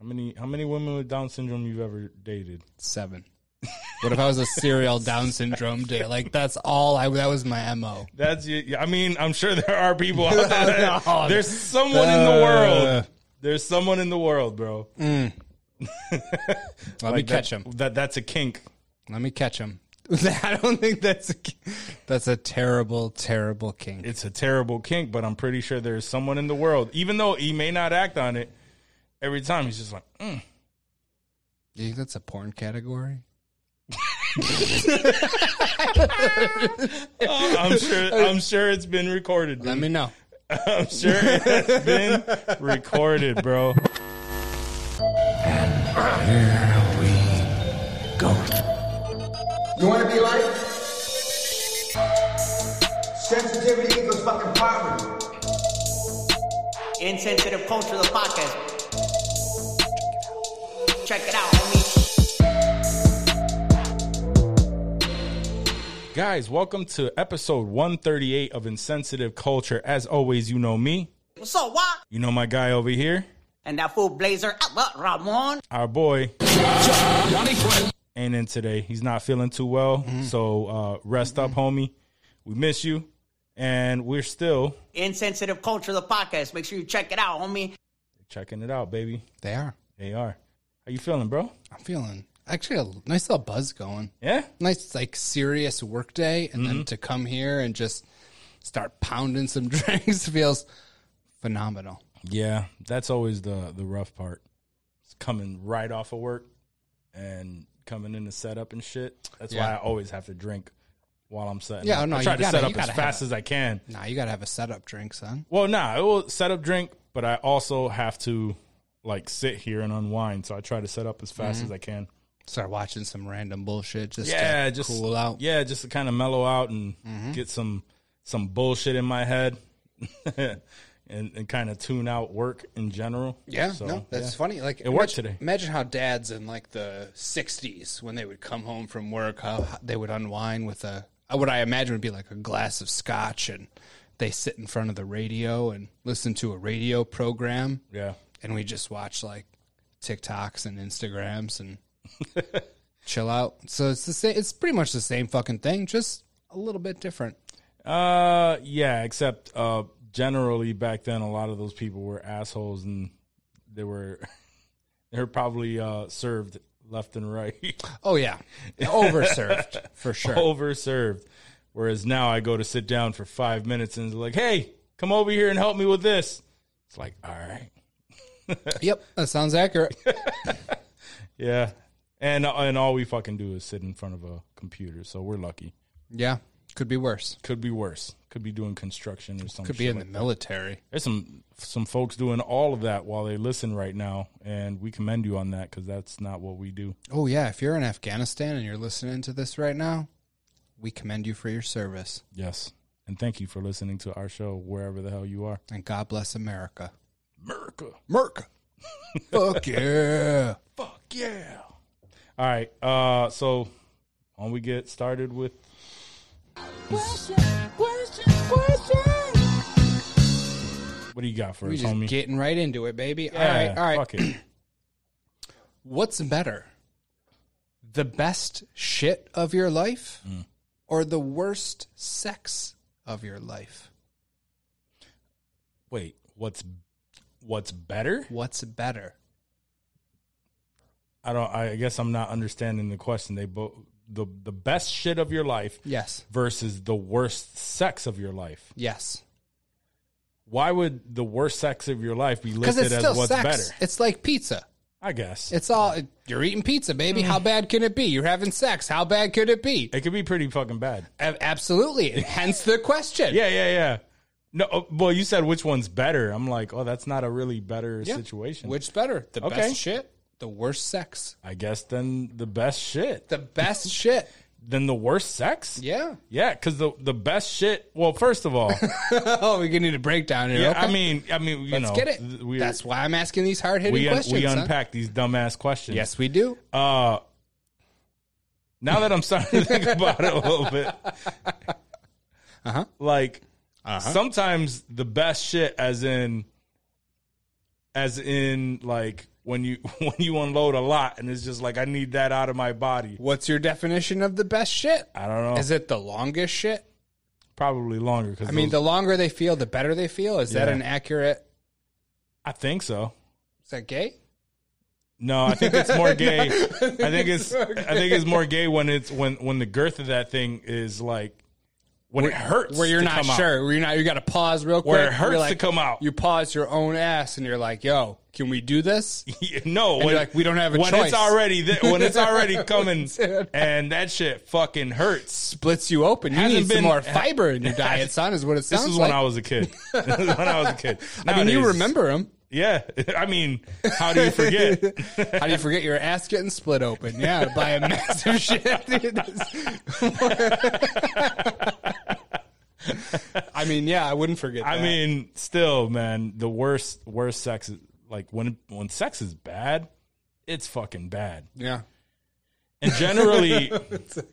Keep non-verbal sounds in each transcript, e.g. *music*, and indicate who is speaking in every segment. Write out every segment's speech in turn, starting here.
Speaker 1: How many how many women with Down syndrome you've ever dated?
Speaker 2: Seven. What if I was a serial Down syndrome dude? Like that's all I. That was
Speaker 1: *laughs*
Speaker 2: my mo.
Speaker 1: That's you. I mean, I'm sure there are people
Speaker 2: *laughs*
Speaker 1: out there. that-
Speaker 2: No.
Speaker 1: There's someone in
Speaker 2: Uh,
Speaker 1: the world. There's someone in the world, bro.
Speaker 2: Let me
Speaker 1: Like,
Speaker 2: Mm, catch
Speaker 1: that-
Speaker 2: him.
Speaker 1: That that's a kink.
Speaker 2: Let me catch him. *laughs* I don't think that's a, that's a terrible, terrible king.
Speaker 1: It's a terrible kink, but I'm pretty sure there's someone in the world. Even though he may not act on it, every time he's just like, mm.
Speaker 2: Do you think that's a porn category? Oh.
Speaker 1: I'm sure.
Speaker 2: *laughs*
Speaker 1: I'm sure it's been recorded.
Speaker 2: Let
Speaker 1: dude.
Speaker 2: me know.
Speaker 1: I'm sure it has been recorded, bro.
Speaker 3: You wanna be like? Sensitivity equals fucking poverty.
Speaker 4: Insensitive Culture, the podcast. Check it out, homie.
Speaker 1: Guys, welcome to episode 138 of Insensitive Culture. As always, you know me.
Speaker 4: What's up, what?
Speaker 1: You know my guy over here,
Speaker 4: And that fool blazer, uh, what, Ramon.
Speaker 1: our boy. Ain't in today. He's not feeling too well.
Speaker 2: Mm-hmm.
Speaker 1: So uh, rest up, homie. We miss you. And we're still
Speaker 4: Insensitive Culture, the podcast. Make sure you check it out, homie.
Speaker 1: checking it out, baby.
Speaker 2: They are.
Speaker 1: They are. How you feeling, bro?
Speaker 2: I'm feeling actually a nice little buzz going.
Speaker 1: Yeah?
Speaker 2: Nice like serious work day, and
Speaker 1: Mm-hmm.
Speaker 2: then to come here and just start pounding some *laughs* drinks feels phenomenal.
Speaker 1: Yeah, that's always the the rough part. It's coming right off of work and coming in to set up and shit. That's why
Speaker 2: Yeah.
Speaker 1: I always have to drink while I'm setting.
Speaker 2: Yeah,
Speaker 1: up.
Speaker 2: no,
Speaker 1: I
Speaker 2: you
Speaker 1: try to
Speaker 2: gotta-
Speaker 1: set
Speaker 2: you
Speaker 1: up as
Speaker 2: gotta have
Speaker 1: fast
Speaker 2: it.
Speaker 1: as I can.
Speaker 2: Nah, you gotta have a setup drink, son.
Speaker 1: Well, nah, I will set up drink, but I also have to like sit here and unwind. So I try to set up as fast as I can.
Speaker 2: Start watching some random bullshit Mm-hmm. just
Speaker 1: Yeah,
Speaker 2: to
Speaker 1: just
Speaker 2: cool out. Mm-hmm.
Speaker 1: Yeah, just to kind of mellow out and get some some bullshit in my head. *laughs* and, and kind of tune out work in general.
Speaker 2: Yeah,
Speaker 1: So,
Speaker 2: no, that's
Speaker 1: yeah.
Speaker 2: funny. Like
Speaker 1: It worked
Speaker 2: imagine-
Speaker 1: today.
Speaker 2: Imagine how dads in like the '60s, when they would come home from work, how they would unwind with a what I imagine would be like a glass of scotch, and they sit in front of the radio and listen to a radio program,
Speaker 1: Yeah.
Speaker 2: and we just watch like TikToks and
Speaker 1: *laughs*
Speaker 2: Instagrams and chill out. So it's the same. It's pretty much the same fucking thing, just a little bit different.
Speaker 1: Uh, yeah, except uh, generally back then, a lot of those people were assholes, and they were *laughs* they were probably uh, served left and right, *laughs*
Speaker 2: Oh yeah, overserved for sure.
Speaker 1: overserved. Whereas now, I go to sit down for five minutes, and it's like, "Hey, come over here and help me with this." It's like, all right,
Speaker 2: Yep, that sounds
Speaker 1: *laughs*
Speaker 2: accurate.
Speaker 1: yeah. And and all we fucking do is sit in front of a computer, so we're lucky.
Speaker 2: Yeah, could be worse.
Speaker 1: Could be worse. Could be doing construction or something.
Speaker 2: Could be in the military.
Speaker 1: there's some some folks doing all of that while they listen right now, and we commend you on that because that's not what we do.
Speaker 2: Oh yeah, if you're in Afghanistan and you're listening to this right now, we commend you for your service
Speaker 1: Yes, and thank you for listening to our show wherever the hell you are,
Speaker 2: and God bless America.
Speaker 1: America.
Speaker 2: Merc. *laughs* Fuck yeah.
Speaker 1: Fuck yeah! All right, uh, so on we get started with what do you got for
Speaker 2: We
Speaker 1: us,
Speaker 2: just
Speaker 1: homie?
Speaker 2: getting right into it, baby.
Speaker 1: Yeah,
Speaker 2: all right, all right.
Speaker 1: Fuck it. *clears throat*
Speaker 2: What's better? The best shit of your life
Speaker 1: Mm.
Speaker 2: or the worst sex of your life?
Speaker 1: Wait, what's what's better?
Speaker 2: What's better?
Speaker 1: I don't. I guess I'm not understanding the question. They both the the best shit of your life
Speaker 2: Yes.
Speaker 1: versus the worst sex of your life.
Speaker 2: Yes.
Speaker 1: why would the worst sex of your life be
Speaker 2: Because
Speaker 1: listed
Speaker 2: it's still
Speaker 1: as what's
Speaker 2: sex.
Speaker 1: better?
Speaker 2: It's like pizza.
Speaker 1: I guess it,
Speaker 2: It's all it- you're eating pizza, baby. How bad can it be? You're having sex. How bad could it be?
Speaker 1: could be pretty fucking bad.
Speaker 2: A- absolutely. And hence the question.
Speaker 1: Yeah, yeah, yeah. No, oh, well, you said which one's better. I'm like, oh, that's not a really better
Speaker 2: Yeah.
Speaker 1: situation.
Speaker 2: Which better? The
Speaker 1: Okay.
Speaker 2: best shit, the worst sex,
Speaker 1: I guess then the best shit,
Speaker 2: the *laughs* best shit.
Speaker 1: then the worst sex.
Speaker 2: Yeah.
Speaker 1: yeah, because the the best shit. Well, first of all,
Speaker 2: oh, we need a breakdown here.
Speaker 1: yeah,
Speaker 2: *laughs* okay.
Speaker 1: I mean, I mean, you
Speaker 2: let's
Speaker 1: know,
Speaker 2: get it.
Speaker 1: th- We,
Speaker 2: That's why I'm asking these hard hitting
Speaker 1: we un-
Speaker 2: questions.
Speaker 1: we
Speaker 2: huh?
Speaker 1: unpack these dumbass questions.
Speaker 2: Yes, we do.
Speaker 1: Uh, now that I'm starting to
Speaker 2: *laughs*
Speaker 1: think about it a little bit,
Speaker 2: Uh-huh.
Speaker 1: like sometimes the best shit, as in, as in, like when you *laughs* when you unload a lot and it's just like I need that out of my body.
Speaker 2: What's your definition of the best shit?
Speaker 1: I don't know.
Speaker 2: Is it the longest shit?
Speaker 1: Probably longer because
Speaker 2: I mean, the longer they feel, the better they feel. Is that
Speaker 1: Yeah.
Speaker 2: an accurate?
Speaker 1: I think so.
Speaker 2: Is that gay?
Speaker 1: No, I think it's more
Speaker 2: *laughs*
Speaker 1: gay. I think it's I think it's more gay when it's when when the girth of that thing is like when it hurts
Speaker 2: Where you're
Speaker 1: to
Speaker 2: not
Speaker 1: come out.
Speaker 2: sure. Where you're not. You got to pause real quick.
Speaker 1: Where it
Speaker 2: You're
Speaker 1: hurts to
Speaker 2: like-
Speaker 1: come out.
Speaker 2: You pause your own ass, and you're like, "Yo, can we do this?"
Speaker 1: *laughs* no,
Speaker 2: you're like, "We don't have a
Speaker 1: when
Speaker 2: choice."
Speaker 1: it's already th- when it's already
Speaker 2: *laughs*
Speaker 1: coming and that shit fucking hurts.
Speaker 2: Splits you open. You
Speaker 1: Hasn't
Speaker 2: need some
Speaker 1: been-
Speaker 2: more fiber in
Speaker 1: *laughs*
Speaker 2: your diet, son. Is what it sounds
Speaker 1: This is
Speaker 2: like.
Speaker 1: when I was a
Speaker 2: *laughs*
Speaker 1: kid. *laughs* when I was a kid.
Speaker 2: I mean, you
Speaker 1: Nowadays,
Speaker 2: remember him.
Speaker 1: Yeah. *laughs* I mean, how do you forget?
Speaker 2: *laughs* How
Speaker 1: *laughs*
Speaker 2: do you forget your ass getting split open? Yeah, by a massive *laughs* shit. dude. *laughs* I mean, yeah, I wouldn't forget.
Speaker 1: I
Speaker 2: that.
Speaker 1: mean, still, man, the worst worst sex is like when when sex is bad, it's fucking bad.
Speaker 2: yeah,
Speaker 1: And
Speaker 2: *laughs*
Speaker 1: generally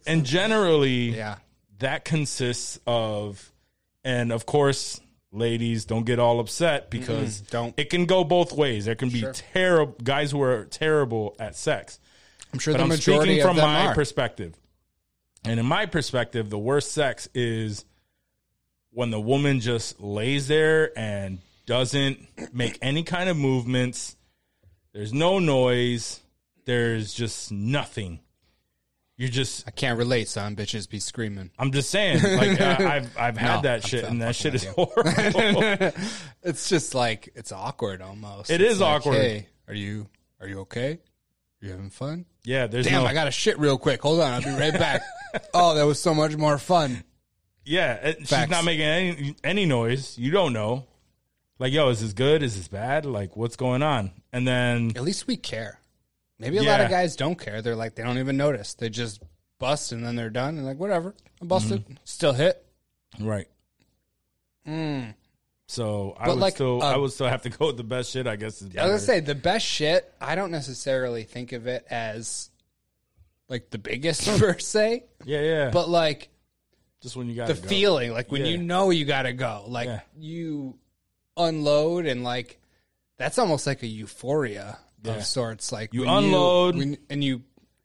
Speaker 1: and generally
Speaker 2: yeah.
Speaker 1: that consists of and of course ladies don't get all upset because
Speaker 2: don't.
Speaker 1: it can go both ways there can be terrible guys who are terrible at sex
Speaker 2: I'm sure
Speaker 1: but
Speaker 2: the
Speaker 1: i'm
Speaker 2: majority
Speaker 1: speaking
Speaker 2: of
Speaker 1: from
Speaker 2: them
Speaker 1: my
Speaker 2: are.
Speaker 1: perspective and in my perspective the worst sex is when the woman just lays there and doesn't make any kind of movements there's no noise there's just nothing you're just
Speaker 2: I can't relate, son. Bitches be screaming.
Speaker 1: I'm just
Speaker 2: *laughs*
Speaker 1: saying, like I, I've I've had
Speaker 2: No,
Speaker 1: that
Speaker 2: I'm
Speaker 1: shit,
Speaker 2: fu-
Speaker 1: and that
Speaker 2: fucking
Speaker 1: shit is
Speaker 2: with *laughs*
Speaker 1: horrible.
Speaker 2: it's just like it's awkward almost.
Speaker 1: It
Speaker 2: It's
Speaker 1: is
Speaker 2: like,
Speaker 1: awkward.
Speaker 2: Hey, are you are you okay? You having fun?
Speaker 1: yeah, there's
Speaker 2: Damn,
Speaker 1: no.
Speaker 2: I got to shit real quick. Hold on, I'll be
Speaker 1: *laughs*
Speaker 2: right back. oh, that was so much more fun.
Speaker 1: yeah, it, she's
Speaker 2: Facts.
Speaker 1: not making any any noise. You don't know. Like, yo, is this good? Is this bad? Like, what's going on? And then
Speaker 2: At least we care. Maybe a lot of
Speaker 1: Yeah.
Speaker 2: guys don't care. They're like they don't even notice. They just bust and then they're done and like whatever. I busted,
Speaker 1: Mm-hmm.
Speaker 2: still hit.
Speaker 1: right. So I
Speaker 2: Mm. But
Speaker 1: would
Speaker 2: like,
Speaker 1: still I
Speaker 2: um,
Speaker 1: would still have to go with the best shit. I guess is
Speaker 2: I was
Speaker 1: better.
Speaker 2: gonna say the best shit. I don't necessarily think of it as like the biggest *laughs* per se,
Speaker 1: yeah, yeah.
Speaker 2: but like
Speaker 1: just when you got
Speaker 2: the feeling like when
Speaker 1: Yeah.
Speaker 2: you know you gotta go like
Speaker 1: Yeah.
Speaker 2: you unload and like that's almost like a euphoria
Speaker 1: Yeah.
Speaker 2: of sorts like
Speaker 1: You
Speaker 2: when
Speaker 1: unload.
Speaker 2: when, and you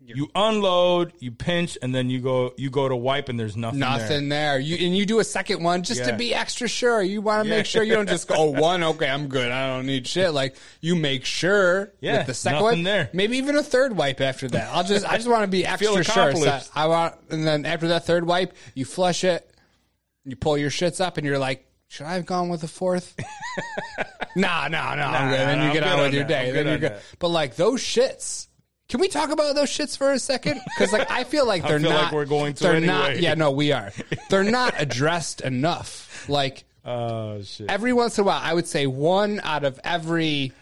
Speaker 1: you unload, you pinch, and then you go you go to wipe, and there's nothing. there.
Speaker 2: nothing there. you and you do a second one just
Speaker 1: Yeah.
Speaker 2: to be extra sure you want to
Speaker 1: Yeah.
Speaker 2: make sure you don't just go oh
Speaker 1: *laughs*
Speaker 2: one okay i'm good i don't need shit like you make sure
Speaker 1: Yeah,
Speaker 2: with the second
Speaker 1: nothing
Speaker 2: one
Speaker 1: there.
Speaker 2: maybe even a third wipe after that i'll just i just want to
Speaker 1: *laughs*
Speaker 2: be extra sure so
Speaker 1: accomplished.
Speaker 2: i want and then after that third wipe you flush it you pull your shits up and you're like should I have gone with a
Speaker 1: *laughs*
Speaker 2: fourth? nah, nah, nah. I'm good.
Speaker 1: nah,
Speaker 2: Then you
Speaker 1: I'm
Speaker 2: get
Speaker 1: good
Speaker 2: on
Speaker 1: on
Speaker 2: with your
Speaker 1: that.
Speaker 2: day.
Speaker 1: I'm
Speaker 2: Then
Speaker 1: good
Speaker 2: you
Speaker 1: on
Speaker 2: go.
Speaker 1: that.
Speaker 2: But like those shits, can we talk about those shits for a second? Because like I
Speaker 1: *laughs*
Speaker 2: feel like they're
Speaker 1: feel
Speaker 2: not.
Speaker 1: like we're going to
Speaker 2: They're
Speaker 1: anyway.
Speaker 2: not. Yeah, no, we
Speaker 1: *laughs*
Speaker 2: are. They're not addressed enough. Like
Speaker 1: Oh shit!
Speaker 2: every once in a while, I would say one out of every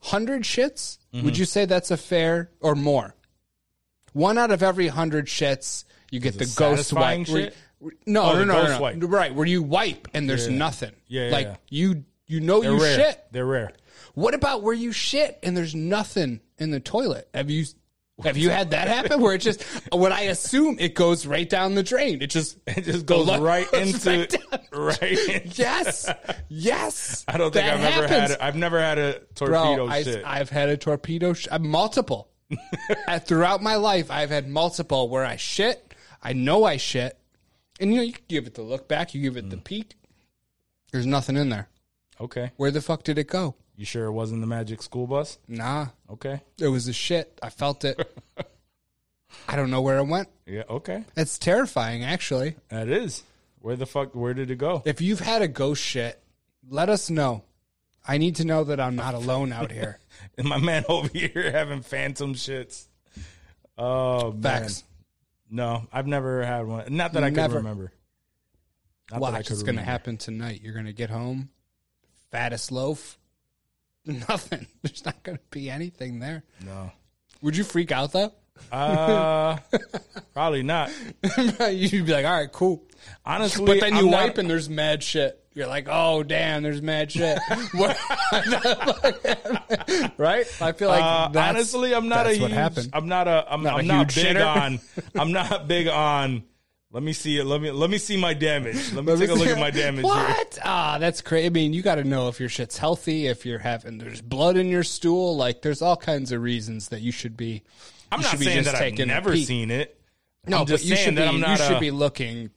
Speaker 2: hundred shits.
Speaker 1: Mm-hmm.
Speaker 2: Would you say that's a fair or more? One out of every hundred shits, you get the ghost
Speaker 1: satisfying
Speaker 2: wipe. where-
Speaker 1: shit?
Speaker 2: No,
Speaker 1: Oh,
Speaker 2: no,
Speaker 1: the
Speaker 2: no,
Speaker 1: ghost
Speaker 2: no, no,
Speaker 1: wipe.
Speaker 2: Right, where you wipe and there's
Speaker 1: Yeah.
Speaker 2: nothing.
Speaker 1: Yeah, yeah,
Speaker 2: like
Speaker 1: yeah.
Speaker 2: you, you know
Speaker 1: They're
Speaker 2: you
Speaker 1: rare.
Speaker 2: shit.
Speaker 1: They're rare.
Speaker 2: What about where you shit and there's nothing in the toilet? Have you have you had that happen where it just what I assume it goes right down the drain? It just
Speaker 1: It just *laughs* goes
Speaker 2: The lo-
Speaker 1: right into
Speaker 2: right down.
Speaker 1: *laughs* right. Into,
Speaker 2: yes, yes.
Speaker 1: *laughs* I don't think
Speaker 2: that
Speaker 1: I've ever had.
Speaker 2: happens.
Speaker 1: A, I've never had a torpedo
Speaker 2: Bro, I,
Speaker 1: shit.
Speaker 2: I've had a torpedo sh-
Speaker 1: *laughs*
Speaker 2: uh, multiple Uh, throughout my life. I've had multiple where I shit. I know I shit, and you know you give it the look back, you give it the
Speaker 1: Mm.
Speaker 2: peek. There's nothing in there.
Speaker 1: okay,
Speaker 2: Where the fuck did it go?
Speaker 1: you sure it wasn't the magic school bus?
Speaker 2: Nah,
Speaker 1: Okay,
Speaker 2: It was a shit. I
Speaker 1: *laughs*
Speaker 2: felt it. I don't know where it went.
Speaker 1: yeah, okay,
Speaker 2: That's terrifying, actually.
Speaker 1: that is. Where the fuck? Where did it go?
Speaker 2: If you've had a ghost shit, let us know. I need to know that I'm not alone out here.
Speaker 1: And my man over here having phantom shits. Oh *laughs* man,
Speaker 2: Facts.
Speaker 1: no, I've never had one. Not that I can
Speaker 2: Never.
Speaker 1: remember. Not that I
Speaker 2: Watch,
Speaker 1: could
Speaker 2: it's going to
Speaker 1: remember.
Speaker 2: happen tonight. You're going to get home, fattest loaf, *laughs* nothing. There's not going to be anything there.
Speaker 1: No,
Speaker 2: Would you freak out though? *laughs*
Speaker 1: uh, probably not.
Speaker 2: You'd be like, all right, cool.
Speaker 1: Honestly,
Speaker 2: But then
Speaker 1: I'm
Speaker 2: you
Speaker 1: not-
Speaker 2: wipe and there's mad shit. You're like, oh damn, there's
Speaker 1: *laughs*
Speaker 2: mad shit. *laughs* right? I feel like
Speaker 1: Uh,
Speaker 2: that's-
Speaker 1: honestly, I'm not
Speaker 2: that's
Speaker 1: a
Speaker 2: what
Speaker 1: huge,
Speaker 2: happened.
Speaker 1: I'm not a. I'm not,
Speaker 2: Not a
Speaker 1: I'm not
Speaker 2: huge
Speaker 1: big
Speaker 2: shitter.
Speaker 1: on. I'm not big on Let me see it. Let me let me see my damage. Let me take a look at my damage. here.
Speaker 2: What? Ah, that's crazy. I mean, you got to know if your shit's healthy, if you're having there's blood in your stool. Like, there's all kinds of reasons that you should be.
Speaker 1: I'm
Speaker 2: you
Speaker 1: not
Speaker 2: should be
Speaker 1: saying
Speaker 2: just
Speaker 1: that I've
Speaker 2: taking a
Speaker 1: never
Speaker 2: peek.
Speaker 1: seen it.
Speaker 2: No,
Speaker 1: I'm just
Speaker 2: but you
Speaker 1: saying
Speaker 2: should
Speaker 1: that
Speaker 2: be.
Speaker 1: I'm
Speaker 2: you
Speaker 1: not
Speaker 2: should
Speaker 1: a-
Speaker 2: be looking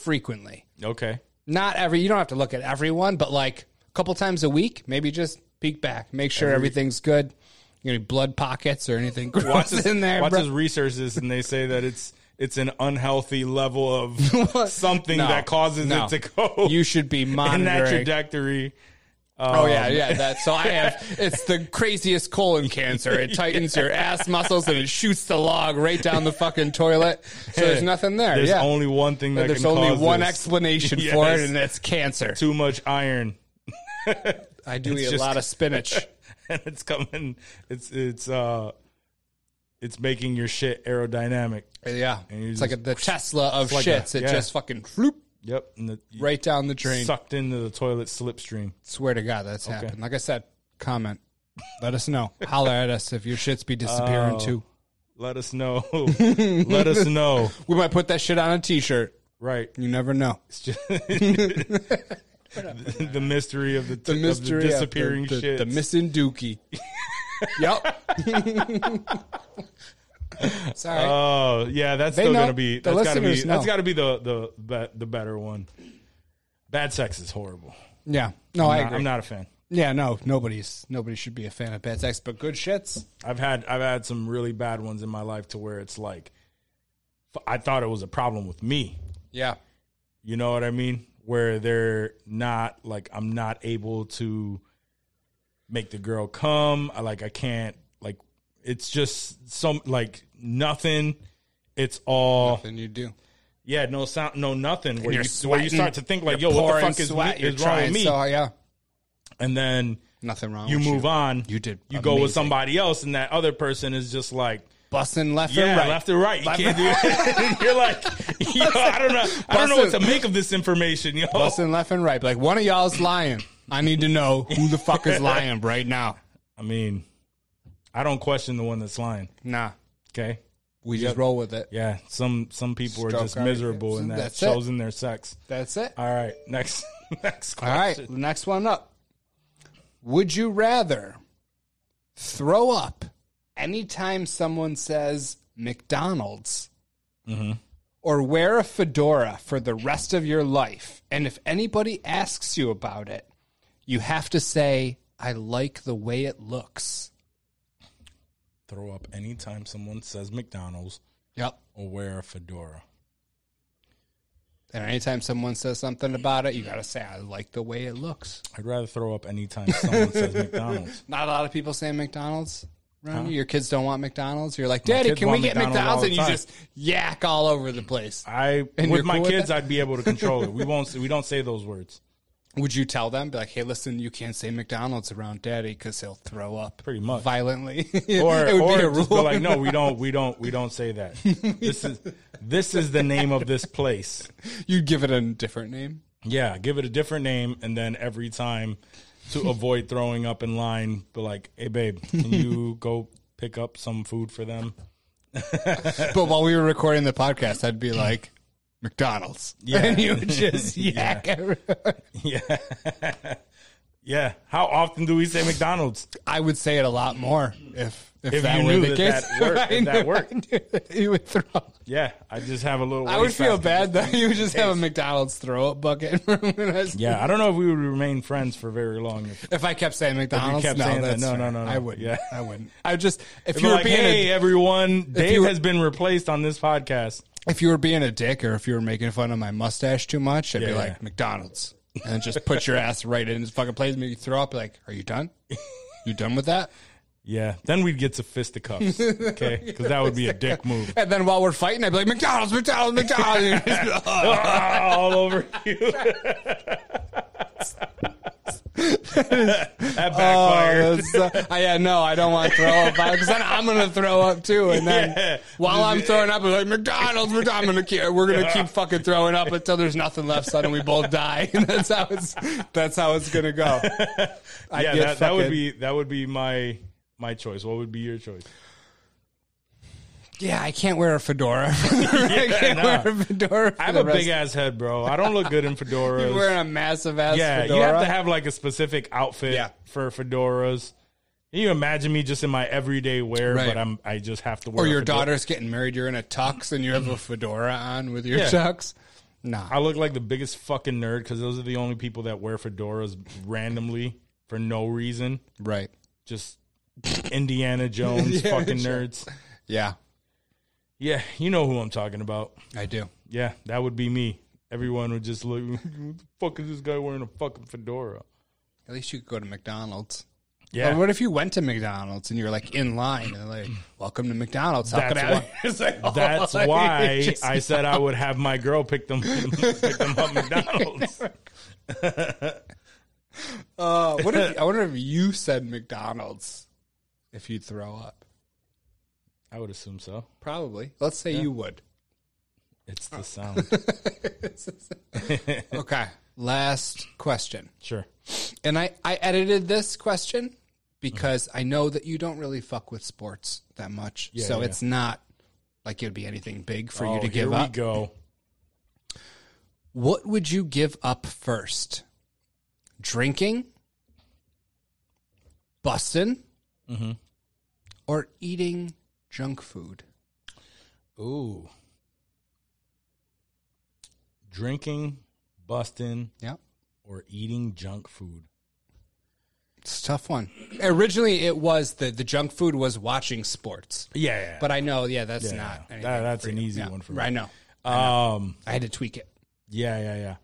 Speaker 2: frequently.
Speaker 1: Okay.
Speaker 2: Not every. You don't have to look at everyone, but like a couple times a week, maybe just peek back, make sure everything's good. You know, blood pockets or anything
Speaker 1: *laughs* Watch
Speaker 2: *laughs* gross
Speaker 1: his,
Speaker 2: in there.
Speaker 1: watch
Speaker 2: bro.
Speaker 1: his researches, and they say that it's it's an unhealthy level
Speaker 2: *laughs*
Speaker 1: of something
Speaker 2: No,
Speaker 1: that causes
Speaker 2: no.
Speaker 1: it to go
Speaker 2: *laughs* You should
Speaker 1: *laughs*
Speaker 2: be
Speaker 1: in that
Speaker 2: monitoring.
Speaker 1: trajectory.
Speaker 2: Oh yeah, yeah. That so I
Speaker 1: *laughs*
Speaker 2: have. It's the craziest colon cancer. It tightens your ass muscles and it shoots the log right down the fucking toilet. So there's nothing there.
Speaker 1: There's
Speaker 2: yeah.
Speaker 1: only one thing that
Speaker 2: there's
Speaker 1: can
Speaker 2: only
Speaker 1: cause
Speaker 2: one
Speaker 1: this. *laughs*
Speaker 2: explanation for it,
Speaker 1: Yes.
Speaker 2: and that's cancer.
Speaker 1: Too much iron, *laughs*
Speaker 2: I do
Speaker 1: It's
Speaker 2: eat
Speaker 1: just-
Speaker 2: a
Speaker 1: *laughs*
Speaker 2: lot of spinach.
Speaker 1: and it's coming. It's it's uh, it's making your shit aerodynamic.
Speaker 2: yeah,
Speaker 1: And you
Speaker 2: it's like
Speaker 1: just-
Speaker 2: the Tesla of
Speaker 1: It's like a-
Speaker 2: shits. it
Speaker 1: yeah.
Speaker 2: just fucking floop
Speaker 1: Yep, and the, you
Speaker 2: right down the drain.
Speaker 1: sucked into the toilet slipstream.
Speaker 2: Swear to God, that's happened. Like I said, comment. Let
Speaker 1: *laughs*
Speaker 2: us know. Holler at us if your shits be disappearing
Speaker 1: Oh.
Speaker 2: too.
Speaker 1: Let us
Speaker 2: *laughs*
Speaker 1: know. Let us know.
Speaker 2: We might put that shit on a T-shirt.
Speaker 1: Right. *laughs*
Speaker 2: You never know.
Speaker 1: It's just- the, the mystery of the,
Speaker 2: the
Speaker 1: of
Speaker 2: mystery of
Speaker 1: the disappearing
Speaker 2: the, the,
Speaker 1: shit.
Speaker 2: the
Speaker 1: *laughs*
Speaker 2: missing Dookie. yep. Sorry.
Speaker 1: oh yeah, that's
Speaker 2: They
Speaker 1: still
Speaker 2: know.
Speaker 1: gonna be
Speaker 2: The
Speaker 1: that's gotta be
Speaker 2: listeners
Speaker 1: that's
Speaker 2: know.
Speaker 1: gotta be the the be- the better one. Bad sex is horrible.
Speaker 2: yeah. No, I
Speaker 1: I
Speaker 2: agree.
Speaker 1: am not a fan.
Speaker 2: Yeah. No. Nobody's. Nobody should be a fan of bad sex, but good shits.
Speaker 1: I've had I've had some really bad ones in my life to where it's like f- I thought it was a problem with me.
Speaker 2: Yeah.
Speaker 1: You know what I mean? Where they're not like I'm not able to make the girl come. I like I can't like it's just some like nothing. It's all
Speaker 2: Then you do.
Speaker 1: yeah, no sound, no nothing. Where you,
Speaker 2: you're
Speaker 1: where you start
Speaker 2: sweating,
Speaker 1: to think like, yo,
Speaker 2: You're
Speaker 1: what the
Speaker 2: pouring
Speaker 1: fuck is,
Speaker 2: sweat,
Speaker 1: me,
Speaker 2: you're
Speaker 1: is wrong with
Speaker 2: trying
Speaker 1: me?
Speaker 2: So, yeah.
Speaker 1: And then
Speaker 2: Nothing wrong.
Speaker 1: you
Speaker 2: with
Speaker 1: move on.
Speaker 2: You did
Speaker 1: You go with
Speaker 2: amazing.
Speaker 1: somebody else, and that other person is just like,
Speaker 2: Busting left
Speaker 1: yeah,
Speaker 2: and right.
Speaker 1: left or right. You
Speaker 2: Left
Speaker 1: can't do it. *laughs* You're
Speaker 2: *laughs*
Speaker 1: like, yo, I don't know. I don't know what to make of this information, yo.
Speaker 2: Busting left and right. Like one of y'all's lying. I need to know who the fuck is lying right now.
Speaker 1: I mean, I don't question the one that's lying.
Speaker 2: Nah.
Speaker 1: Okay.
Speaker 2: We just roll with it.
Speaker 1: Yeah. Some some people are
Speaker 2: Stroke
Speaker 1: just
Speaker 2: our-
Speaker 1: miserable and that
Speaker 2: That's it.
Speaker 1: shows in their sex.
Speaker 2: That's it.
Speaker 1: All right. Next *laughs* next
Speaker 2: All right,
Speaker 1: question.
Speaker 2: next one up. Would you rather throw up anytime someone says McDonald's Mm-hmm. or wear a fedora for the rest of your life? And if anybody asks you about it, you have to say, I like the way it looks.
Speaker 1: Throw up anytime someone says McDonald's
Speaker 2: Yep.
Speaker 1: or wear a fedora.
Speaker 2: And anytime someone says something about it, you got to say, I like the way it looks.
Speaker 1: I'd rather throw up anytime someone
Speaker 2: *laughs*
Speaker 1: says McDonald's.
Speaker 2: Not a lot of people say McDonald's. around you. Your kids don't want McDonald's. You're like, Daddy,
Speaker 1: kids
Speaker 2: can we
Speaker 1: want
Speaker 2: get
Speaker 1: McDonald's
Speaker 2: McDonald's?
Speaker 1: all
Speaker 2: And you
Speaker 1: the time.
Speaker 2: just yak all over the place.
Speaker 1: I with
Speaker 2: And you're
Speaker 1: my
Speaker 2: cool with
Speaker 1: kids,
Speaker 2: that?
Speaker 1: I'd be able to control it. We won't. We don't say those
Speaker 2: *laughs*
Speaker 1: words.
Speaker 2: Would you tell them, be like, Hey, listen, you can't say McDonald's around Daddy because he'll throw up
Speaker 1: Pretty much.
Speaker 2: violently. *laughs*
Speaker 1: Or
Speaker 2: it would
Speaker 1: or
Speaker 2: be a
Speaker 1: just
Speaker 2: rule.
Speaker 1: be like, no, we don't. We don't. We don't say that. This is this is the name of this place.
Speaker 2: *laughs* You'd give it a different name.
Speaker 1: Yeah, give it a different name, and then every time to avoid throwing up in line, be like, hey babe, can you go pick up some food for them?
Speaker 2: But while we were recording the podcast, I'd be like, McDonald's.
Speaker 1: Yeah.
Speaker 2: *laughs* And you
Speaker 1: *laughs*
Speaker 2: would just yak. everyone.
Speaker 1: Yeah. Yeah, how often do we say McDonald's?
Speaker 2: I would say it a lot more if if,
Speaker 1: If
Speaker 2: that
Speaker 1: you
Speaker 2: were
Speaker 1: knew
Speaker 2: the
Speaker 1: that
Speaker 2: case. *laughs*
Speaker 1: that worked-
Speaker 2: If I
Speaker 1: if that
Speaker 2: knew-
Speaker 1: worked.
Speaker 2: I knew that You would throw up.
Speaker 1: Yeah, I just have a little.
Speaker 2: I would
Speaker 1: waist
Speaker 2: feel
Speaker 1: after
Speaker 2: bad
Speaker 1: this.
Speaker 2: though. You would just have a McDonald's throw up bucket. *laughs*
Speaker 1: Yeah, I don't know if we would remain friends for very long. If,
Speaker 2: If I kept saying McDonald's,
Speaker 1: kept
Speaker 2: no,
Speaker 1: saying that,
Speaker 2: that's
Speaker 1: no, no,
Speaker 2: fair.
Speaker 1: no, no.
Speaker 2: I wouldn't.
Speaker 1: Yeah. *laughs*
Speaker 2: I wouldn't. I would just
Speaker 1: if
Speaker 2: if, you
Speaker 1: you're
Speaker 2: were
Speaker 1: like,
Speaker 2: being
Speaker 1: hey
Speaker 2: a,
Speaker 1: everyone, Dave
Speaker 2: were-
Speaker 1: has been replaced on this podcast.
Speaker 2: if you were being a dick or if you were making fun of my mustache too much, I'd
Speaker 1: Yeah,
Speaker 2: be like
Speaker 1: yeah.
Speaker 2: McDonald's and then just put your ass right in his fucking place. Maybe throw up. Like, are you done? You done with that?
Speaker 1: Yeah, then we'd get to
Speaker 2: *laughs*
Speaker 1: fisticuffs, okay? Because that would be a dick move.
Speaker 2: And then while we're fighting, I'd be like McDonald's, McDonald's, McDonald's.
Speaker 1: *laughs*
Speaker 2: *laughs* And you'd just be, "Ugh."
Speaker 1: Ah, all over
Speaker 2: *laughs*
Speaker 1: you. that
Speaker 2: Oh,
Speaker 1: backfired.
Speaker 2: that's, uh,
Speaker 1: *laughs*
Speaker 2: I- yeah, no, I don't want to throw up because then I'm gonna throw up too, and then
Speaker 1: Yeah.
Speaker 2: while I'm throwing up, I'm like McDonald's, McDonald's. I'm gonna keep, we're gonna keep fucking throwing up until there's nothing left, son, and we both die. *laughs* And that's how it's that's how it's gonna go. I
Speaker 1: yeah,
Speaker 2: get
Speaker 1: that, that would
Speaker 2: fucking-
Speaker 1: be that would be my my choice. What would be your choice?
Speaker 2: Yeah, I can't wear a fedora. *laughs* I can't
Speaker 1: nah.
Speaker 2: wear a fedora. For
Speaker 1: I have
Speaker 2: the
Speaker 1: a big ass
Speaker 2: rest-
Speaker 1: head, bro. I don't look good
Speaker 2: *laughs*
Speaker 1: in fedoras.
Speaker 2: You're wearing a massive ass
Speaker 1: yeah,
Speaker 2: fedora.
Speaker 1: you have to have like a specific outfit
Speaker 2: Yeah.
Speaker 1: for fedoras. Can you imagine me just in my everyday wear,
Speaker 2: Right.
Speaker 1: but I'm I just have to wear
Speaker 2: or
Speaker 1: a
Speaker 2: your
Speaker 1: fedora?
Speaker 2: daughter's getting married. You're in a tux and you have a fedora on with your
Speaker 1: Yeah.
Speaker 2: tux. Nah.
Speaker 1: I look like the biggest fucking nerd because those are the only people that wear fedoras randomly for no reason.
Speaker 2: Right.
Speaker 1: Just Indiana
Speaker 2: *laughs*
Speaker 1: Jones
Speaker 2: Yeah,
Speaker 1: fucking
Speaker 2: sure.
Speaker 1: nerds.
Speaker 2: Yeah,
Speaker 1: Yeah, you know who I'm talking about.
Speaker 2: I do.
Speaker 1: Yeah, that would be me. Everyone would just look, *laughs* what the fuck is this guy wearing a fucking fedora?
Speaker 2: At least you could go to McDonald's.
Speaker 1: Yeah.
Speaker 2: But what if you went to McDonald's and you were like in line and like, welcome to McDonald's? How
Speaker 1: That's
Speaker 2: can I?
Speaker 1: why-
Speaker 2: It's like, oh,
Speaker 1: That's
Speaker 2: like, *laughs*
Speaker 1: why
Speaker 2: just-
Speaker 1: I said I would have my girl pick them *laughs* pick them
Speaker 2: *laughs*
Speaker 1: up McDonald's.
Speaker 2: *laughs* Uh,
Speaker 1: *laughs*
Speaker 2: what if, I wonder if you said McDonald's if you'd throw up.
Speaker 1: I would assume so.
Speaker 2: Probably. Let's say you would. *laughs*
Speaker 1: It's the sound.
Speaker 2: Okay. Last question.
Speaker 1: Sure.
Speaker 2: And I, I edited this question because I know that you don't really fuck with sports that much. so
Speaker 1: yeah.
Speaker 2: it's not like it would be anything big for
Speaker 1: oh,
Speaker 2: you to
Speaker 1: here
Speaker 2: give
Speaker 1: we
Speaker 2: up.
Speaker 1: go.
Speaker 2: What would you give up first? Drinking, busting,
Speaker 1: Mm-hmm.
Speaker 2: or eating junk food?
Speaker 1: Ooh. Drinking, busting,
Speaker 2: Yeah.
Speaker 1: or eating junk food.
Speaker 2: It's a tough one. Originally, it was the, the junk food was watching sports.
Speaker 1: Yeah. yeah.
Speaker 2: But I know, yeah, that's
Speaker 1: Yeah,
Speaker 2: not.
Speaker 1: that-
Speaker 2: anything
Speaker 1: that's
Speaker 2: for
Speaker 1: an
Speaker 2: you.
Speaker 1: easy
Speaker 2: Yeah.
Speaker 1: one for me.
Speaker 2: I know.
Speaker 1: um
Speaker 2: I had to tweak it.
Speaker 1: yeah, yeah, yeah.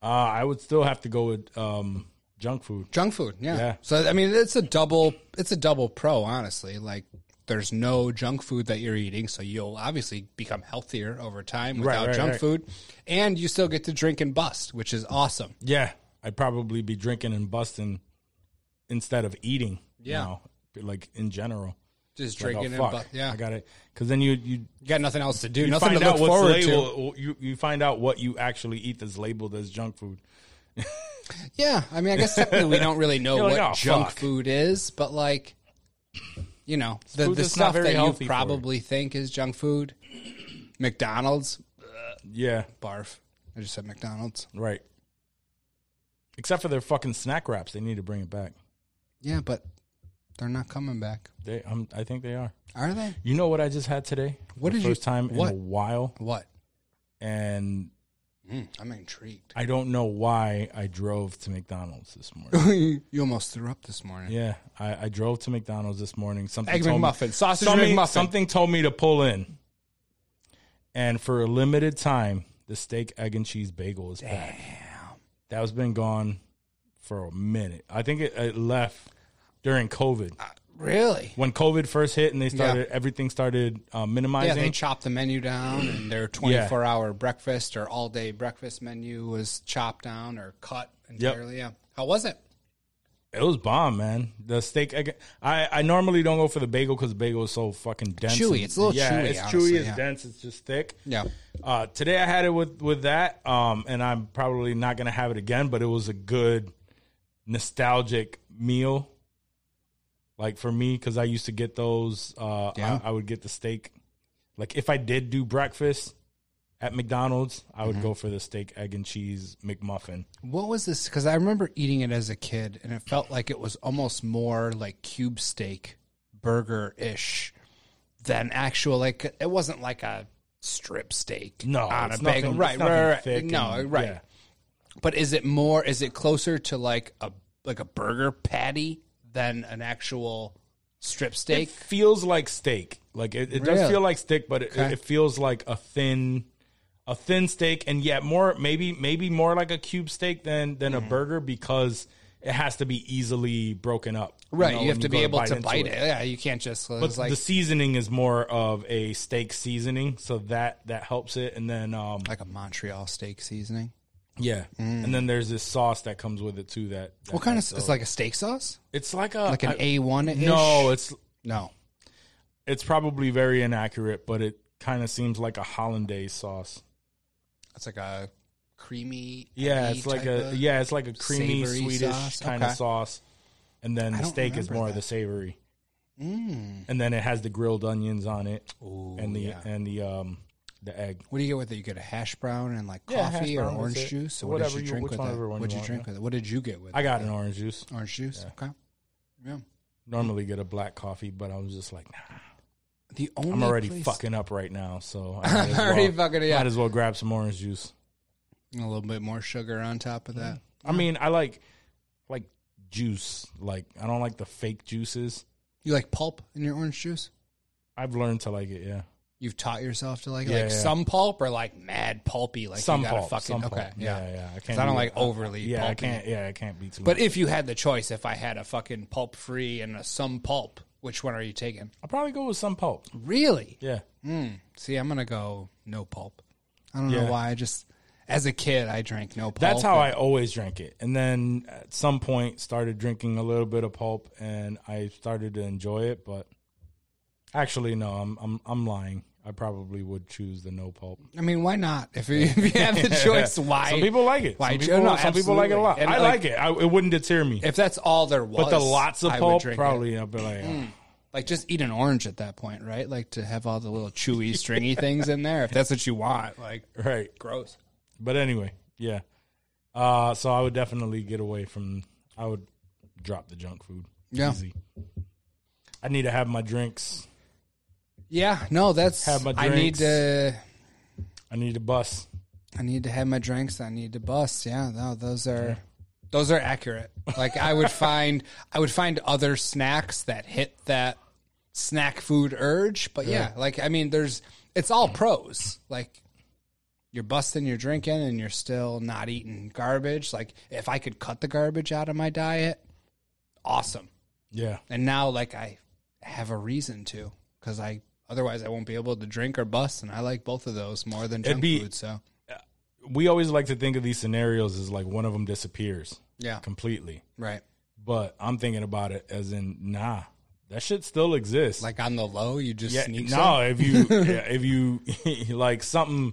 Speaker 1: Uh, I would still have to go with um junk food.
Speaker 2: junk food yeah.
Speaker 1: Yeah.
Speaker 2: so i mean it's a double it's a double pro honestly like there's no junk food that you're eating so you'll obviously become healthier over time without
Speaker 1: right,
Speaker 2: junk
Speaker 1: right.
Speaker 2: food and you still get to drink and bust which is awesome
Speaker 1: Yeah. I'd probably be drinking and busting instead of eating.
Speaker 2: Yeah.
Speaker 1: now, like in general.
Speaker 2: just
Speaker 1: Like, oh,
Speaker 2: drinking
Speaker 1: fuck,
Speaker 2: and bust yeah
Speaker 1: I got it. Because then you you
Speaker 2: you got nothing else to do
Speaker 1: you
Speaker 2: nothing to
Speaker 1: find
Speaker 2: look
Speaker 1: out what's
Speaker 2: forward to
Speaker 1: labeled. You you find out what you actually eat that's labeled as junk food.
Speaker 2: Yeah, I mean, I guess technically we don't really know
Speaker 1: *laughs* You're
Speaker 2: what
Speaker 1: like, "Oh,
Speaker 2: junk
Speaker 1: fuck."
Speaker 2: food is, but like, you know, the,
Speaker 1: food
Speaker 2: the
Speaker 1: that's not
Speaker 2: stuff
Speaker 1: very
Speaker 2: that
Speaker 1: healthy
Speaker 2: you
Speaker 1: for you.
Speaker 2: probably think is junk food. McDonald's,
Speaker 1: Yeah,
Speaker 2: barf. I just said McDonald's.
Speaker 1: right. Except for their fucking snack wraps, they need to bring it back.
Speaker 2: Yeah, but they're not coming back,
Speaker 1: They, um, I think they are.
Speaker 2: are they?
Speaker 1: You know what I just had today?
Speaker 2: What
Speaker 1: the
Speaker 2: did you-
Speaker 1: first time in
Speaker 2: what?
Speaker 1: a while,
Speaker 2: What?
Speaker 1: and
Speaker 2: Mm, I'm *laughs* intrigued.
Speaker 1: I don't know why I drove to McDonald's this
Speaker 2: *laughs*
Speaker 1: morning.
Speaker 2: you almost threw up this morning.
Speaker 1: yeah, I, I drove to McDonald's this morning. Something
Speaker 2: Egg
Speaker 1: told me-
Speaker 2: McMuffin, sausage
Speaker 1: something,
Speaker 2: McMuffin.
Speaker 1: something told me to pull in, and for a limited time, the steak, egg, and cheese bagel is back. That was been gone for a minute. I think it, it left during COVID.
Speaker 2: Really?
Speaker 1: when COVID first hit and they started
Speaker 2: Yeah.
Speaker 1: everything started uh,
Speaker 2: Yeah,
Speaker 1: minimizing.
Speaker 2: they chopped the menu down, and their 24 hour breakfast or all day breakfast menu was chopped down or cut entirely. Yeah. How was it?
Speaker 1: it was bomb, man. The steak. egg- I I normally don't go for the bagel because the bagel is so fucking dense.
Speaker 2: Chewy.
Speaker 1: and-
Speaker 2: It's a little
Speaker 1: yeah,
Speaker 2: chewy,
Speaker 1: It's
Speaker 2: honestly,
Speaker 1: chewy. It's
Speaker 2: yeah.
Speaker 1: dense. It's just thick.
Speaker 2: Yeah.
Speaker 1: Uh, today I had it with with that, um, and I'm probably not gonna have it again. But it was a good nostalgic meal, like for me, because I used to get those. Uh,
Speaker 2: Yeah.
Speaker 1: I, I would get the steak. Like if I did do breakfast at McDonald's, I would go for the steak, egg, and cheese McMuffin.
Speaker 2: What was this? Because I remember eating it as a kid, and it felt like it was almost more like cube steak burger ish than actual. Like it wasn't like a strip steak.
Speaker 1: No,
Speaker 2: on a
Speaker 1: it's
Speaker 2: bagel,
Speaker 1: nothing-
Speaker 2: right?
Speaker 1: it's nothing
Speaker 2: Right? right,
Speaker 1: thick
Speaker 2: no,
Speaker 1: and-
Speaker 2: right.
Speaker 1: yeah.
Speaker 2: But is it more? Is it closer to like a like a burger patty than an actual strip
Speaker 1: It
Speaker 2: steak?
Speaker 1: feels like steak. Like it, it does
Speaker 2: Really?
Speaker 1: feel like steak, but it,
Speaker 2: Okay.
Speaker 1: it feels like a thin, a thin steak, and yet more maybe maybe more like a cube steak than than
Speaker 2: Mm-hmm.
Speaker 1: a burger because it has to be easily broken up.
Speaker 2: right.
Speaker 1: know,
Speaker 2: you have
Speaker 1: when
Speaker 2: to
Speaker 1: go
Speaker 2: be able to
Speaker 1: into
Speaker 2: bite it. Yeah. You can't just.
Speaker 1: But
Speaker 2: It's like
Speaker 1: the seasoning is more of a steak seasoning, so that that helps it. And then um
Speaker 2: like a Montreal steak seasoning.
Speaker 1: yeah, and then there's this sauce that comes with it too. That, that
Speaker 2: Mm. What kind of?
Speaker 1: adds
Speaker 2: It's
Speaker 1: up.
Speaker 2: like a steak sauce,
Speaker 1: it's like a
Speaker 2: like an
Speaker 1: I-
Speaker 2: A one.
Speaker 1: no, it's
Speaker 2: no.
Speaker 1: it's probably very inaccurate, but it kind of seems like a hollandaise sauce.
Speaker 2: It's like a creamy.
Speaker 1: Yeah,
Speaker 2: heavy
Speaker 1: it's like
Speaker 2: type
Speaker 1: a
Speaker 2: of-
Speaker 1: yeah, it's like a creamy
Speaker 2: savory
Speaker 1: Swedish
Speaker 2: sauce?
Speaker 1: kind
Speaker 2: Okay.
Speaker 1: of sauce, and then the
Speaker 2: don't
Speaker 1: steak is
Speaker 2: remember
Speaker 1: more of
Speaker 2: that.
Speaker 1: the savory.
Speaker 2: Mm.
Speaker 1: and then it has the grilled onions on it, and the and the um the egg.
Speaker 2: What do you get with it? You get a hash brown and like
Speaker 1: Yeah, hash
Speaker 2: coffee or
Speaker 1: brown, that's
Speaker 2: orange
Speaker 1: it.
Speaker 2: juice. So
Speaker 1: Whatever
Speaker 2: what did
Speaker 1: you-
Speaker 2: you drink
Speaker 1: which
Speaker 2: with
Speaker 1: one
Speaker 2: it?
Speaker 1: ever one
Speaker 2: What did
Speaker 1: you
Speaker 2: you
Speaker 1: want,
Speaker 2: drink
Speaker 1: yeah.
Speaker 2: with it? What did you get with
Speaker 1: I
Speaker 2: it?
Speaker 1: got an orange juice.
Speaker 2: Orange juice. Okay. Yeah.
Speaker 1: Normally get a black coffee, but I was just like, nah,
Speaker 2: The only
Speaker 1: I'm already
Speaker 2: place-
Speaker 1: fucking up right now,
Speaker 2: *laughs*
Speaker 1: so I might as
Speaker 2: already
Speaker 1: well-
Speaker 2: fucking- yeah.
Speaker 1: Might as well grab some orange juice.
Speaker 2: a little bit more sugar on top of that.
Speaker 1: I mean, I like like juice. Like I don't like the fake juices.
Speaker 2: You like pulp in your orange juice?
Speaker 1: I've learned to like it. Yeah,
Speaker 2: You've taught yourself to like it?
Speaker 1: Yeah,
Speaker 2: like
Speaker 1: yeah.
Speaker 2: some pulp or like mad pulpy like
Speaker 1: some
Speaker 2: you gotta
Speaker 1: pulp.
Speaker 2: fucking
Speaker 1: some
Speaker 2: okay
Speaker 1: pulp.
Speaker 2: yeah.
Speaker 1: yeah, yeah. I can't.
Speaker 2: 'Cause I don't
Speaker 1: do
Speaker 2: like
Speaker 1: it.
Speaker 2: overly
Speaker 1: Yeah, I
Speaker 2: pulpy.
Speaker 1: can't. Yeah, I can't be too.
Speaker 2: But
Speaker 1: much.
Speaker 2: if you had the choice, if I had a fucking pulp free and a some pulp, which one are you taking?
Speaker 1: I'll probably go with some pulp.
Speaker 2: Really?
Speaker 1: Yeah,
Speaker 2: See, I'm gonna go no pulp. I don't
Speaker 1: Yeah.
Speaker 2: know why. I just as a kid, I drank no pulp.
Speaker 1: that's how I always drank it. And then at some point, started drinking a little bit of pulp, and I started to enjoy it. But actually, no, I'm I'm I'm lying. I probably would choose the no pulp.
Speaker 2: I mean, why not? If you, *laughs* if you
Speaker 1: *laughs*
Speaker 2: have the *laughs* choice, why?
Speaker 1: Some people like it.
Speaker 2: Why
Speaker 1: some
Speaker 2: cho-
Speaker 1: people,
Speaker 2: no,
Speaker 1: some people like it a lot.
Speaker 2: absolutely.
Speaker 1: I
Speaker 2: And,
Speaker 1: like,
Speaker 2: like,
Speaker 1: it. I, it wouldn't deter me.
Speaker 2: If that's all there was,
Speaker 1: but the lots of
Speaker 2: I would
Speaker 1: pulp,
Speaker 2: drink it. Mm.
Speaker 1: probably I'd be like, "Oh,
Speaker 2: like just eat an orange at that point, right? Like to have all the
Speaker 1: *laughs*
Speaker 2: little chewy, stringy things in there. If that's what you want, like
Speaker 1: *laughs* right.
Speaker 2: gross.
Speaker 1: But anyway, yeah. Uh, so I would definitely get away from. I would drop the junk food.
Speaker 2: Yeah.
Speaker 1: Easy. I need to have my drinks.
Speaker 2: Yeah, no, that's
Speaker 1: Have my
Speaker 2: I need
Speaker 1: drinks.
Speaker 2: to.
Speaker 1: I need to bus.
Speaker 2: I need to have my drinks. I need to bust. Yeah, no, those are those are accurate. Like I would find I would find other snacks that hit that snack food urge. But yeah, like I mean, there's it's all pros. Like you're busting, you're drinking, and you're still not eating garbage. Like if I could cut the garbage out of my diet, awesome.
Speaker 1: Yeah.
Speaker 2: And now like I have a reason to because I otherwise I won't be able to drink or bust, and I like both of those more than junk
Speaker 1: be-
Speaker 2: food. So
Speaker 1: We always like to think of these scenarios as like one of them disappears
Speaker 2: yeah,
Speaker 1: completely.
Speaker 2: right.
Speaker 1: But I'm thinking about it as in, nah, that shit still exists.
Speaker 2: Like on the low, you just
Speaker 1: yeah, *clears throat*
Speaker 2: sneak
Speaker 1: no, if
Speaker 2: *laughs*
Speaker 1: you yeah, if you *laughs* like something,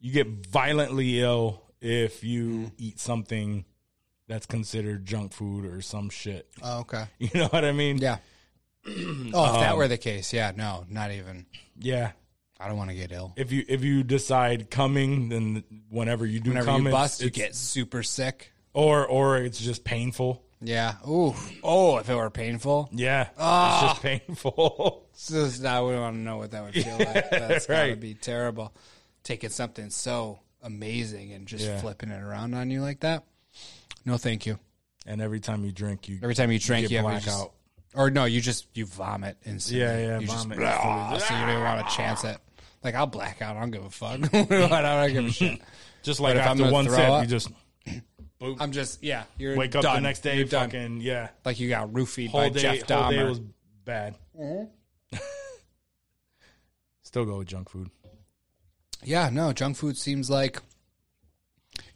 Speaker 1: you get violently ill if you
Speaker 2: Mm-hmm.
Speaker 1: eat something that's considered junk food or some shit. *laughs*
Speaker 2: some. Oh, okay.
Speaker 1: You know what I mean?
Speaker 2: Yeah. Oh, if
Speaker 1: Um,
Speaker 2: that were the case, yeah, no, not even.
Speaker 1: Yeah.
Speaker 2: I don't want to get ill.
Speaker 1: If you if you decide coming, then whenever you do
Speaker 2: Whenever
Speaker 1: come,
Speaker 2: you
Speaker 1: it's-
Speaker 2: bust, you
Speaker 1: it's-
Speaker 2: get super sick.
Speaker 1: or or it's just painful.
Speaker 2: Yeah. Ooh. Oh, if it were painful,
Speaker 1: Yeah, it's
Speaker 2: Ah.
Speaker 1: just painful. *laughs*
Speaker 2: It's just- I wouldn't want to know what that would feel like. That's gotta
Speaker 1: right.
Speaker 2: be terrible. Taking something so amazing and just
Speaker 1: Yeah.
Speaker 2: flipping it around on you like that. No, thank you.
Speaker 1: and every time you drink, you
Speaker 2: Every time you drink,
Speaker 1: get
Speaker 2: you, have
Speaker 1: blackout.
Speaker 2: to just- or no, you just you vomit instantly.
Speaker 1: Yeah, yeah,
Speaker 2: you just
Speaker 1: vomit
Speaker 2: blah,
Speaker 1: instantly.
Speaker 2: so you don't even want to chance it. Like I'll black out. I don't give a fuck.
Speaker 1: *laughs*
Speaker 2: *laughs* I don't give a shit.
Speaker 1: just like
Speaker 2: if I'm
Speaker 1: after
Speaker 2: gonna
Speaker 1: one
Speaker 2: throw
Speaker 1: sip,
Speaker 2: up-
Speaker 1: you just
Speaker 2: I'm just yeah. You're
Speaker 1: wake up the
Speaker 2: done.
Speaker 1: next day,
Speaker 2: You're done.
Speaker 1: fucking yeah.
Speaker 2: like you got roofied
Speaker 1: Whole
Speaker 2: by
Speaker 1: day,
Speaker 2: Jeff
Speaker 1: whole day
Speaker 2: Dahmer. Mm-hmm.
Speaker 1: was bad. *laughs* Still go with junk food.
Speaker 2: yeah, no, junk food seems like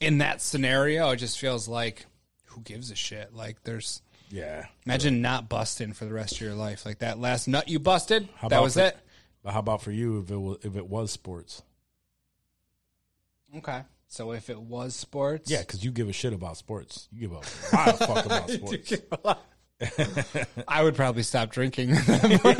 Speaker 2: in that scenario, it just feels like who gives a shit? Like there's
Speaker 1: Yeah,
Speaker 2: imagine not busting for the rest of your life. Like that last nut you busted,
Speaker 1: How
Speaker 2: that
Speaker 1: about
Speaker 2: was
Speaker 1: for-
Speaker 2: it.
Speaker 1: but how about for you if it was if it was sports?
Speaker 2: Okay. So if it was sports,
Speaker 1: Yeah, because you give a shit about sports. You give a *laughs* lot of fuck about sports.
Speaker 2: *laughs* I would probably stop drinking. *laughs*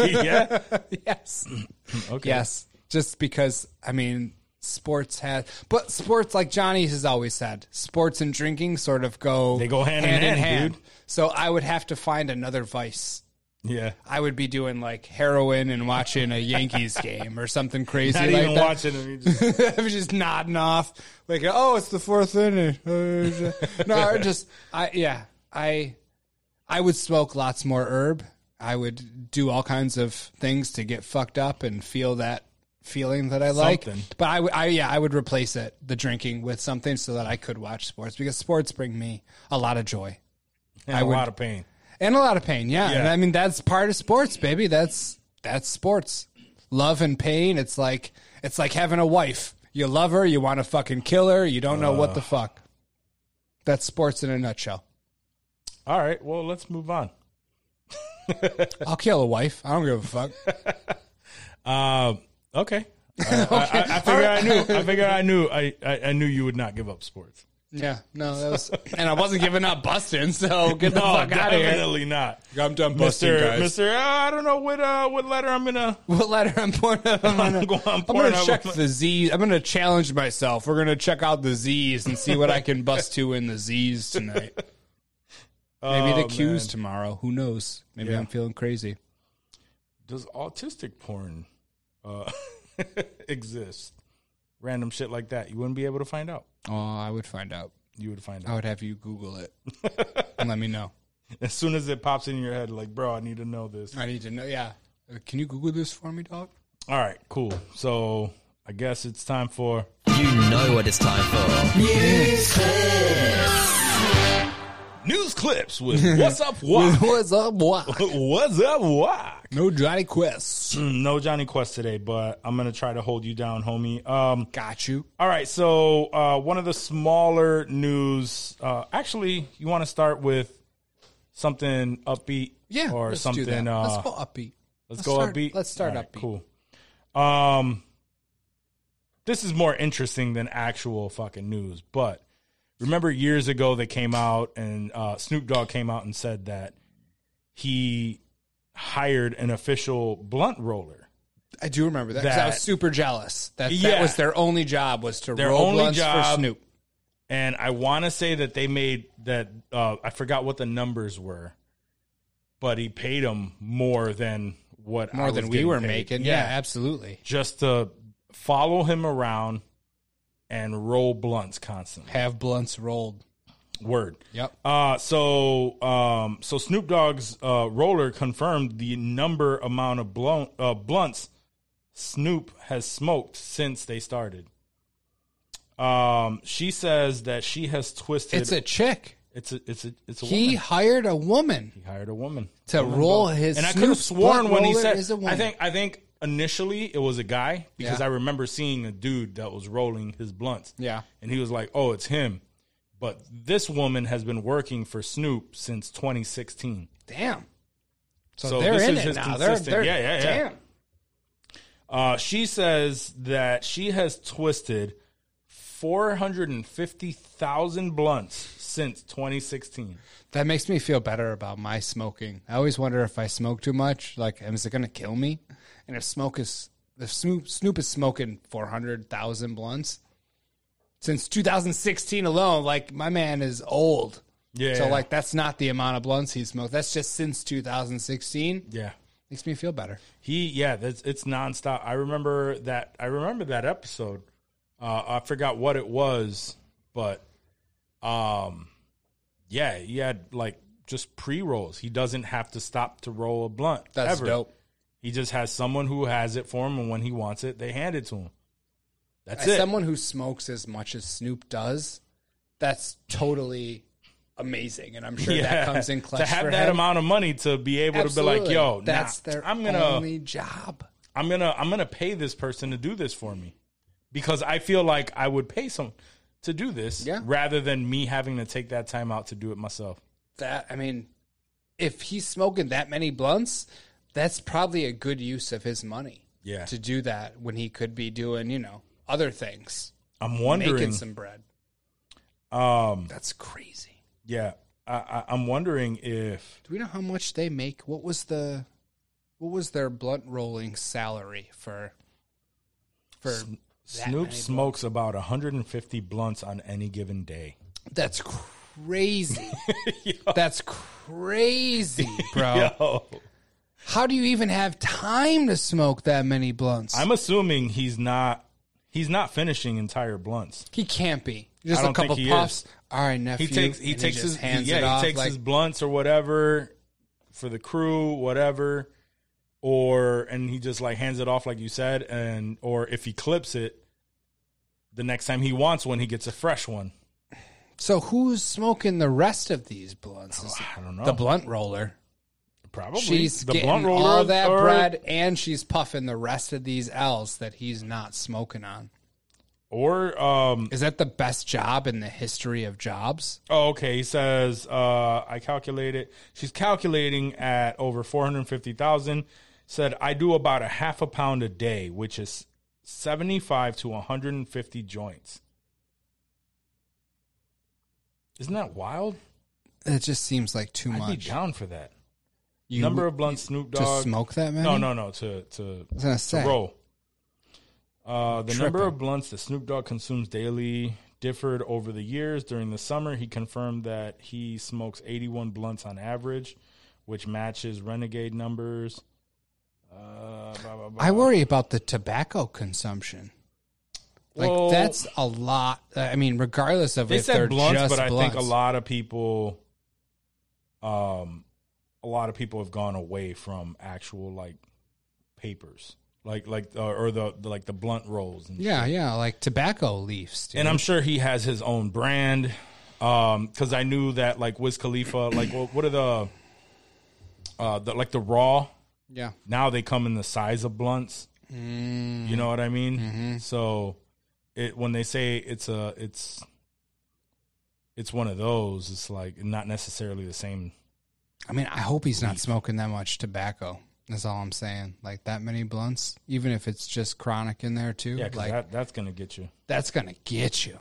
Speaker 1: yeah.
Speaker 2: yes.
Speaker 1: *clears throat* Okay.
Speaker 2: Yes. Just because, I mean, sports has, but sports, like Johnny has always said, sports and drinking sort of go,
Speaker 1: They go hand in hand, dude.
Speaker 2: So I would have to find another vice.
Speaker 1: *laughs* Yeah.
Speaker 2: I would be doing like heroin and watching a Yankees *laughs* game or something crazy
Speaker 1: Not
Speaker 2: like
Speaker 1: even
Speaker 2: that.
Speaker 1: watching them. You
Speaker 2: *laughs*
Speaker 1: just,
Speaker 2: I was just nodding off, like, "Oh, it's the fourth inning." *laughs* no, I just, I yeah, I, I would smoke lots more herb. I would do all kinds of things to get fucked up and feel that feeling that I like.
Speaker 1: Something.
Speaker 2: But I, would- I, yeah, I would replace it, the drinking, with something so that I could watch sports because sports bring me a lot of joy
Speaker 1: and a
Speaker 2: would-
Speaker 1: lot of pain.
Speaker 2: and a lot of pain. Yeah.
Speaker 1: Yeah.
Speaker 2: and I mean that's part of sports, baby. That's that's sports. Love and pain. It's like it's like having a wife. You love her. You want to fucking kill her. You don't know what the fuck. That's sports in a nutshell.
Speaker 1: All right. Well, let's move on.
Speaker 2: I'll kill a wife. I don't give a fuck.
Speaker 1: Um, okay. I, I, I, I figure I knew. I figure I knew. I, I, I knew you would not give up sports.
Speaker 2: *laughs* Yeah, no, that was, *laughs* and I wasn't giving up busting, so get the
Speaker 1: No,
Speaker 2: fuck out of here.
Speaker 1: definitely not.
Speaker 2: I'm done
Speaker 1: Mister, Mister, uh, I don't know what uh, what letter I'm gonna. *laughs*
Speaker 2: What letter I'm born of? I'm *laughs* gonna,
Speaker 1: I'm going- I'm
Speaker 2: I'm
Speaker 1: pouring
Speaker 2: gonna
Speaker 1: up
Speaker 2: check
Speaker 1: with
Speaker 2: the Z's. I'm gonna challenge myself. We're gonna check out the Z's and see what I
Speaker 1: *laughs*
Speaker 2: can bust to in the Z's tonight. Maybe the
Speaker 1: Oh,
Speaker 2: Q's
Speaker 1: man.
Speaker 2: tomorrow. Who knows? Maybe
Speaker 1: Yeah.
Speaker 2: I'm feeling crazy.
Speaker 1: Does autistic porn uh, *laughs* exist? Random shit like that. You wouldn't be able to find out.
Speaker 2: Oh, I would find out.
Speaker 1: You would find
Speaker 2: I
Speaker 1: out
Speaker 2: would have you Google it and let me know.
Speaker 1: as soon as it pops in your head. Like, bro, I need to know this.
Speaker 2: I need to know. Yeah, Uh, can you Google this for me, dog?
Speaker 1: All right, cool. So I guess it's time for.
Speaker 5: You know what it's time for.
Speaker 1: news clips
Speaker 2: *laughs*
Speaker 1: with what's up why
Speaker 2: What's up, boy?
Speaker 1: *laughs* what's up why
Speaker 2: No Johnny Quest.
Speaker 1: no johnny quest today but i'm gonna try to hold you down homie um
Speaker 2: Got you.
Speaker 1: all right so uh one of the smaller news uh actually you want to start with something upbeat
Speaker 2: Yeah,
Speaker 1: or
Speaker 2: let's do
Speaker 1: something
Speaker 2: that.
Speaker 1: uh
Speaker 2: let's go upbeat.
Speaker 1: let's go
Speaker 2: start,
Speaker 1: upbeat
Speaker 2: Let's start
Speaker 1: All right,
Speaker 2: upbeat.
Speaker 1: cool um this is more interesting than actual fucking news but remember years ago they came out and uh, snoop dogg came out and said that he hired an official blunt roller
Speaker 2: I do remember that. 'cause I was
Speaker 1: That-
Speaker 2: super jealous. That that
Speaker 1: Yeah.
Speaker 2: was their only job was to
Speaker 1: Their
Speaker 2: roll
Speaker 1: only
Speaker 2: blunts
Speaker 1: job-
Speaker 2: for Snoop.
Speaker 1: and i want to say that they made that uh, i forgot what the numbers were but he paid him more than what I
Speaker 2: More than
Speaker 1: was
Speaker 2: we
Speaker 1: getting
Speaker 2: were
Speaker 1: paid.
Speaker 2: making. Yeah, absolutely.
Speaker 1: just to follow him around and roll blunts constantly.
Speaker 2: Have blunts rolled.
Speaker 1: Word.
Speaker 2: Yep.
Speaker 1: Uh, so, um, so Snoop Dogg's uh, roller confirmed the number amount of blunt, uh, blunts Snoop has smoked since they started. Um, she says that she has twisted.
Speaker 2: It's a chick.
Speaker 1: it's a, it's a, it's a
Speaker 2: He
Speaker 1: woman.
Speaker 2: hired a woman
Speaker 1: He hired a woman
Speaker 2: to roll his
Speaker 1: and I could
Speaker 2: Snoop
Speaker 1: have sworn when he said,
Speaker 2: is a woman.
Speaker 1: I think, I think initially it was a guy because
Speaker 2: Yeah.
Speaker 1: I remember seeing a dude that was rolling his blunts.
Speaker 2: Yeah.
Speaker 1: and he was like, "Oh, it's him." But this woman has been working for Snoop since 2016.
Speaker 2: Damn. So,
Speaker 1: So
Speaker 2: they're
Speaker 1: this
Speaker 2: in
Speaker 1: is
Speaker 2: it
Speaker 1: just
Speaker 2: now. They're,
Speaker 1: consistent.
Speaker 2: they're
Speaker 1: Yeah, yeah, yeah.
Speaker 2: Damn.
Speaker 1: Uh, she says that she has twisted 450,000 blunts since 2016.
Speaker 2: That makes me feel better about my smoking. I always wonder if I smoke too much, like, is it going to kill me? And if smoke is, if Snoop, Snoop is smoking 400,000 blunts since 2016 alone, like, my man is old.
Speaker 1: Yeah.
Speaker 2: So, like, that's not the amount of blunts he smoked. That's just since 2016.
Speaker 1: yeah.
Speaker 2: Makes me feel better.
Speaker 1: He yeah, that's it's nonstop. I remember that. I remember that episode. Uh, I forgot what it was, but um, yeah, he had like just pre rolls. He doesn't have to stop to roll a blunt.
Speaker 2: That's
Speaker 1: ever.
Speaker 2: dope.
Speaker 1: He just has someone who has it for him, and when he wants it, they hand it to him. That's
Speaker 2: As
Speaker 1: it.
Speaker 2: someone who smokes as much as Snoop does, that's totally amazing. And I'm
Speaker 1: *laughs*
Speaker 2: sure that comes in clutch
Speaker 1: to have
Speaker 2: for
Speaker 1: that
Speaker 2: him.
Speaker 1: amount of money to be able to be like,
Speaker 2: Absolutely.
Speaker 1: yo,
Speaker 2: that's
Speaker 1: nah,
Speaker 2: their
Speaker 1: I'm gonna
Speaker 2: only job.
Speaker 1: I'm gonna I'm gonna pay this person to do this for me because I feel like I would pay some to do this
Speaker 2: Yeah.
Speaker 1: rather than me having to take that time out to do it myself.
Speaker 2: That I mean, if he's smoking that many blunts, that's probably a good use of his money.
Speaker 1: Yeah.
Speaker 2: to do that when he could be doing you know other things,
Speaker 1: I'm
Speaker 2: making
Speaker 1: wondering.
Speaker 2: some bread.
Speaker 1: um,
Speaker 2: That's crazy.
Speaker 1: yeah, I, I, I'm wondering if
Speaker 2: Do we know how much they make? What was the what was their blunt rolling salary for? For that many
Speaker 1: Snoop
Speaker 2: blunts?
Speaker 1: smokes about 150 blunts on any given day.
Speaker 2: That's
Speaker 1: *laughs*
Speaker 2: crazy. That's crazy, bro.
Speaker 1: Yo,
Speaker 2: How do you even have time to smoke that many blunts?
Speaker 1: I'm assuming he's not he's not finishing entire blunts.
Speaker 2: he can't be. Just
Speaker 1: I
Speaker 2: a
Speaker 1: don't
Speaker 2: couple
Speaker 1: think he
Speaker 2: puffs. All right, nephew.
Speaker 1: He takes he
Speaker 2: and
Speaker 1: takes
Speaker 2: just
Speaker 1: his
Speaker 2: hands
Speaker 1: yeah
Speaker 2: it
Speaker 1: he
Speaker 2: off,
Speaker 1: takes
Speaker 2: like,
Speaker 1: his blunts or whatever for the crew whatever or and he just like hands it off like you said and or if he clips it the next time he wants one he gets a fresh one
Speaker 2: So who's smoking the rest of these blunts? Is
Speaker 1: I don't know
Speaker 2: The blunt roller.
Speaker 1: probably
Speaker 2: She's
Speaker 1: the
Speaker 2: getting
Speaker 1: blunt roller
Speaker 2: all that
Speaker 1: or-
Speaker 2: bread, and she's puffing the rest of these L's that he's not smoking on.
Speaker 1: or um
Speaker 2: Is that the best job in the history of jobs?
Speaker 1: oh okay he says uh I calculated she's calculating at over four hundred fifty thousand said I do about a half a pound a day which is seventy five to one hundred and fifty joints. Isn't that wild?
Speaker 2: It just seems like too
Speaker 1: I'd be
Speaker 2: much.
Speaker 1: down for that.
Speaker 2: You-
Speaker 1: Number of blunts, Snoop
Speaker 2: to
Speaker 1: Dogg.
Speaker 2: smoke that many?
Speaker 1: No, no, no. To to,
Speaker 2: was gonna
Speaker 1: to
Speaker 2: say.
Speaker 1: roll. Uh, the number
Speaker 2: Tripping.
Speaker 1: of blunts that Snoop Dogg consumes daily differed over the years. During the summer, he confirmed that he smokes 81 blunts on average, which matches Renegade numbers. Uh, blah, blah, blah.
Speaker 2: I worry about the tobacco consumption. Like
Speaker 1: Well,
Speaker 2: that's a lot. Uh, I mean, regardless of
Speaker 1: They
Speaker 2: if they're
Speaker 1: said blunts,
Speaker 2: just
Speaker 1: but I
Speaker 2: blunts.
Speaker 1: think a lot of people, um, a lot of people have gone away from actual like papers, like like uh, or the, the like the blunt rolls. And
Speaker 2: Yeah, yeah, like tobacco leaves. Dude.
Speaker 1: and I'm sure he has his own brand. Um, because I knew that like Wiz Khalifa, like what, what are the, uh, the, like the raw.
Speaker 2: yeah,
Speaker 1: Now they come in the size of blunts.
Speaker 2: Mm.
Speaker 1: You know what I mean?
Speaker 2: Mm-hmm.
Speaker 1: So, it when they say it's a it's it's one of those, it's like not necessarily the same.
Speaker 2: I mean, I hope he's not smoking that much tobacco. That's all I'm saying. Like that many blunts, even if it's just chronic in there too.
Speaker 1: Yeah, 'cause
Speaker 2: like
Speaker 1: that, that's gonna get you.
Speaker 2: that's gonna get you.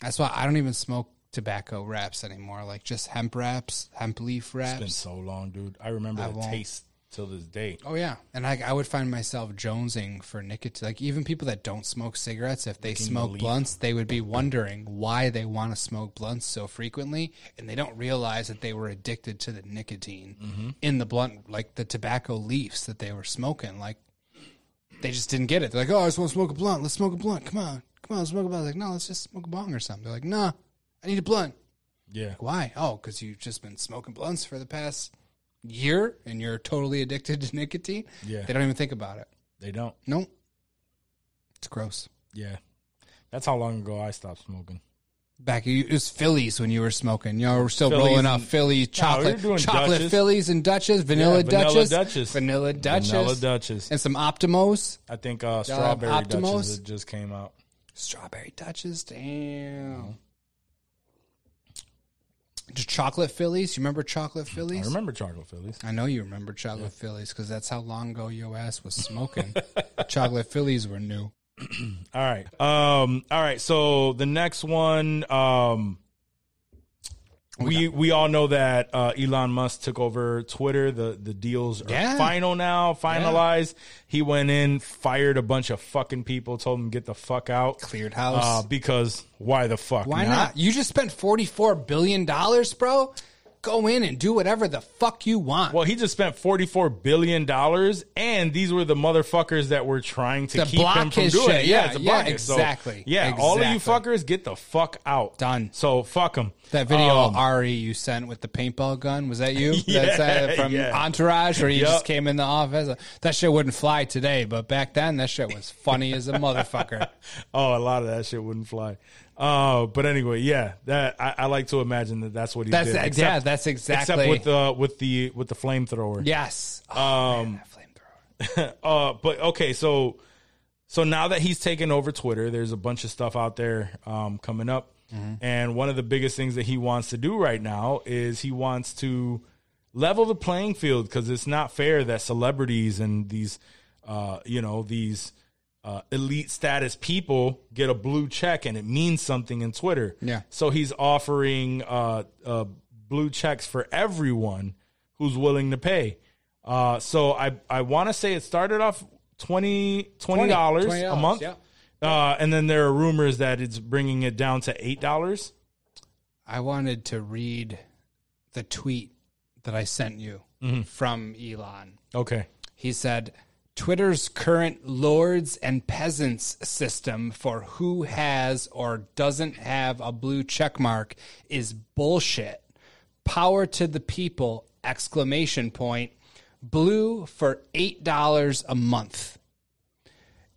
Speaker 2: That's why I don't even smoke tobacco wraps anymore. Like just hemp wraps, hemp leaf
Speaker 1: It's been
Speaker 2: wraps.
Speaker 1: so long, dude. I remember
Speaker 2: I
Speaker 1: the
Speaker 2: won't.
Speaker 1: taste till this day.
Speaker 2: Oh yeah, and I, I would find myself jonesing for nicotine. Like even people that don't smoke cigarettes, if they smoke
Speaker 1: believe.
Speaker 2: blunts, they would be wondering why they want to smoke blunts so frequently, and they don't realize that they were addicted to the nicotine in the blunt, like the tobacco leaves that they were smoking. Like they just didn't get it. They're like, "Oh, I just want to smoke a blunt. Let's smoke a blunt. Come on, come on, let's smoke a blunt." Like, no, let's just smoke a bong or something. They're like, "Nah, I need a blunt."
Speaker 1: Yeah,
Speaker 2: Why? Oh, because you've just been smoking blunts for the past year and you're totally addicted to *laughs* nicotine.
Speaker 1: Yeah.
Speaker 2: They don't even think about it.
Speaker 1: they don't.
Speaker 2: Nope. It's gross.
Speaker 1: Yeah, that's how long ago I stopped smoking.
Speaker 2: Back you it was Phillies when you were smoking. You know, we're still
Speaker 1: Phillies
Speaker 2: rolling
Speaker 1: and-
Speaker 2: up Philly chocolate
Speaker 1: doing
Speaker 2: chocolate
Speaker 1: Dutchess.
Speaker 2: Phillies and Dutches, vanilla,
Speaker 1: Yeah, vanilla
Speaker 2: Dutches,
Speaker 1: Dutchess.
Speaker 2: vanilla Dutches,
Speaker 1: Vanilla Dutchess.
Speaker 2: and some Optimos.
Speaker 1: I think uh, strawberry
Speaker 2: Optimals?
Speaker 1: Dutchess that just came out.
Speaker 2: Strawberry Dutches,
Speaker 1: Mm-hmm.
Speaker 2: damn. Just chocolate Phillies. You remember chocolate Phillies?
Speaker 1: I remember chocolate Phillies.
Speaker 2: I know you remember chocolate Phillies because that's how long ago your ass
Speaker 1: *laughs*
Speaker 2: was smoking. chocolate Phillies were new.
Speaker 1: All right. Um, all right. So the next one, um, we we all know that uh, Elon Musk took over Twitter. The the deals are
Speaker 2: Yeah.
Speaker 1: final now, finalized. He went in, fired a bunch of fucking people, told them get the fuck out,
Speaker 2: Cleared
Speaker 1: uh,
Speaker 2: house.
Speaker 1: because why the fuck?
Speaker 2: Why not? You just spent $44 billion, bro. Go in and do whatever the fuck you want.
Speaker 1: Well, he just spent forty four billion dollars, and these were the motherfuckers that were trying to,
Speaker 2: To
Speaker 1: keep
Speaker 2: block
Speaker 1: him from
Speaker 2: his
Speaker 1: doing
Speaker 2: shit.
Speaker 1: it.
Speaker 2: Yeah,
Speaker 1: to
Speaker 2: yeah,
Speaker 1: block it. So,
Speaker 2: exactly.
Speaker 1: yeah, all of you
Speaker 2: Exactly.
Speaker 1: fuckers, get the fuck out.
Speaker 2: Done.
Speaker 1: So fuck Uh, them.
Speaker 2: that video of Ari you sent with the paintball gun, was
Speaker 1: *laughs*
Speaker 2: that you?
Speaker 1: Um, Yeah,
Speaker 2: That's uh, from
Speaker 1: yeah.
Speaker 2: Entourage where you just
Speaker 1: Yup.
Speaker 2: came in the office. That shit wouldn't fly today, but back then that shit was funny as
Speaker 1: *laughs*
Speaker 2: a motherfucker.
Speaker 1: Oh, a lot of that shit wouldn't fly. Uh, but anyway, yeah, that I, I like to imagine that that's what he
Speaker 2: That's
Speaker 1: did.
Speaker 2: yeah, that's exactly-
Speaker 1: except with the Um, with the with the flamethrower.
Speaker 2: Yes. Oh, man, that flamethrower.
Speaker 1: Uh, but okay, so so now that he's taken over Twitter, there's a bunch of stuff out there um, coming up, and one of the biggest things that he wants to do right now is he wants to level the playing field because it's not fair that celebrities and these, uh, you know, these uh, elite status people get a blue check and it means something in Twitter.
Speaker 2: Yeah.
Speaker 1: So he's offering uh, uh, blue checks for everyone who's willing to pay. Uh, so I I want to say it started off 20 dollars a
Speaker 2: $20,
Speaker 1: month.
Speaker 2: yeah.
Speaker 1: Uh, and then there are rumors that it's bringing it down to eight dollars.
Speaker 2: I wanted to read the tweet that I sent you from Elon.
Speaker 1: Okay.
Speaker 2: He said, Twitter's current lords and peasants system for who has or doesn't have a blue checkmark is bullshit. Power to the people! Exclamation point. Blue for eight dollars a month.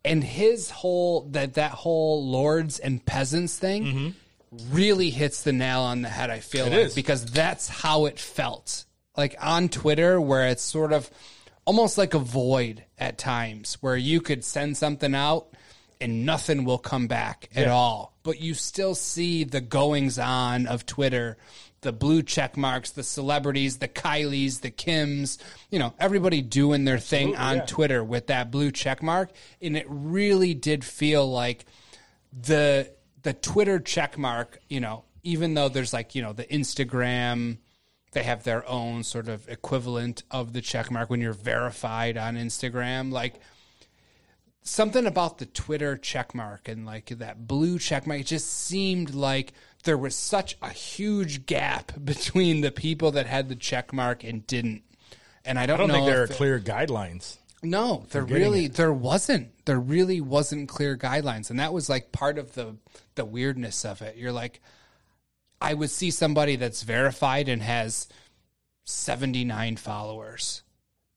Speaker 2: And his whole that that whole lords and peasants thing really hits the nail on the head. I feel like
Speaker 1: is.
Speaker 2: because that's how it felt like on Twitter, where it's sort of almost like a void at times, where you could send something out and nothing will come back at all, but you still see the goings on of Twitter. The blue check marks, the celebrities, the Kylies, the Kims, you know, everybody doing their thing on Twitter with that blue check mark. And it really did feel like the the Twitter checkmark, you know, even though there's like you know the Instagram, they have their own sort of equivalent of the check mark when you're verified on Instagram. Like something about the Twitter check mark and like that blue check mark, it just seemed like there was such a huge gap *laughs* between the people that had the check mark and didn't. And I don't,
Speaker 1: I don't
Speaker 2: know
Speaker 1: think there are
Speaker 2: if it-
Speaker 1: clear guidelines.
Speaker 2: no, there
Speaker 1: getting
Speaker 2: really there wasn't. There really wasn't clear guidelines, and that was like part of the the weirdness of it. You're like, I would see somebody that's verified and has seventy nine followers,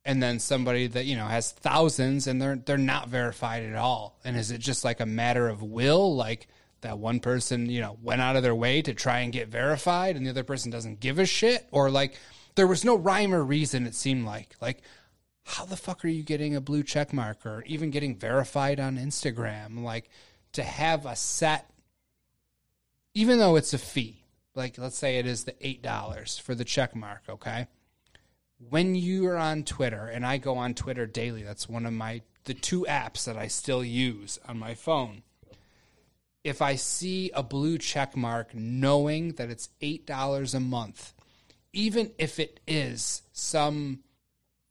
Speaker 2: and then somebody that you know has thousands and they're they're not verified at all. And is it just like a matter of will, like? That one person, you know, went out of their way to try and get verified, and the other person doesn't give a shit, or like there was no rhyme or reason. It seemed like, like how the fuck are you getting a blue check mark or even getting verified on Instagram? Like to have a set, even though it's a fee, like let's say it is the $8 for the check mark, okay? When you are on Twitter, and I go on Twitter daily, that's one of my, the two apps that I still use on my phone. If I see a blue check mark knowing that it's $8 a month, even if it is some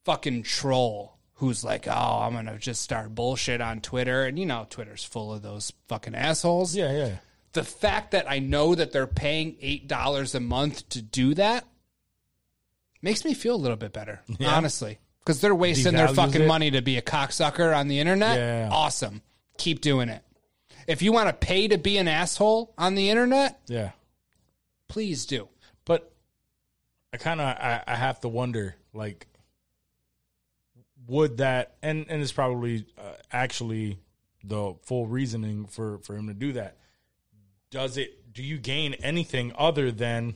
Speaker 2: fucking troll who's like, oh, I'm going to just start bullshit on Twitter. And you know, Twitter's full of those fucking assholes.
Speaker 1: Yeah, yeah.
Speaker 2: The fact that I know that they're paying $8 a month to do that makes me feel a little bit better, honestly. Because they're wasting their
Speaker 1: Devalues
Speaker 2: fucking
Speaker 1: it.
Speaker 2: money to be a cocksucker on the internet.
Speaker 1: Yeah.
Speaker 2: Awesome. Keep doing it. If you want to pay to be an asshole on the internet,
Speaker 1: Yeah.
Speaker 2: please do.
Speaker 1: But I kind of I, I have to wonder like would that and and it's probably uh, actually the full reasoning for for him to do that. Does it do you gain anything other than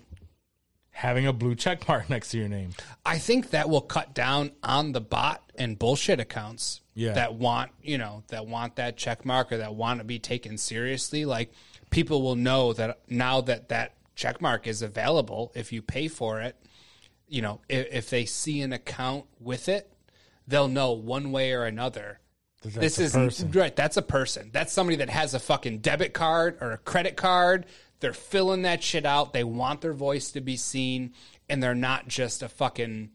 Speaker 1: having a blue check mark *laughs* next to your name?
Speaker 2: I think that will cut down on the bot and bullshit accounts
Speaker 1: Yeah.
Speaker 2: that want, you know, that want that check mark or that want to be taken seriously. Like people will know that now that that check mark is available, if you pay for it, you know, if, if they see an account with it, they'll know one way or another. this
Speaker 1: a
Speaker 2: is
Speaker 1: person.
Speaker 2: right. That's a person. That's somebody that has a fucking debit card or a credit card. They're filling that shit out. They want their voice to be seen, and they're not just a fucking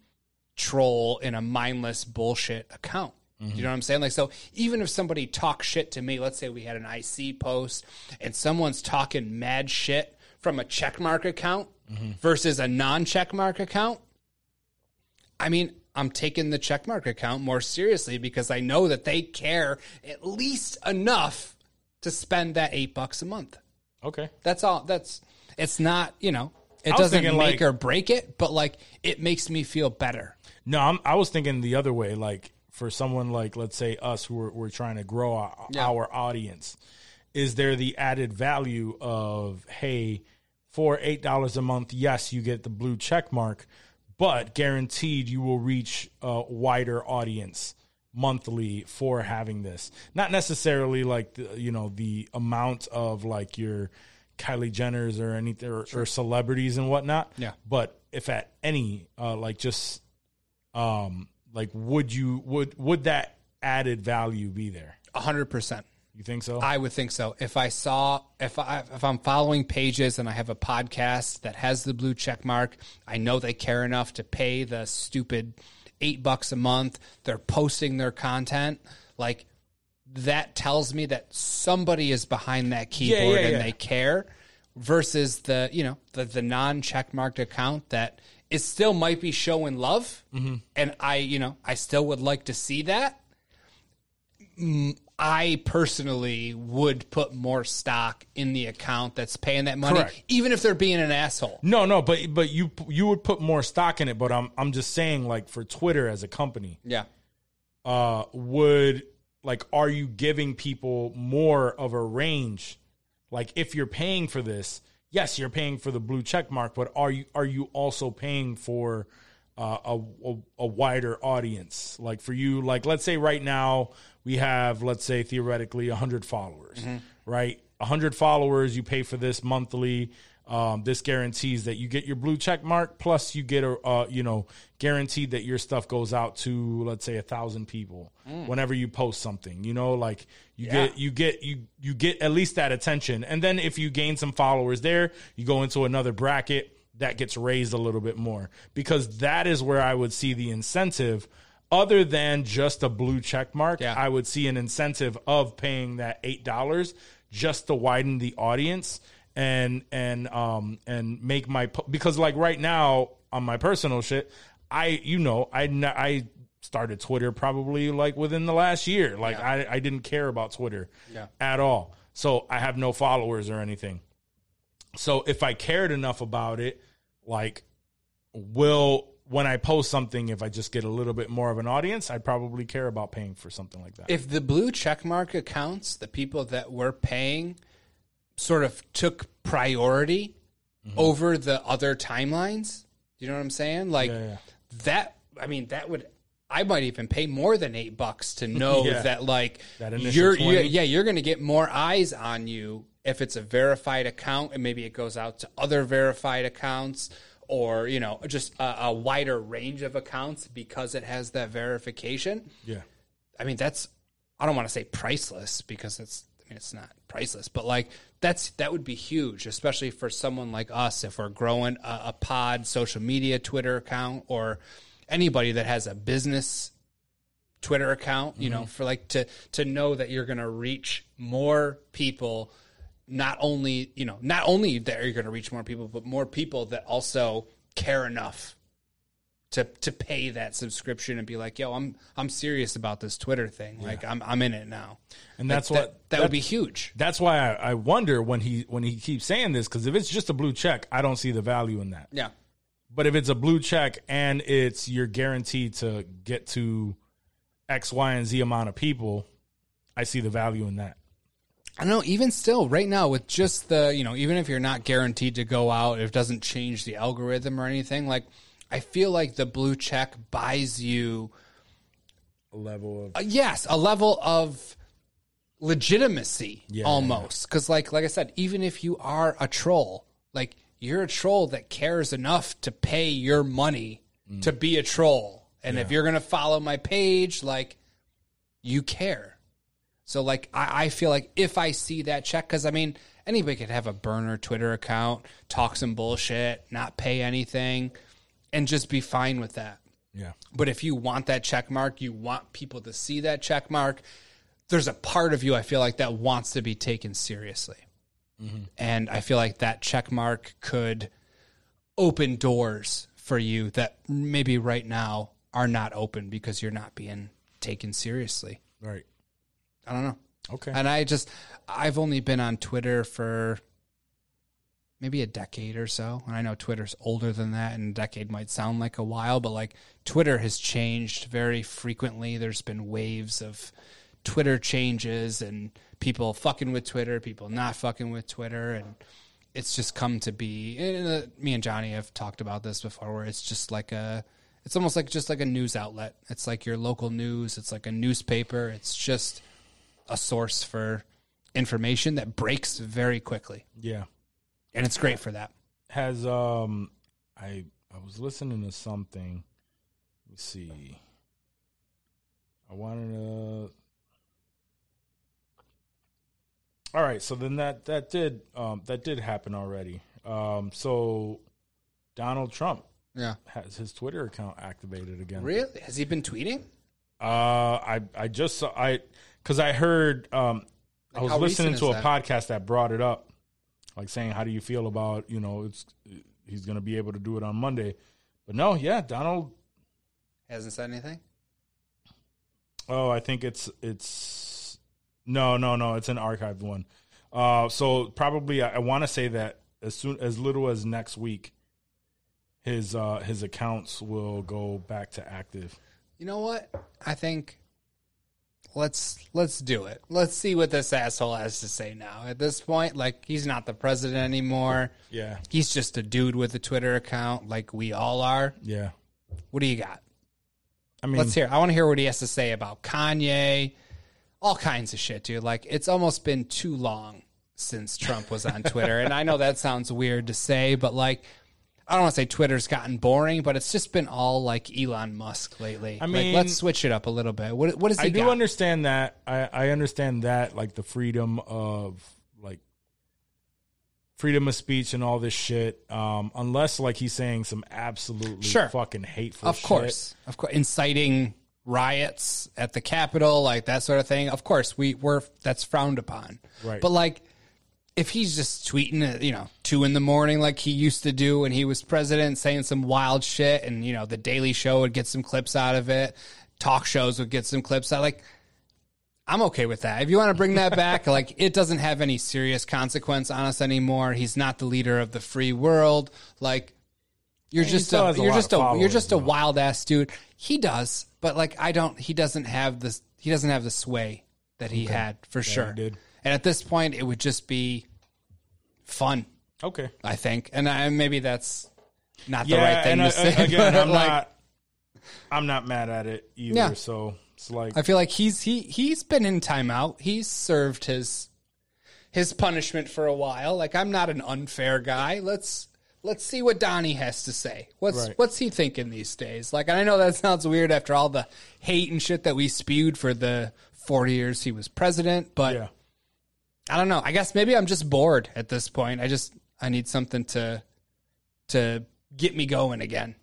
Speaker 2: troll in a mindless bullshit account. You know what I'm saying? Like, so even if somebody talks shit to me, let's say we had an IC post and someone's talking mad shit from a checkmark account versus a non checkmark account, I mean, I'm taking the checkmark account more seriously because I know that they care at least enough to spend that eight bucks a month.
Speaker 1: Okay.
Speaker 2: That's all. That's it's not, you know, it
Speaker 1: was
Speaker 2: doesn't make
Speaker 1: thinking, like-
Speaker 2: or break it, but like it makes me feel better.
Speaker 1: No, I'm, I was thinking the other way. Like for someone like let's say us who are we're trying to grow our, our audience, is there the added value of hey, for eight dollars a month, yes, you get the blue check mark, but guaranteed you will reach a wider audience monthly for having this. Not necessarily like the, you know the amount of like your Kylie Jenner's or anything or, or celebrities and whatnot.
Speaker 2: Yeah.
Speaker 1: but if at any uh, like just um like would you would would that added value be there
Speaker 2: A hundred percent.
Speaker 1: you think so
Speaker 2: I would think so. If I saw if I if I'm following pages and I have a podcast that has the blue check mark, I know they care enough to pay the stupid eight bucks a month. They're posting their content. Like that tells me that somebody is behind that keyboard and
Speaker 1: yeah.
Speaker 2: they care versus the you know the, the non checkmarked account that it still might be showing love
Speaker 1: Mm-hmm.
Speaker 2: and i you know i still would like to see that Mm, i personally would put more stock in the account that's paying that money
Speaker 1: Correct.
Speaker 2: even if they're being an asshole
Speaker 1: no no but but you you would put more stock in it but i'm i'm just saying like for twitter as a company
Speaker 2: yeah
Speaker 1: uh would like are you giving people more of a range like if you're paying for this yes you're paying for the blue check mark but are you are you also paying for uh, a, a a wider audience like for you like let's say right now we have let's say theoretically 100 followers right 100 followers you pay for this monthly Um, this guarantees that you get your blue check mark, plus you get a uh, you know guaranteed that your stuff goes out to let's say a thousand people whenever you post something. You know, like you get you get you you get at least that attention, and then if you gain some followers there, you go into another bracket that gets raised a little bit more because that is where I would see the incentive. Other than just a blue check mark,
Speaker 2: Yeah.
Speaker 1: I would see an incentive of paying that eight dollars just to widen the audience and and um and make my po- because like right now on my personal shit, I you know I n- I started Twitter probably like within the last year. Like I I didn't care about Twitter
Speaker 2: Yeah.
Speaker 1: at all, so I have no followers or anything. So if I cared enough about it, like will when I post something, if I just get a little bit more of an audience, I'd probably care about paying for something like that.
Speaker 2: if the blue checkmark accounts, the people that were paying, sort of took priority
Speaker 1: Mm-hmm.
Speaker 2: over the other timelines. You know what I'm saying? Like
Speaker 1: yeah.
Speaker 2: that. I mean, that would. I might even pay more than eight
Speaker 1: *laughs*
Speaker 2: bucks to know
Speaker 1: Yeah.
Speaker 2: that, like,
Speaker 1: That initial
Speaker 2: you're, you're
Speaker 1: 20.
Speaker 2: yeah, you're going to get more eyes on you if it's a verified account, and maybe it goes out to other verified accounts, or you know, just a, a wider range of accounts because it has that verification.
Speaker 1: yeah.
Speaker 2: I mean, that's I don't want to say priceless because it's I mean it's not priceless, but like that's that would be huge, especially for someone like us if we're growing a, a pod social media Twitter account or anybody that has a business Twitter account, you know, for like to to know that you're going to reach more people not only, you know, not only that you're going to reach more people, but more people that also care enough to to pay that subscription and be like, "Yo, I'm I'm serious about this Twitter thing. Like, I'm I'm in it now."
Speaker 1: And that's
Speaker 2: Like,
Speaker 1: what
Speaker 2: that, that would be huge.
Speaker 1: That's why I, I wonder when he when he keeps saying this because if it's just a blue check, I don't see the value in that.
Speaker 2: Yeah,
Speaker 1: But if it's a blue check and it's you're guaranteed to get to X, Y, and Z amount of people, I see the value in that.
Speaker 2: I don't know. Even still, right now with just the you know, even if you're not guaranteed to go out, if it doesn't change the algorithm or anything, like I feel like the blue check buys you
Speaker 1: Level of
Speaker 2: uh, yes, a level of legitimacy almost. Because like like I said, even if you are a troll, like you're a troll that cares enough to pay your money to be a troll. And if you're gonna follow my page, like you care. So like I, I feel like if I see that check, because I mean anybody could have a burner Twitter account, talk some bullshit, not pay anything, and just be fine with that.
Speaker 1: yeah,
Speaker 2: But if you want that check mark, you want people to see that check mark. There's a part of you I feel like that wants to be taken seriously. And I feel like that check mark could open doors for you that maybe right now are not open because you're not being taken seriously.
Speaker 1: right,
Speaker 2: I don't know.
Speaker 1: okay,
Speaker 2: And I just, I've only been on Twitter for maybe a decade or so. And I know Twitter's older than that, and a decade might sound like a while, but like Twitter has changed very frequently. There's been waves of Twitter changes and people fucking with Twitter, people not fucking with Twitter. And it's just come to be, and uh, me and Johnny have talked about this before, where it's just like a, it's almost like just like a news outlet. It's like your local news. It's like a newspaper. It's just a source for information that breaks very quickly.
Speaker 1: yeah.
Speaker 2: And it's great for that.
Speaker 1: has um I I was listening to something. Let me see. I wanted to All right, so then that that did um that did happen already. Um so Donald Trump
Speaker 2: Yeah.
Speaker 1: has his Twitter account activated again.
Speaker 2: Really? Has he been tweeting?
Speaker 1: Uh I I just saw I cuz I heard um I
Speaker 2: Like,
Speaker 1: was
Speaker 2: how
Speaker 1: listening
Speaker 2: recent
Speaker 1: to a
Speaker 2: is that?
Speaker 1: podcast that brought it up, like saying, "How do you feel about you know it's he's going to be able to do it on Monday?" But no, yeah, Donald.
Speaker 2: Hasn't said anything?
Speaker 1: Oh, I think it's it's no, no, no. It's an archived one. Uh, so probably I, I want to say that as soon as little as next week, his uh, his accounts will go back to active.
Speaker 2: You know what? I think let's let's do it. Let's see what this asshole has to say now. At this point, like he's not the president anymore.
Speaker 1: Yeah,
Speaker 2: He's just a dude with a Twitter account like we all are.
Speaker 1: yeah.
Speaker 2: What do you got?
Speaker 1: I mean,
Speaker 2: Let's hear. I want to hear what he has to say about Kanye, all kinds of shit, dude. Like it's almost been too long since Trump was on Twitter. and I know that sounds weird to say, but like, I don't want to say Twitter's gotten boring, but it's just been all like Elon Musk lately. I
Speaker 1: mean-
Speaker 2: like, let's switch it up a little bit. What, what is he
Speaker 1: I do
Speaker 2: got?
Speaker 1: understand that. I, I understand that, like the freedom of like freedom of speech and all this shit. Um, unless like he's saying some absolutely
Speaker 2: Sure.
Speaker 1: fucking hateful
Speaker 2: of
Speaker 1: shit.
Speaker 2: course, of course, inciting riots at the Capitol, like that sort of thing. Of course, we were that's frowned upon.
Speaker 1: Right.
Speaker 2: But like, if he's just tweeting at you know two in the morning like he used to do when he was president, saying some wild shit, and you know the Daily Show would get some clips out of it, talk shows would get some clips out, like. I'm okay with that. If you want to bring
Speaker 1: *laughs*
Speaker 2: that back, like it doesn't have any serious consequence on us anymore. He's not the leader of the free world. Like you're just
Speaker 1: still
Speaker 2: a,
Speaker 1: has a
Speaker 2: you're
Speaker 1: lot
Speaker 2: just
Speaker 1: of
Speaker 2: a you're
Speaker 1: followers,
Speaker 2: just a
Speaker 1: though.
Speaker 2: wild ass dude. He does, but like I don't. He doesn't have this. He doesn't have the sway that he had for sure.
Speaker 1: did.
Speaker 2: And at this point, it would just be fun,
Speaker 1: Okay.
Speaker 2: I think. And I, maybe that's not the
Speaker 1: yeah,
Speaker 2: right
Speaker 1: and
Speaker 2: thing to
Speaker 1: I,
Speaker 2: say.
Speaker 1: again,
Speaker 2: *laughs* but,
Speaker 1: I'm
Speaker 2: like,
Speaker 1: not. I'm not mad at it either.
Speaker 2: Yeah.
Speaker 1: So it's like
Speaker 2: I feel like he's he he's been in timeout. He's served his his punishment for a while. Like I'm not an unfair guy. Let's let's see what Donnie has to say. What's
Speaker 1: Right.
Speaker 2: what's he thinking these days? Like and I know that *laughs* sounds weird after all the hate and shit that we spewed for the 40 years he was president, but
Speaker 1: yeah.
Speaker 2: I don't know. I guess maybe I'm just bored at this point. I just I need something to to get me going again.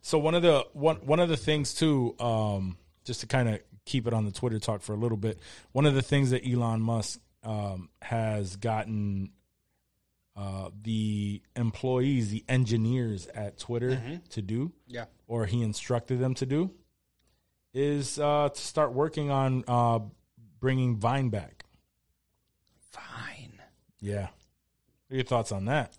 Speaker 1: So one of the one one of the things too, um, just to kind of keep it on the Twitter talk for a little bit, one of the things that Elon Musk um, has gotten uh, the employees, the engineers at Twitter to do,
Speaker 2: Mm-hmm. Yeah.
Speaker 1: or he instructed them to do, is uh, to start working on uh, bringing Vine back.
Speaker 2: Fine.
Speaker 1: Yeah, what are your thoughts on that?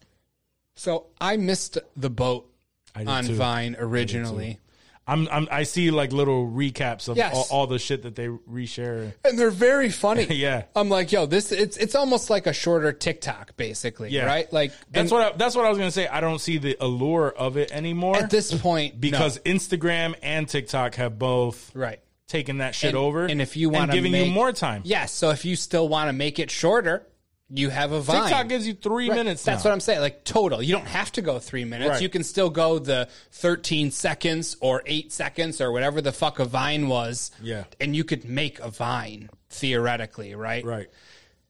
Speaker 2: So I missed the boat
Speaker 1: I did
Speaker 2: on
Speaker 1: too.
Speaker 2: Vine originally.
Speaker 1: I'm, I'm I see like little recaps of
Speaker 2: Yes.
Speaker 1: all, all the shit that they reshare.
Speaker 2: and they're very funny.
Speaker 1: *laughs* Yeah.
Speaker 2: I'm like, yo, this it's it's almost like a shorter TikTok, basically.
Speaker 1: Yeah.
Speaker 2: Right? Like
Speaker 1: That's
Speaker 2: and
Speaker 1: what I, that's what I was gonna say. I don't see the allure of it anymore
Speaker 2: at this point
Speaker 1: because
Speaker 2: no.
Speaker 1: Instagram and TikTok have both
Speaker 2: right.
Speaker 1: taken that shit
Speaker 2: And-
Speaker 1: over.
Speaker 2: and if you wanna
Speaker 1: giving you
Speaker 2: make-
Speaker 1: more time,
Speaker 2: Yeah, so if you still want to make it shorter, you have a Vine.
Speaker 1: TikTok gives you three
Speaker 2: Right.
Speaker 1: minutes.
Speaker 2: That's
Speaker 1: now.
Speaker 2: what I'm saying. Like total, you don't have to go three minutes.
Speaker 1: Right.
Speaker 2: You can still go the 13 seconds or eight seconds or whatever the fuck a vine was.
Speaker 1: Yeah.
Speaker 2: and you could make a vine theoretically, right?
Speaker 1: right.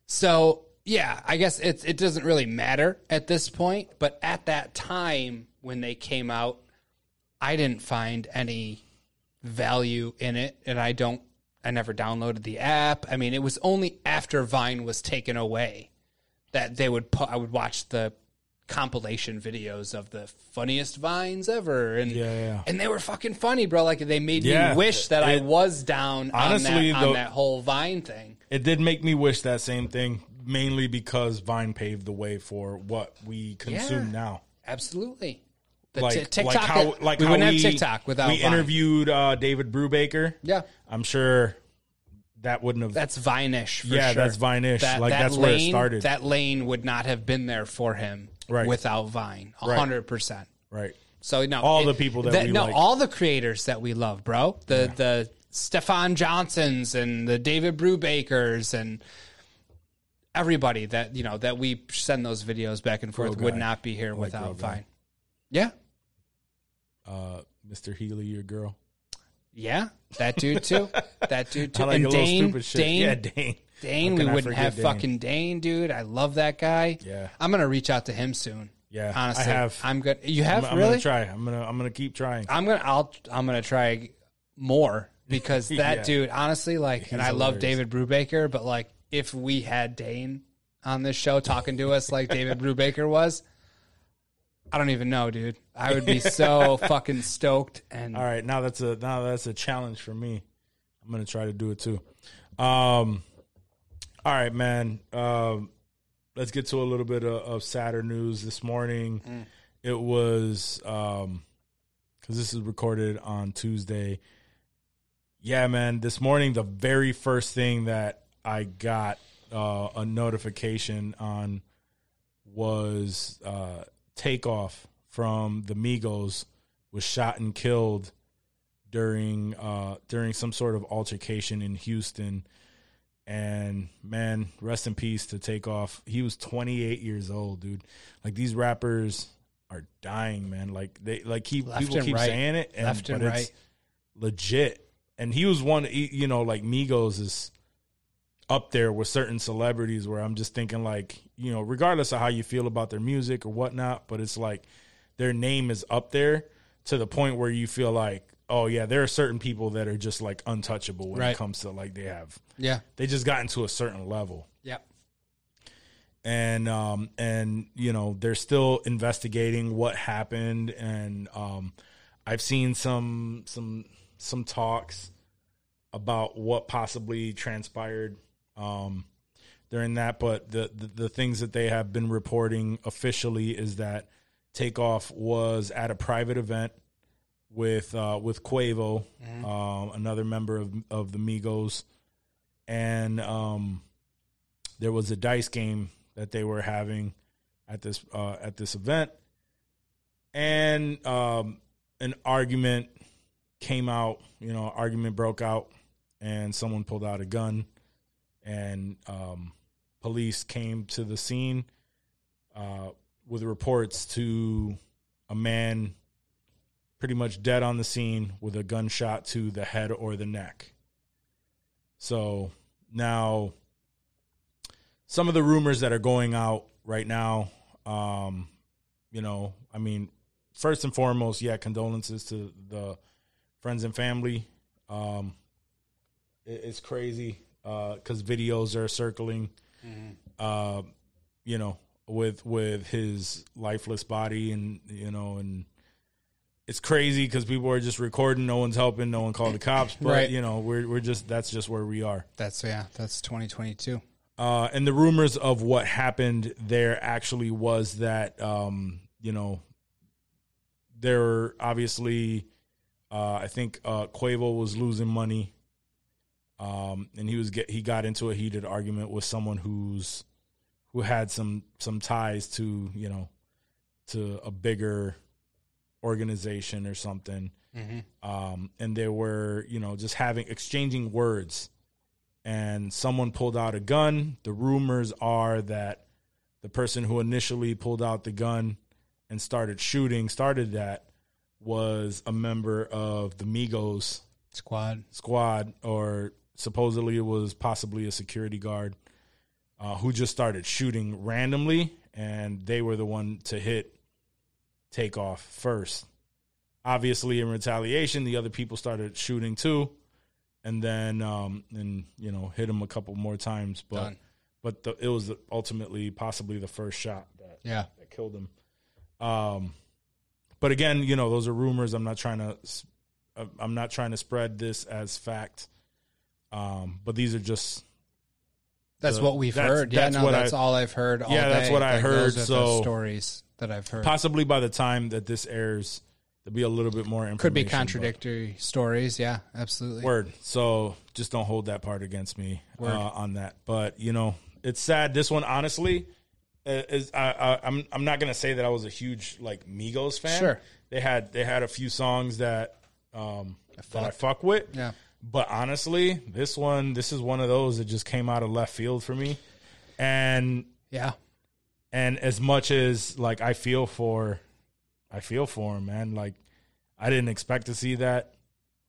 Speaker 2: So yeah, I guess it it doesn't really matter at this point. But at that time when they came out, I didn't find any value in it, and I don't. I never downloaded the app. I mean, it was only after Vine was taken away that they would put. I would watch the compilation videos of the funniest vines ever, and
Speaker 1: Yeah, yeah.
Speaker 2: and they were fucking funny, bro. Like they made
Speaker 1: Yeah.
Speaker 2: me wish that I
Speaker 1: It-
Speaker 2: was down
Speaker 1: Honestly,
Speaker 2: on, that,
Speaker 1: though-
Speaker 2: on that whole Vine thing.
Speaker 1: It did make me wish that same thing, mainly because Vine paved the way for what we consume
Speaker 2: Yeah.
Speaker 1: now.
Speaker 2: Absolutely. The
Speaker 1: Like,
Speaker 2: t- TikTok,
Speaker 1: like how like
Speaker 2: we
Speaker 1: how
Speaker 2: wouldn't
Speaker 1: we,
Speaker 2: have TikTok without
Speaker 1: we
Speaker 2: Vine.
Speaker 1: interviewed uh, David Brubaker.
Speaker 2: Yeah,
Speaker 1: I'm sure that wouldn't have
Speaker 2: that's Vine-ish. For
Speaker 1: Yeah,
Speaker 2: sure.
Speaker 1: that's Vine-ish. Like, that's where it started.
Speaker 2: That lane would not have been there for him
Speaker 1: Right.
Speaker 2: without Vine. A
Speaker 1: Right.
Speaker 2: hundred percent.
Speaker 1: right.
Speaker 2: So no,
Speaker 1: All the people that we
Speaker 2: no,
Speaker 1: like.
Speaker 2: all the creators that we love, bro. The the Stefan Johnsons and the David Brubakers and everybody that you know that we send those videos back and forth would
Speaker 1: guy.
Speaker 2: not be here without
Speaker 1: Grow guy.
Speaker 2: Vine. Yeah,
Speaker 1: Uh, Mr. Healy, your girl.
Speaker 2: yeah, that dude too. that dude
Speaker 1: *laughs*
Speaker 2: too.
Speaker 1: I like
Speaker 2: and
Speaker 1: a little
Speaker 2: Dane,
Speaker 1: stupid shit.
Speaker 2: Dane,
Speaker 1: yeah, Dane.
Speaker 2: Dane,
Speaker 1: How
Speaker 2: we
Speaker 1: can I
Speaker 2: wouldn't
Speaker 1: forget
Speaker 2: have
Speaker 1: Dane?
Speaker 2: fucking Dane, dude. I love that guy.
Speaker 1: Yeah.
Speaker 2: I'm gonna reach out to him soon.
Speaker 1: Yeah,
Speaker 2: honestly,
Speaker 1: I have.
Speaker 2: I'm good. You have
Speaker 1: I'm, I'm
Speaker 2: really?
Speaker 1: gonna try. I'm gonna I'm gonna keep trying.
Speaker 2: I'm gonna I'll I'm gonna try more
Speaker 1: *laughs*
Speaker 2: because that
Speaker 1: Yeah.
Speaker 2: dude, honestly, like, and I love David Brubaker, but like, if we had Dane on this show talking to us like
Speaker 1: *laughs*
Speaker 2: David Brubaker was, I don't even know, dude. I would
Speaker 1: *laughs*
Speaker 2: be so fucking stoked and
Speaker 1: All right, now that's a now that's a challenge for me. I'm gonna try to do it too. Um, all right, man. Um, let's get to a little bit of, of sadder news this morning. It was um, because this is recorded on Tuesday. Yeah, man. This morning, the very first thing that I got uh, a notification on was uh, Takeoff from the Migos was shot and killed during uh, during some sort of altercation in Houston, And man, rest in peace to Takeoff. He was 28 years old, dude. Like these rappers are dying, man. Like they like he
Speaker 2: Left
Speaker 1: people
Speaker 2: and
Speaker 1: keep
Speaker 2: right.
Speaker 1: saying it, and,
Speaker 2: Left and
Speaker 1: but it's
Speaker 2: right.
Speaker 1: legit. And he was one, he- you know, like Migos is up there with certain celebrities where I'm just thinking like, you know, regardless of how you feel about their music or whatnot, but it's like their name is up there to the point where you feel like, oh yeah, there are certain people that are just like untouchable when it
Speaker 2: Right.
Speaker 1: comes to like they have
Speaker 2: Yeah.
Speaker 1: they just gotten to a certain level
Speaker 2: Yeah.
Speaker 1: and um and you know they're still investigating what happened and um i've seen some some some talks about what possibly transpired um during that but the the, the things that they have been reporting officially is that takeoff was at a private event with uh with Quavo um another member of of the Migos and um there was a dice game that they were having at this uh, at this event, and um, an argument came out. You know, argument broke out, and someone pulled out a gun, and um, police came to the scene uh, with reports to a man pretty much dead on the scene with a gunshot to the head or the neck. So now some of the rumors that are going out right now, um, you know, I mean, first and foremost, yeah, condolences to the friends and family. Um, it- it's crazy because videos are circling, uh, you know, with with his lifeless body and you know and. It's crazy because people are just recording. No one's helping. No one called the cops. But
Speaker 2: Right.
Speaker 1: you know, we're we're just that's just where we are
Speaker 2: That's yeah. That's 2022.
Speaker 1: uh, and the rumors of what happened there actually was that um, you know there were obviously uh, I think uh, Quavo was losing money, um, and he was get, he got into a heated argument with someone who's who had some some ties to you know to a bigger organization or something, um, and they were you know just having exchanging words and someone pulled out a gun. The rumors are that the person who initially pulled out the gun and started shooting, started that, was a member of the Migos
Speaker 2: Squad.
Speaker 1: squad, or supposedly it was possibly a security guard uh, who just started shooting randomly, and they were the one to hit takeoff first. Obviously, in retaliation, the other people started shooting too, and then um, and you know hit him a couple more times, but
Speaker 2: Done.
Speaker 1: but the, it was ultimately possibly the first shot that
Speaker 2: Yeah.
Speaker 1: that killed him. Um, but again, you know, those are rumors. I'm not trying to, s- I'm- I'm not trying to spread this as fact. Um, but these are just,
Speaker 2: That's
Speaker 1: So
Speaker 2: what we've
Speaker 1: that's-
Speaker 2: heard. Yeah,
Speaker 1: that's
Speaker 2: no,
Speaker 1: what
Speaker 2: that's
Speaker 1: I-
Speaker 2: all I've heard. All
Speaker 1: Yeah, that's
Speaker 2: day.
Speaker 1: what I
Speaker 2: Like,
Speaker 1: heard,
Speaker 2: Those are
Speaker 1: so-
Speaker 2: the stories that I've heard
Speaker 1: possibly by the time that this airs, there'll be a little bit more information.
Speaker 2: could be
Speaker 1: but-
Speaker 2: contradictory stories. Yeah, absolutely.
Speaker 1: Word. So just don't hold that part against me uh,
Speaker 2: Word.
Speaker 1: on that. But you know, it's sad. This one, honestly, uh, is I, I, I'm I'm not gonna say that I was a huge like Migos fan.
Speaker 2: Sure.
Speaker 1: They had they had a few songs that um that I
Speaker 2: fuck.
Speaker 1: fuck with.
Speaker 2: Yeah.
Speaker 1: But honestly, this one this is one of those that just came out of left field for me, and
Speaker 2: Yeah,
Speaker 1: and as much as like I feel for, I feel for him, man. Like I didn't expect to see that.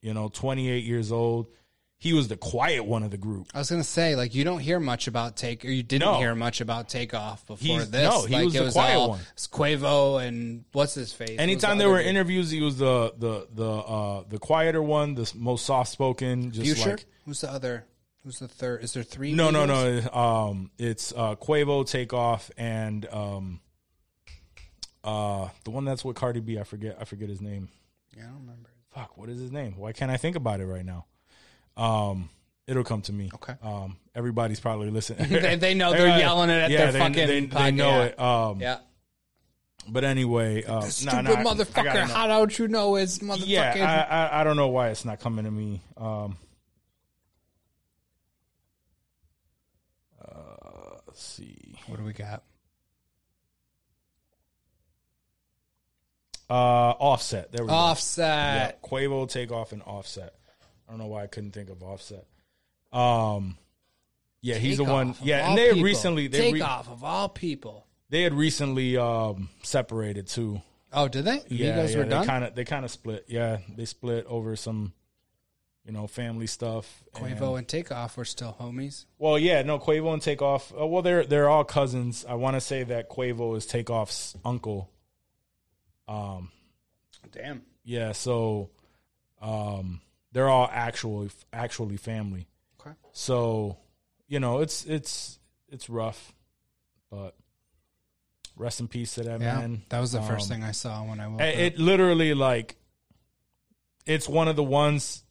Speaker 1: You know, 28 years old. He was the quiet one of the group.
Speaker 2: I was gonna say like you don't hear much about take or you didn't
Speaker 1: No.
Speaker 2: hear much about takeoff before
Speaker 1: He's-
Speaker 2: this.
Speaker 1: no, he
Speaker 2: like
Speaker 1: was the quiet
Speaker 2: all-
Speaker 1: one.
Speaker 2: it's Quavo and what's his face.
Speaker 1: Anytime
Speaker 2: Who's the
Speaker 1: there were
Speaker 2: other dude?
Speaker 1: interviews, he was the the the uh, the quieter one, the most soft spoken. Just
Speaker 2: Future.
Speaker 1: like
Speaker 2: who's the other? Who's the third? Is there three?
Speaker 1: no, no,
Speaker 2: leaders?
Speaker 1: no. Um, it's uh, Quavo, Takeoff, and um, uh, the one that's with Cardi B. I forget. I forget his name.
Speaker 2: Yeah, I don't remember.
Speaker 1: fuck, what is his name? Why can't I think about it right now? Um, it'll come to me.
Speaker 2: Okay.
Speaker 1: Um, everybody's probably listening. *laughs*
Speaker 2: *laughs* They- they know. They're yelling it at their fucking
Speaker 1: uh, They, they
Speaker 2: podcast.
Speaker 1: know it. Um,
Speaker 2: Yeah.
Speaker 1: but anyway, uh,
Speaker 2: Stupid motherfucker! How don't you know his motherfucking?
Speaker 1: yeah, I, I I don't know why it's not coming to me. Um, uh, let's see.
Speaker 2: what do we got?
Speaker 1: Uh, offset. There we go.
Speaker 2: Offset.
Speaker 1: Yeah, Quavo takeoff and offset. I don't know why I couldn't think of offset. Um, Yeah, he's the
Speaker 2: Takeoff
Speaker 1: one.
Speaker 2: of
Speaker 1: Yeah,
Speaker 2: all
Speaker 1: and they had
Speaker 2: people.
Speaker 1: recently they
Speaker 2: take
Speaker 1: re-
Speaker 2: off of all people.
Speaker 1: they had recently um, separated too.
Speaker 2: Oh, did they?
Speaker 1: Yeah,
Speaker 2: Amigos
Speaker 1: yeah,
Speaker 2: were
Speaker 1: they
Speaker 2: done.
Speaker 1: Kind of they kind of split. Yeah, they split over some, you know, family stuff.
Speaker 2: Quavo and Takeoff were still homies.
Speaker 1: Well, yeah, no, Quavo and Takeoff. Uh, well, they're they're all cousins. I want to say that Quavo is Takeoff's uncle. Um,
Speaker 2: Damn.
Speaker 1: Yeah, so um, they're all actually actually family.
Speaker 2: Okay.
Speaker 1: So you know, it's it's it's rough, but rest in peace to that
Speaker 2: Yeah,
Speaker 1: man.
Speaker 2: that was the
Speaker 1: Um, eh,
Speaker 2: first thing I saw when I woke
Speaker 1: it,
Speaker 2: up.
Speaker 1: it literally like it's one of the ones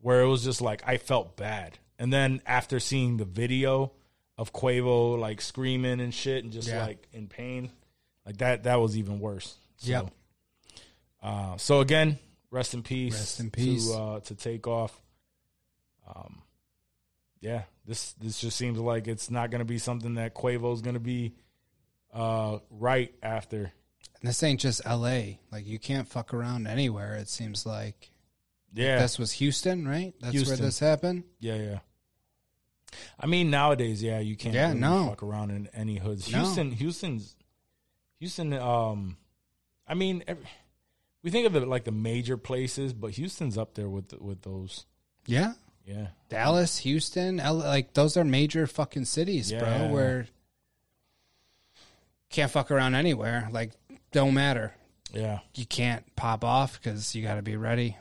Speaker 1: where it was just like I felt bad, and then after seeing the video of Quavo like screaming and shit and just
Speaker 2: Yeah.
Speaker 1: like in pain, like that that was even worse. So,
Speaker 2: Yep.
Speaker 1: Uh, so again, rest in peace.
Speaker 2: Rest in peace.
Speaker 1: to uh, to take off. Um, yeah, this this just seems like it's not going to be something that Quavo's going to be uh, right after.
Speaker 2: And this ain't just L.A. Like you can't fuck around anywhere. It seems like
Speaker 1: Yeah,
Speaker 2: this was Houston, right? That's
Speaker 1: Houston.
Speaker 2: where this happened.
Speaker 1: Yeah, yeah. I mean, nowadays, yeah, you can't
Speaker 2: Yeah,
Speaker 1: really
Speaker 2: no.
Speaker 1: fuck around in any hoods.
Speaker 2: No.
Speaker 1: Houston, Houston's, Houston. Um, I mean, every, we think of it like the major places, but Houston's up there with with those.
Speaker 2: Yeah,
Speaker 1: Yeah,
Speaker 2: Dallas, Houston, L- like those are major fucking cities,
Speaker 1: Yeah.
Speaker 2: bro. Where can't fuck around anywhere. Like don't matter.
Speaker 1: yeah,
Speaker 2: You can't pop off because you got to be ready.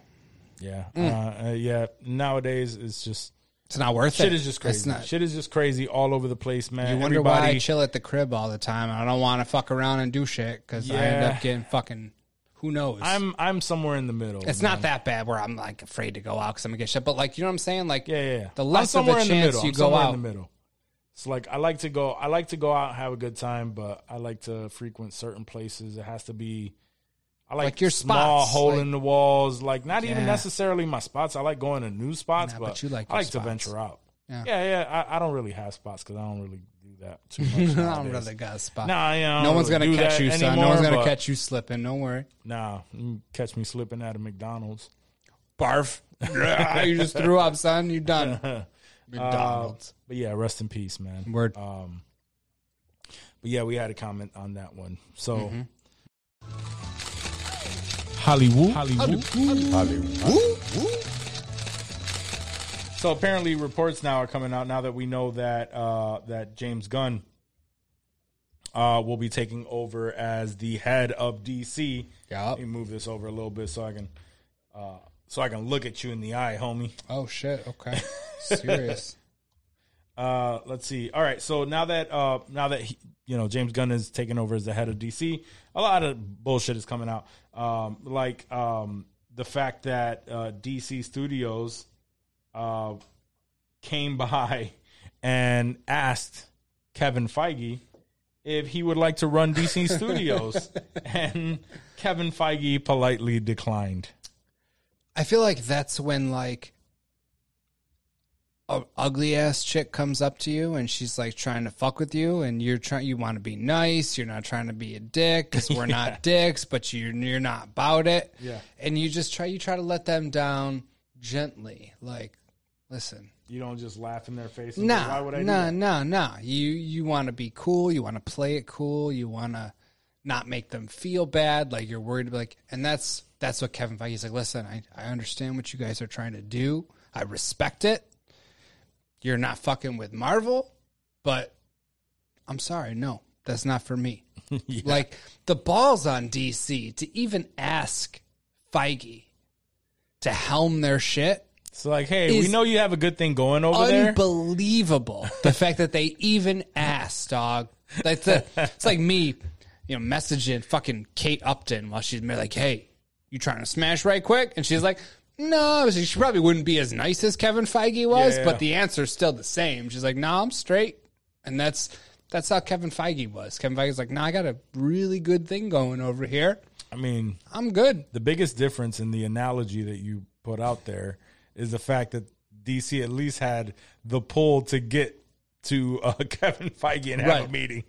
Speaker 1: yeah,
Speaker 2: Mm.
Speaker 1: uh, uh, yeah. Nowadays, it's just
Speaker 2: It's not worth it.
Speaker 1: shit is just
Speaker 2: It's
Speaker 1: crazy.
Speaker 2: not.
Speaker 1: Shit is just crazy all over the place, man.
Speaker 2: you wonder why I
Speaker 1: Everybody,
Speaker 2: chill at the crib all the time, and I don't want to fuck around and do shit because I end
Speaker 1: Yeah.
Speaker 2: up getting fucking who knows.
Speaker 1: I'm I'm somewhere in the middle.
Speaker 2: It's not that bad where I'm like afraid to go out because I'm gonna get shit. But like, you know what I'm saying? Like,
Speaker 1: Yeah, yeah. yeah.
Speaker 2: The
Speaker 1: I'm
Speaker 2: less of
Speaker 1: somewhere
Speaker 2: a
Speaker 1: in the
Speaker 2: chance
Speaker 1: middle.
Speaker 2: you
Speaker 1: I'm
Speaker 2: go
Speaker 1: somewhere
Speaker 2: out.
Speaker 1: in the middle. It's like I like to go. I like to go out and have a good time, but I like to frequent certain places. It has to be. I like,
Speaker 2: Like your
Speaker 1: small
Speaker 2: spots,
Speaker 1: hole
Speaker 2: like-
Speaker 1: in the walls. Like not even
Speaker 2: Yeah.
Speaker 1: necessarily my spots. I like going to new spots,
Speaker 2: Nah,
Speaker 1: but,
Speaker 2: but you like
Speaker 1: I
Speaker 2: your
Speaker 1: like to
Speaker 2: spots.
Speaker 1: venture out. Yeah,
Speaker 2: Yeah.
Speaker 1: yeah. I, I don't really have spots because I don't really do that too
Speaker 2: *laughs* I
Speaker 1: much.
Speaker 2: don't
Speaker 1: nowadays.
Speaker 2: really got a spot.
Speaker 1: Nah, yeah, I don't
Speaker 2: no one's
Speaker 1: really
Speaker 2: gonna
Speaker 1: do
Speaker 2: catch
Speaker 1: that
Speaker 2: you, son.
Speaker 1: anymore,
Speaker 2: No one's gonna
Speaker 1: but-
Speaker 2: catch you slipping. Don't worry.
Speaker 1: Nah, you catch me slipping out of McDonald's.
Speaker 2: Barf. *laughs* you just threw up, son.
Speaker 1: *laughs*
Speaker 2: You done.
Speaker 1: Uh,
Speaker 2: McDonald's.
Speaker 1: But yeah, rest in peace, man.
Speaker 2: Word.
Speaker 1: But yeah, we had a comment on that one. So Hollywood. Hollywood. So apparently reports now are coming out now that we know that uh, that James Gunn uh, will be taking over as the head of DC.
Speaker 2: *laughs* Yup.
Speaker 1: Let me move this over a little bit so I can uh, so I can look at you in the eye, homie.
Speaker 2: oh
Speaker 1: *laughs*
Speaker 2: shit. Okay. Serious.
Speaker 1: Uh, let's see. All right, so now that uh, now that he, you know James Gunn is taking over as the head of DC, a lot of bullshit is coming out, um, like um, the fact that uh, DC Studios uh, came *laughs* by and asked Kevin Feige if he would like to run DC Studios, and Kevin Feige politely declined.
Speaker 2: I feel like that's when like a ugly ass chick comes up to you and she's like trying to fuck with you and you're trying you want to be nice you're not trying to be a dick
Speaker 1: *laughs*
Speaker 2: because we're not dicks but you're you're not about it
Speaker 1: Yeah.
Speaker 2: and you just try you try to let them down gently like listen
Speaker 1: You don't just laugh in their face. and go, Why
Speaker 2: Nah,
Speaker 1: would I do
Speaker 2: nah,
Speaker 1: that?"
Speaker 2: nah, nah. You you want to be cool. You want to play it cool. You want to not make them feel bad. Like you're worried. Like, and that's that's what Kevin Feige's like. Listen, I I understand what you guys are trying to do. I respect it. You're not fucking with Marvel, but I'm sorry, no, that's not for
Speaker 1: *laughs*
Speaker 2: me. Like the balls on DC to even ask Feige to helm their shit
Speaker 1: It's like, hey, we
Speaker 2: Is-
Speaker 1: know you have a good thing going over there.
Speaker 2: unbelievable the fact that they even asked dog that's a, it's like me you know messaging fucking kate upton while she's like hey you trying to smash right quick and she's like no she she probably wouldn't be as nice as kevin feige was
Speaker 1: Yeah.
Speaker 2: but the answer's still the same she's like no i'm straight and that's that's how kevin feige was kevin feige's like no i got a really good thing going over here
Speaker 1: I mean,
Speaker 2: i'm good
Speaker 1: the biggest difference in the analogy that you put out there is the fact that DC at least had the pull to get to uh, *laughs* Kevin Feige and have a
Speaker 2: Right.
Speaker 1: meeting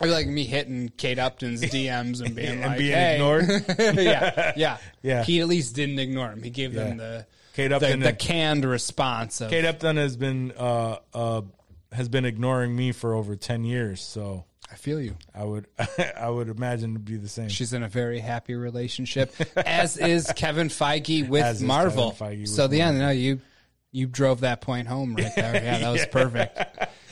Speaker 2: Or like me hitting
Speaker 1: *laughs*
Speaker 2: Kate Upton's DMs and
Speaker 1: and
Speaker 2: being like,
Speaker 1: being
Speaker 2: hey. *laughs*
Speaker 1: ignored.
Speaker 2: yeah, *laughs* yeah,
Speaker 1: Yeah.
Speaker 2: He at least didn't ignore him. He gave them
Speaker 1: Yeah.
Speaker 2: the
Speaker 1: Kate
Speaker 2: the,
Speaker 1: Upton,
Speaker 2: the canned response of
Speaker 1: Kate Upton has been uh, uh, has been ignoring me for over 10 years. So
Speaker 2: I feel you.
Speaker 1: I would, *laughs* I would imagine it'd be the same.
Speaker 2: She's in a very happy relationship,
Speaker 1: *laughs*
Speaker 2: as is Kevin Feige with
Speaker 1: As is
Speaker 2: Marvel.
Speaker 1: Kevin Feige with
Speaker 2: so the end, no, you you drove that point home right there. Yeah,
Speaker 1: *laughs*
Speaker 2: that was perfect.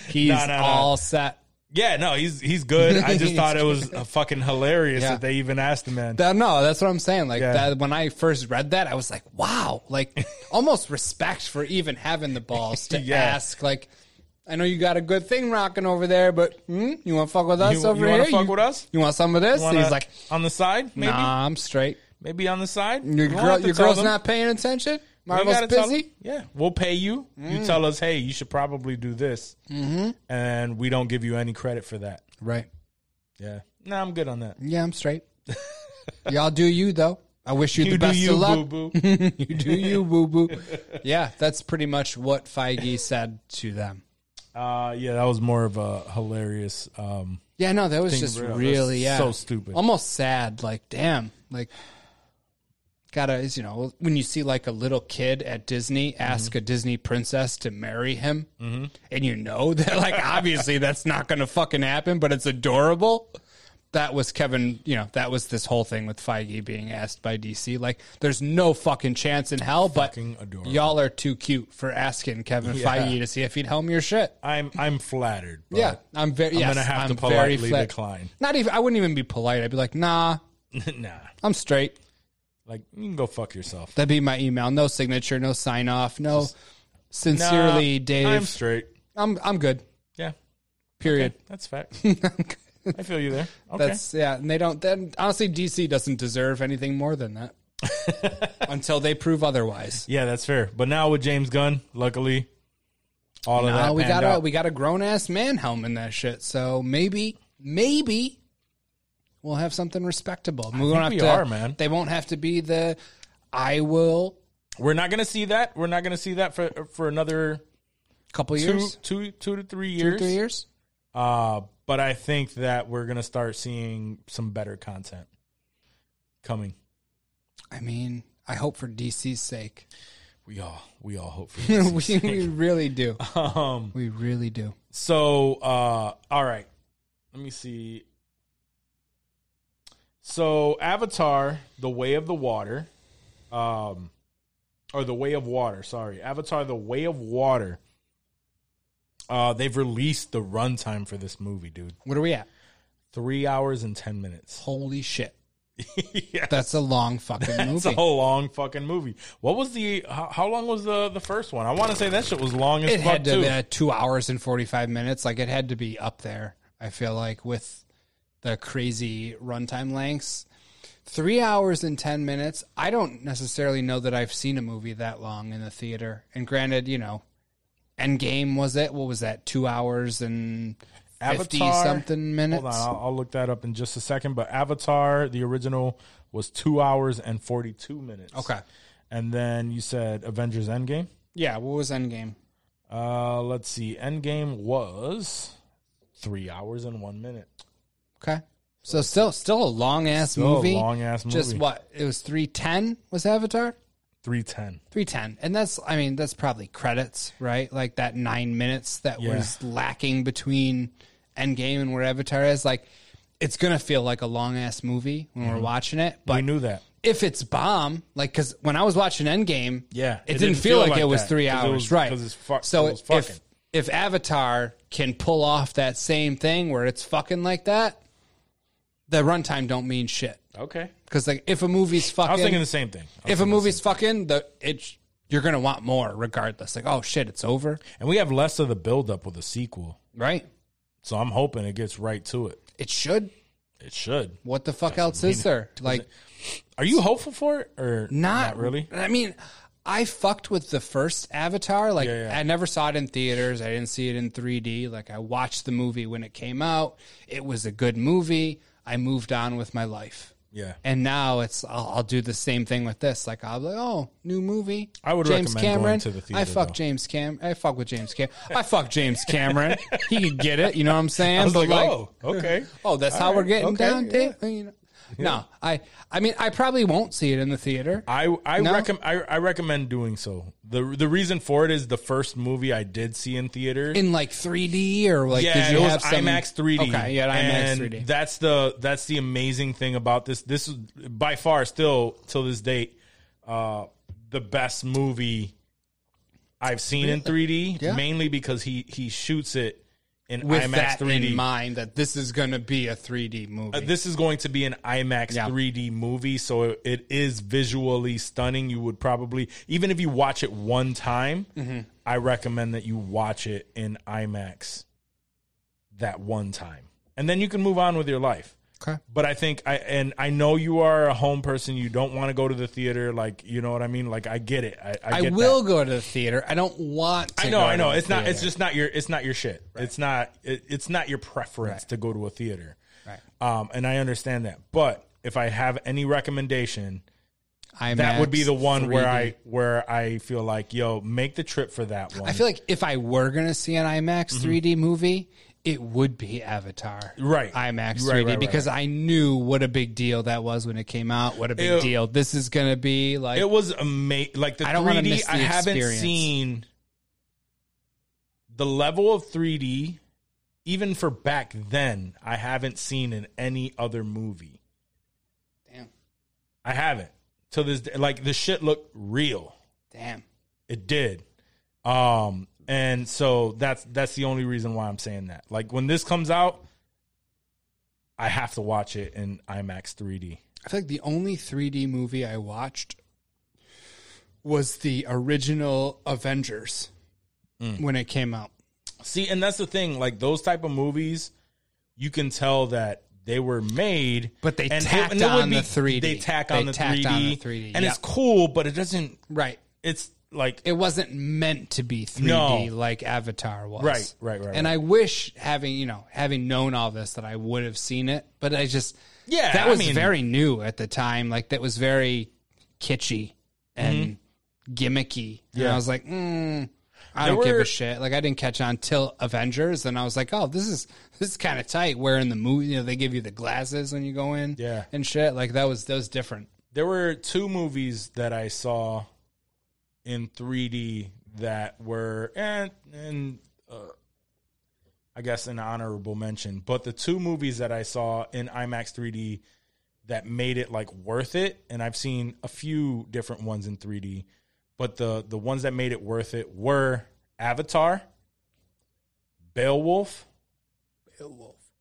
Speaker 2: He's
Speaker 1: No, no, no.
Speaker 2: all set.
Speaker 1: yeah, no, he's, he's good. I just
Speaker 2: *laughs* He's
Speaker 1: thought it was uh, fucking hilarious
Speaker 2: Yeah.
Speaker 1: that they even asked the man.
Speaker 2: That- no, that's what I'm saying. Like
Speaker 1: Yeah.
Speaker 2: that, when I first read that, I was like, wow, like *laughs* almost respect for even having the balls
Speaker 1: *laughs*
Speaker 2: to
Speaker 1: Yeah.
Speaker 2: ask. Like, I know you got a good thing rocking over there, but hmm, you want to fuck with us
Speaker 1: You-
Speaker 2: over
Speaker 1: you
Speaker 2: here?
Speaker 1: wanna fuck with us?
Speaker 2: You want some of this?
Speaker 1: Wanna-
Speaker 2: He's like,
Speaker 1: on the side, maybe,
Speaker 2: nah, I'm straight.
Speaker 1: maybe on the side.
Speaker 2: Your,
Speaker 1: You don't
Speaker 2: girl,
Speaker 1: have to
Speaker 2: your
Speaker 1: tell
Speaker 2: girl's
Speaker 1: them.
Speaker 2: not paying attention.
Speaker 1: You
Speaker 2: Marvel's
Speaker 1: gotta tell them,
Speaker 2: busy. Mm.
Speaker 1: yeah, we'll pay you. You tell us, hey, you should probably do this,
Speaker 2: Mm-hmm.
Speaker 1: and we don't give you any credit for that.
Speaker 2: Right.
Speaker 1: Yeah, no, nah, I'm good on that.
Speaker 2: Yeah, I'm straight. *laughs* Y'all do you though. I wish you,
Speaker 1: You
Speaker 2: the
Speaker 1: do
Speaker 2: best
Speaker 1: you,
Speaker 2: of luck.
Speaker 1: boo boo.
Speaker 2: *laughs* You do you,
Speaker 1: *laughs*
Speaker 2: boo boo. yeah, that's pretty much what Feige said to them.
Speaker 1: uh, yeah, that was more of a hilarious. Um,
Speaker 2: Yeah, no, that was
Speaker 1: Thing
Speaker 2: just
Speaker 1: real. That's
Speaker 2: really yeah,
Speaker 1: so stupid.
Speaker 2: almost sad. Like, damn, like gotta is you know when you see like a little kid at Disney ask
Speaker 1: Mm-hmm.
Speaker 2: a Disney princess to marry him, and you know *laughs* that like obviously that's not gonna fucking happen, but it's adorable. That was Kevin, you know, that was this whole thing with Feige being asked by DC. Like, there's no fucking chance in hell, but
Speaker 1: Fucking adorable.
Speaker 2: y'all are too cute for asking
Speaker 1: *laughs*
Speaker 2: Kevin
Speaker 1: Yeah.
Speaker 2: Feige to see if he'd helm your shit.
Speaker 1: I'm I'm flattered. But
Speaker 2: Yeah, I'm very.
Speaker 1: I'm
Speaker 2: yes,
Speaker 1: gonna have
Speaker 2: I'm
Speaker 1: to
Speaker 2: very
Speaker 1: politely
Speaker 2: flat-
Speaker 1: decline.
Speaker 2: Not even. I wouldn't even be polite. I'd be like, nah,
Speaker 1: *laughs* nah,
Speaker 2: I'm straight.
Speaker 1: like you can go fuck yourself.
Speaker 2: That'd be my email. No signature. No sign off. No.
Speaker 1: Nah,
Speaker 2: sincerely, Dave.
Speaker 1: I'm straight.
Speaker 2: I'm I'm good.
Speaker 1: Yeah,
Speaker 2: Period.
Speaker 1: that's
Speaker 2: *laughs*
Speaker 1: fact. I feel you there. Okay.
Speaker 2: That's yeah. And they don't. Then honestly, DC doesn't deserve anything more than that
Speaker 1: *laughs*
Speaker 2: until they prove otherwise.
Speaker 1: yeah, that's fair. But now with James Gunn, luckily, all of
Speaker 2: Nah,
Speaker 1: that
Speaker 2: Uh, we
Speaker 1: panned
Speaker 2: got a
Speaker 1: out.
Speaker 2: we got a grown ass man helm in that shit. So maybe maybe we'll have something respectable. We won't have
Speaker 1: we
Speaker 2: to.
Speaker 1: are, man.
Speaker 2: They won't have to be the. I will
Speaker 1: We're not gonna see that. We're not gonna see that for for another
Speaker 2: couple
Speaker 1: two,
Speaker 2: years,
Speaker 1: two, two to three
Speaker 2: two
Speaker 1: years.
Speaker 2: or three years.
Speaker 1: Uh, but I think that we're gonna start seeing some better content coming.
Speaker 2: I mean, I hope for
Speaker 1: *laughs*
Speaker 2: DC's sake.
Speaker 1: We all we all
Speaker 2: *laughs*
Speaker 1: hope for
Speaker 2: we,
Speaker 1: this.
Speaker 2: we really do.
Speaker 1: *laughs* um,
Speaker 2: We really do.
Speaker 1: so uh, all right, let me see. So Avatar: The Way of the Water, um, or The Way of Water. Sorry, Avatar: The Way of Water. Uh, they've released the runtime for this movie, dude.
Speaker 2: What are we at?
Speaker 1: Three hours and ten minutes. *laughs*
Speaker 2: Holy shit.
Speaker 1: yeah,
Speaker 2: That's a long fucking
Speaker 1: It's
Speaker 2: movie.
Speaker 1: a long fucking movie. What was the? How, how long was the the first one? I want to say that shit was long as
Speaker 2: it
Speaker 1: fuck
Speaker 2: had to
Speaker 1: too.
Speaker 2: be uh, two hours and 45 minutes. Like, it had to be up there, I feel like, with the crazy runtime lengths. Three hours and 10 minutes. I don't necessarily know that I've seen a movie that long in the theater. And granted, you know, Endgame was it? What was that? Two hours and 50
Speaker 1: Avatar-
Speaker 2: something minutes?
Speaker 1: Hold on, I'll, I'll look that up in just a second. But Avatar, the original, was two hours and forty two minutes.
Speaker 2: Okay.
Speaker 1: And then you said Avengers Endgame.
Speaker 2: Yeah, what was Endgame?
Speaker 1: Uh, let's see. Endgame was three hours and one minute.
Speaker 2: Okay. So still still a long ass
Speaker 1: Still a
Speaker 2: movie.
Speaker 1: long-ass
Speaker 2: Just
Speaker 1: movie.
Speaker 2: what? It was 310 was Avatar?
Speaker 1: Three ten.
Speaker 2: 310. And that's I mean that's probably credits, right? Like that 9 minutes that
Speaker 1: Yeah.
Speaker 2: was lacking between Endgame and where Avatar is like it's going to feel like a long ass movie when we're watching it, but
Speaker 1: Mm-hmm. We knew that.
Speaker 2: if it's bomb, like because when I was watching Endgame,
Speaker 1: Yeah,
Speaker 2: it, didn't, feel, like, it was
Speaker 1: that,
Speaker 2: three
Speaker 1: 'cause it
Speaker 2: hours,
Speaker 1: was-
Speaker 2: right?
Speaker 1: 'cause it's fu-
Speaker 2: so
Speaker 1: it was fucking.
Speaker 2: if if Avatar can pull off that same thing where it's fucking like that, the runtime don't mean shit
Speaker 1: Okay.
Speaker 2: because like if a movie's fucking,
Speaker 1: I was thinking the same thing. I was
Speaker 2: if a movie's fucking, the it you're gonna want more regardless. Like oh shit, it's over,
Speaker 1: And we have less of the buildup with the sequel.
Speaker 2: right?
Speaker 1: So I'm hoping it gets right to it.
Speaker 2: It should.
Speaker 1: It should.
Speaker 2: What the fuck else is there? Like
Speaker 1: Are you hopeful for it or not,
Speaker 2: not,
Speaker 1: really?
Speaker 2: I mean, I fucked with the first Avatar. Like,
Speaker 1: Yeah, yeah.
Speaker 2: I never saw it in theaters. I didn't see it in 3D. Like, I watched the movie when it came out. It was a good movie. I moved on with my life.
Speaker 1: Yeah.
Speaker 2: And now it's I'll, I'll do the same thing with this. Like I'll be like, oh, new movie.
Speaker 1: I would
Speaker 2: James
Speaker 1: recommend
Speaker 2: Cameron.
Speaker 1: going to the theater,
Speaker 2: I fuck
Speaker 1: though.
Speaker 2: James Cam. I fuck with James Cam. I fuck James Cameron. he could get it. You know what I'm saying?
Speaker 1: *laughs* I was
Speaker 2: But
Speaker 1: like, oh, okay.
Speaker 2: *laughs* Oh, that's
Speaker 1: All
Speaker 2: how we're
Speaker 1: right,
Speaker 2: getting
Speaker 1: okay,
Speaker 2: down,
Speaker 1: yeah.
Speaker 2: Dave. You know. No, I I mean I probably won't see it in the theater.
Speaker 1: I I,
Speaker 2: No?
Speaker 1: recommend I, I recommend doing so. the The reason for it is the first movie I did see in theater.
Speaker 2: in like 3D or like
Speaker 1: yeah,
Speaker 2: did you
Speaker 1: it was
Speaker 2: have some
Speaker 1: IMAX 3D.
Speaker 2: Okay, yeah, IMAX
Speaker 1: And
Speaker 2: 3D.
Speaker 1: That's the that's the amazing thing about this. This is by far still till this date uh, the best movie I've seen in 3D.
Speaker 2: Yeah.
Speaker 1: Mainly because he he shoots it in
Speaker 2: With
Speaker 1: IMAX
Speaker 2: that
Speaker 1: 3D.
Speaker 2: in mind, that this is going to be a 3D movie.
Speaker 1: Uh, this is going to be an IMAX
Speaker 2: Yeah.
Speaker 1: 3D movie, so it, it is visually stunning. You would probably, even if you watch it one time,
Speaker 2: Mm-hmm.
Speaker 1: I recommend that you watch it in IMAX that one time, and then you can move on with your life.
Speaker 2: okay.
Speaker 1: But I think I and I know you are a home person. You don't want to go to the theater, like you know what I mean. Like I get it. I, I,
Speaker 2: I
Speaker 1: get
Speaker 2: will
Speaker 1: that.
Speaker 2: go to the theater. I don't want. To
Speaker 1: I know,
Speaker 2: go
Speaker 1: I
Speaker 2: to
Speaker 1: know.
Speaker 2: the
Speaker 1: It's not. It's
Speaker 2: theater.
Speaker 1: just not your. It's not your shit. It's not. It, it's not your preference to go to a theater.
Speaker 2: Right.
Speaker 1: Um, and I understand that. But if I have any recommendation,
Speaker 2: IMAX,
Speaker 1: that would be the one where
Speaker 2: 3D.
Speaker 1: I where I feel like, yo, make the trip for that one.
Speaker 2: I feel like if I were going to see an IMAX
Speaker 1: Mm-hmm.
Speaker 2: 3D movie, it would be Avatar.
Speaker 1: Right.
Speaker 2: IMAX 3D
Speaker 1: Right, right, right,
Speaker 2: because I knew what a big deal that was when it came out. What a big
Speaker 1: Ew.
Speaker 2: deal. This is going to be like
Speaker 1: it was amazing. Like the
Speaker 2: I don't wanna
Speaker 1: 3D,
Speaker 2: miss the
Speaker 1: I haven't
Speaker 2: experience.
Speaker 1: seen the level of 3D, even for back then. I haven't seen in any other movie.
Speaker 2: damn.
Speaker 1: I haven't. So this day. like the shit looked real.
Speaker 2: Damn.
Speaker 1: It did. Um and so that's that's the only reason why I'm saying that. Like when this comes out, I have to watch it in IMAX 3D.
Speaker 2: I feel like the only 3D movie I watched was the original Avengers
Speaker 1: Mm.
Speaker 2: when it came out.
Speaker 1: See, and that's the thing, like those type of movies, you can tell that they were made
Speaker 2: But they
Speaker 1: and
Speaker 2: tacked
Speaker 1: and it would
Speaker 2: on the 3D.
Speaker 1: They tack
Speaker 2: They
Speaker 1: on the
Speaker 2: tacked
Speaker 1: 3D.
Speaker 2: on the 3D,
Speaker 1: And
Speaker 2: yep.
Speaker 1: it's cool, but it doesn't
Speaker 2: Right.
Speaker 1: it's like
Speaker 2: It wasn't meant to be 3D
Speaker 1: No.
Speaker 2: like Avatar was.
Speaker 1: Right, right, right,
Speaker 2: And
Speaker 1: right.
Speaker 2: I wish having, you know, having known all this that I would have seen it, but I just
Speaker 1: Yeah,
Speaker 2: that
Speaker 1: I
Speaker 2: was
Speaker 1: mean-
Speaker 2: very new at the time. Like that was very kitschy and gimmicky. And
Speaker 1: Mm-hmm. Yeah.
Speaker 2: I was like, mm, I
Speaker 1: There
Speaker 2: don't give
Speaker 1: were-
Speaker 2: a shit. Like I didn't catch on till Avengers, and I was like, oh, this is this is kind of tight. Wearing the movie, you know, they give you the glasses when you go in,
Speaker 1: Yeah.
Speaker 2: and shit. Like that was that was different.
Speaker 1: there were two movies that I saw in 3D that were and and uh, I guess an honorable mention, but the two movies that I saw in IMAX 3D that made it like worth it, and I've seen a few different ones in 3D, but the the ones that made it worth it were Avatar, Beowulf.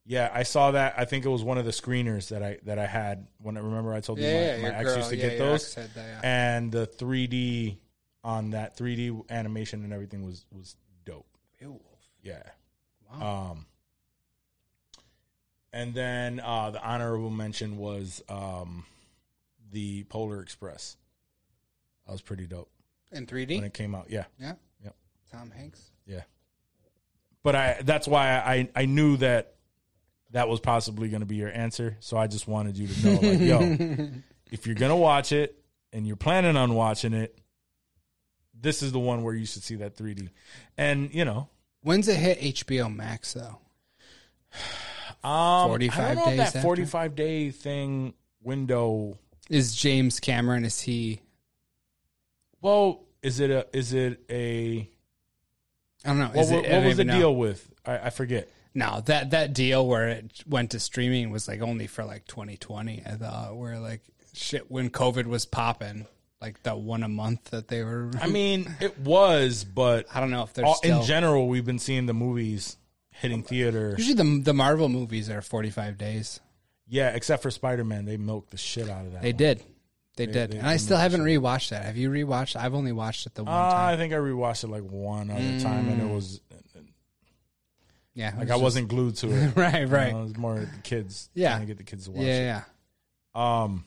Speaker 1: Yeah, I saw that. I think it was one of the screeners that I that I had when I remember I told you
Speaker 2: Yeah,
Speaker 1: my,
Speaker 2: your
Speaker 1: my ex
Speaker 2: girl-
Speaker 1: used to
Speaker 2: yeah,
Speaker 1: get
Speaker 2: your
Speaker 1: those.
Speaker 2: ex had that, yeah.
Speaker 1: And the 3D on that 3D animation and everything was was dope. Yeah. Um and then uh the honorable mention was um the Polar Express. That was pretty dope
Speaker 2: in
Speaker 1: when
Speaker 2: 3D.
Speaker 1: it came out. Yeah.
Speaker 2: yeah,
Speaker 1: Yep.
Speaker 2: Tom Hanks.
Speaker 1: Yeah. But I that's why I I knew that that was possibly going to be your answer, so I just wanted you to know like yo, if you're going to watch it and you're planning on watching it, this is the one where you should see that 3D. And, you know,
Speaker 2: When's it hit HBO Max though?
Speaker 1: um
Speaker 2: 45
Speaker 1: I don't know if
Speaker 2: days
Speaker 1: that
Speaker 2: after?
Speaker 1: 45 day thing window
Speaker 2: Is James Cameron? Is he?
Speaker 1: well, is it a is it a
Speaker 2: I don't know.
Speaker 1: what,
Speaker 2: is it-
Speaker 1: what, what
Speaker 2: I don't
Speaker 1: was the
Speaker 2: even know.
Speaker 1: deal with? I, I forget.
Speaker 2: No, that that deal where it went to streaming was like only for like 2020. I thought where like shit when COVID was popping, like that one a month that they were.
Speaker 1: I mean, it was,
Speaker 2: *sighs*
Speaker 1: but
Speaker 2: *laughs* I don't know if they're
Speaker 1: all,
Speaker 2: still.
Speaker 1: in general, we've been seeing the movies hitting theater.
Speaker 2: usually the the Marvel movies are 45 days.
Speaker 1: Yeah, except for Spider Man, they milked the shit out of that.
Speaker 2: They
Speaker 1: one.
Speaker 2: did, they, did,
Speaker 1: they-
Speaker 2: and I still haven't rewatched that. Have you rewatched? I've only watched it the one
Speaker 1: Uh, I
Speaker 2: time. Mm.
Speaker 1: think I rewatched it like one other time, and it was
Speaker 2: Yeah, it
Speaker 1: like
Speaker 2: was
Speaker 1: I
Speaker 2: just-
Speaker 1: wasn't glued to it.
Speaker 2: *laughs* right,
Speaker 1: You
Speaker 2: right.
Speaker 1: know, it was more the kids.
Speaker 2: Yeah.
Speaker 1: trying to get the kids to watch
Speaker 2: yeah, yeah.
Speaker 1: it. Um,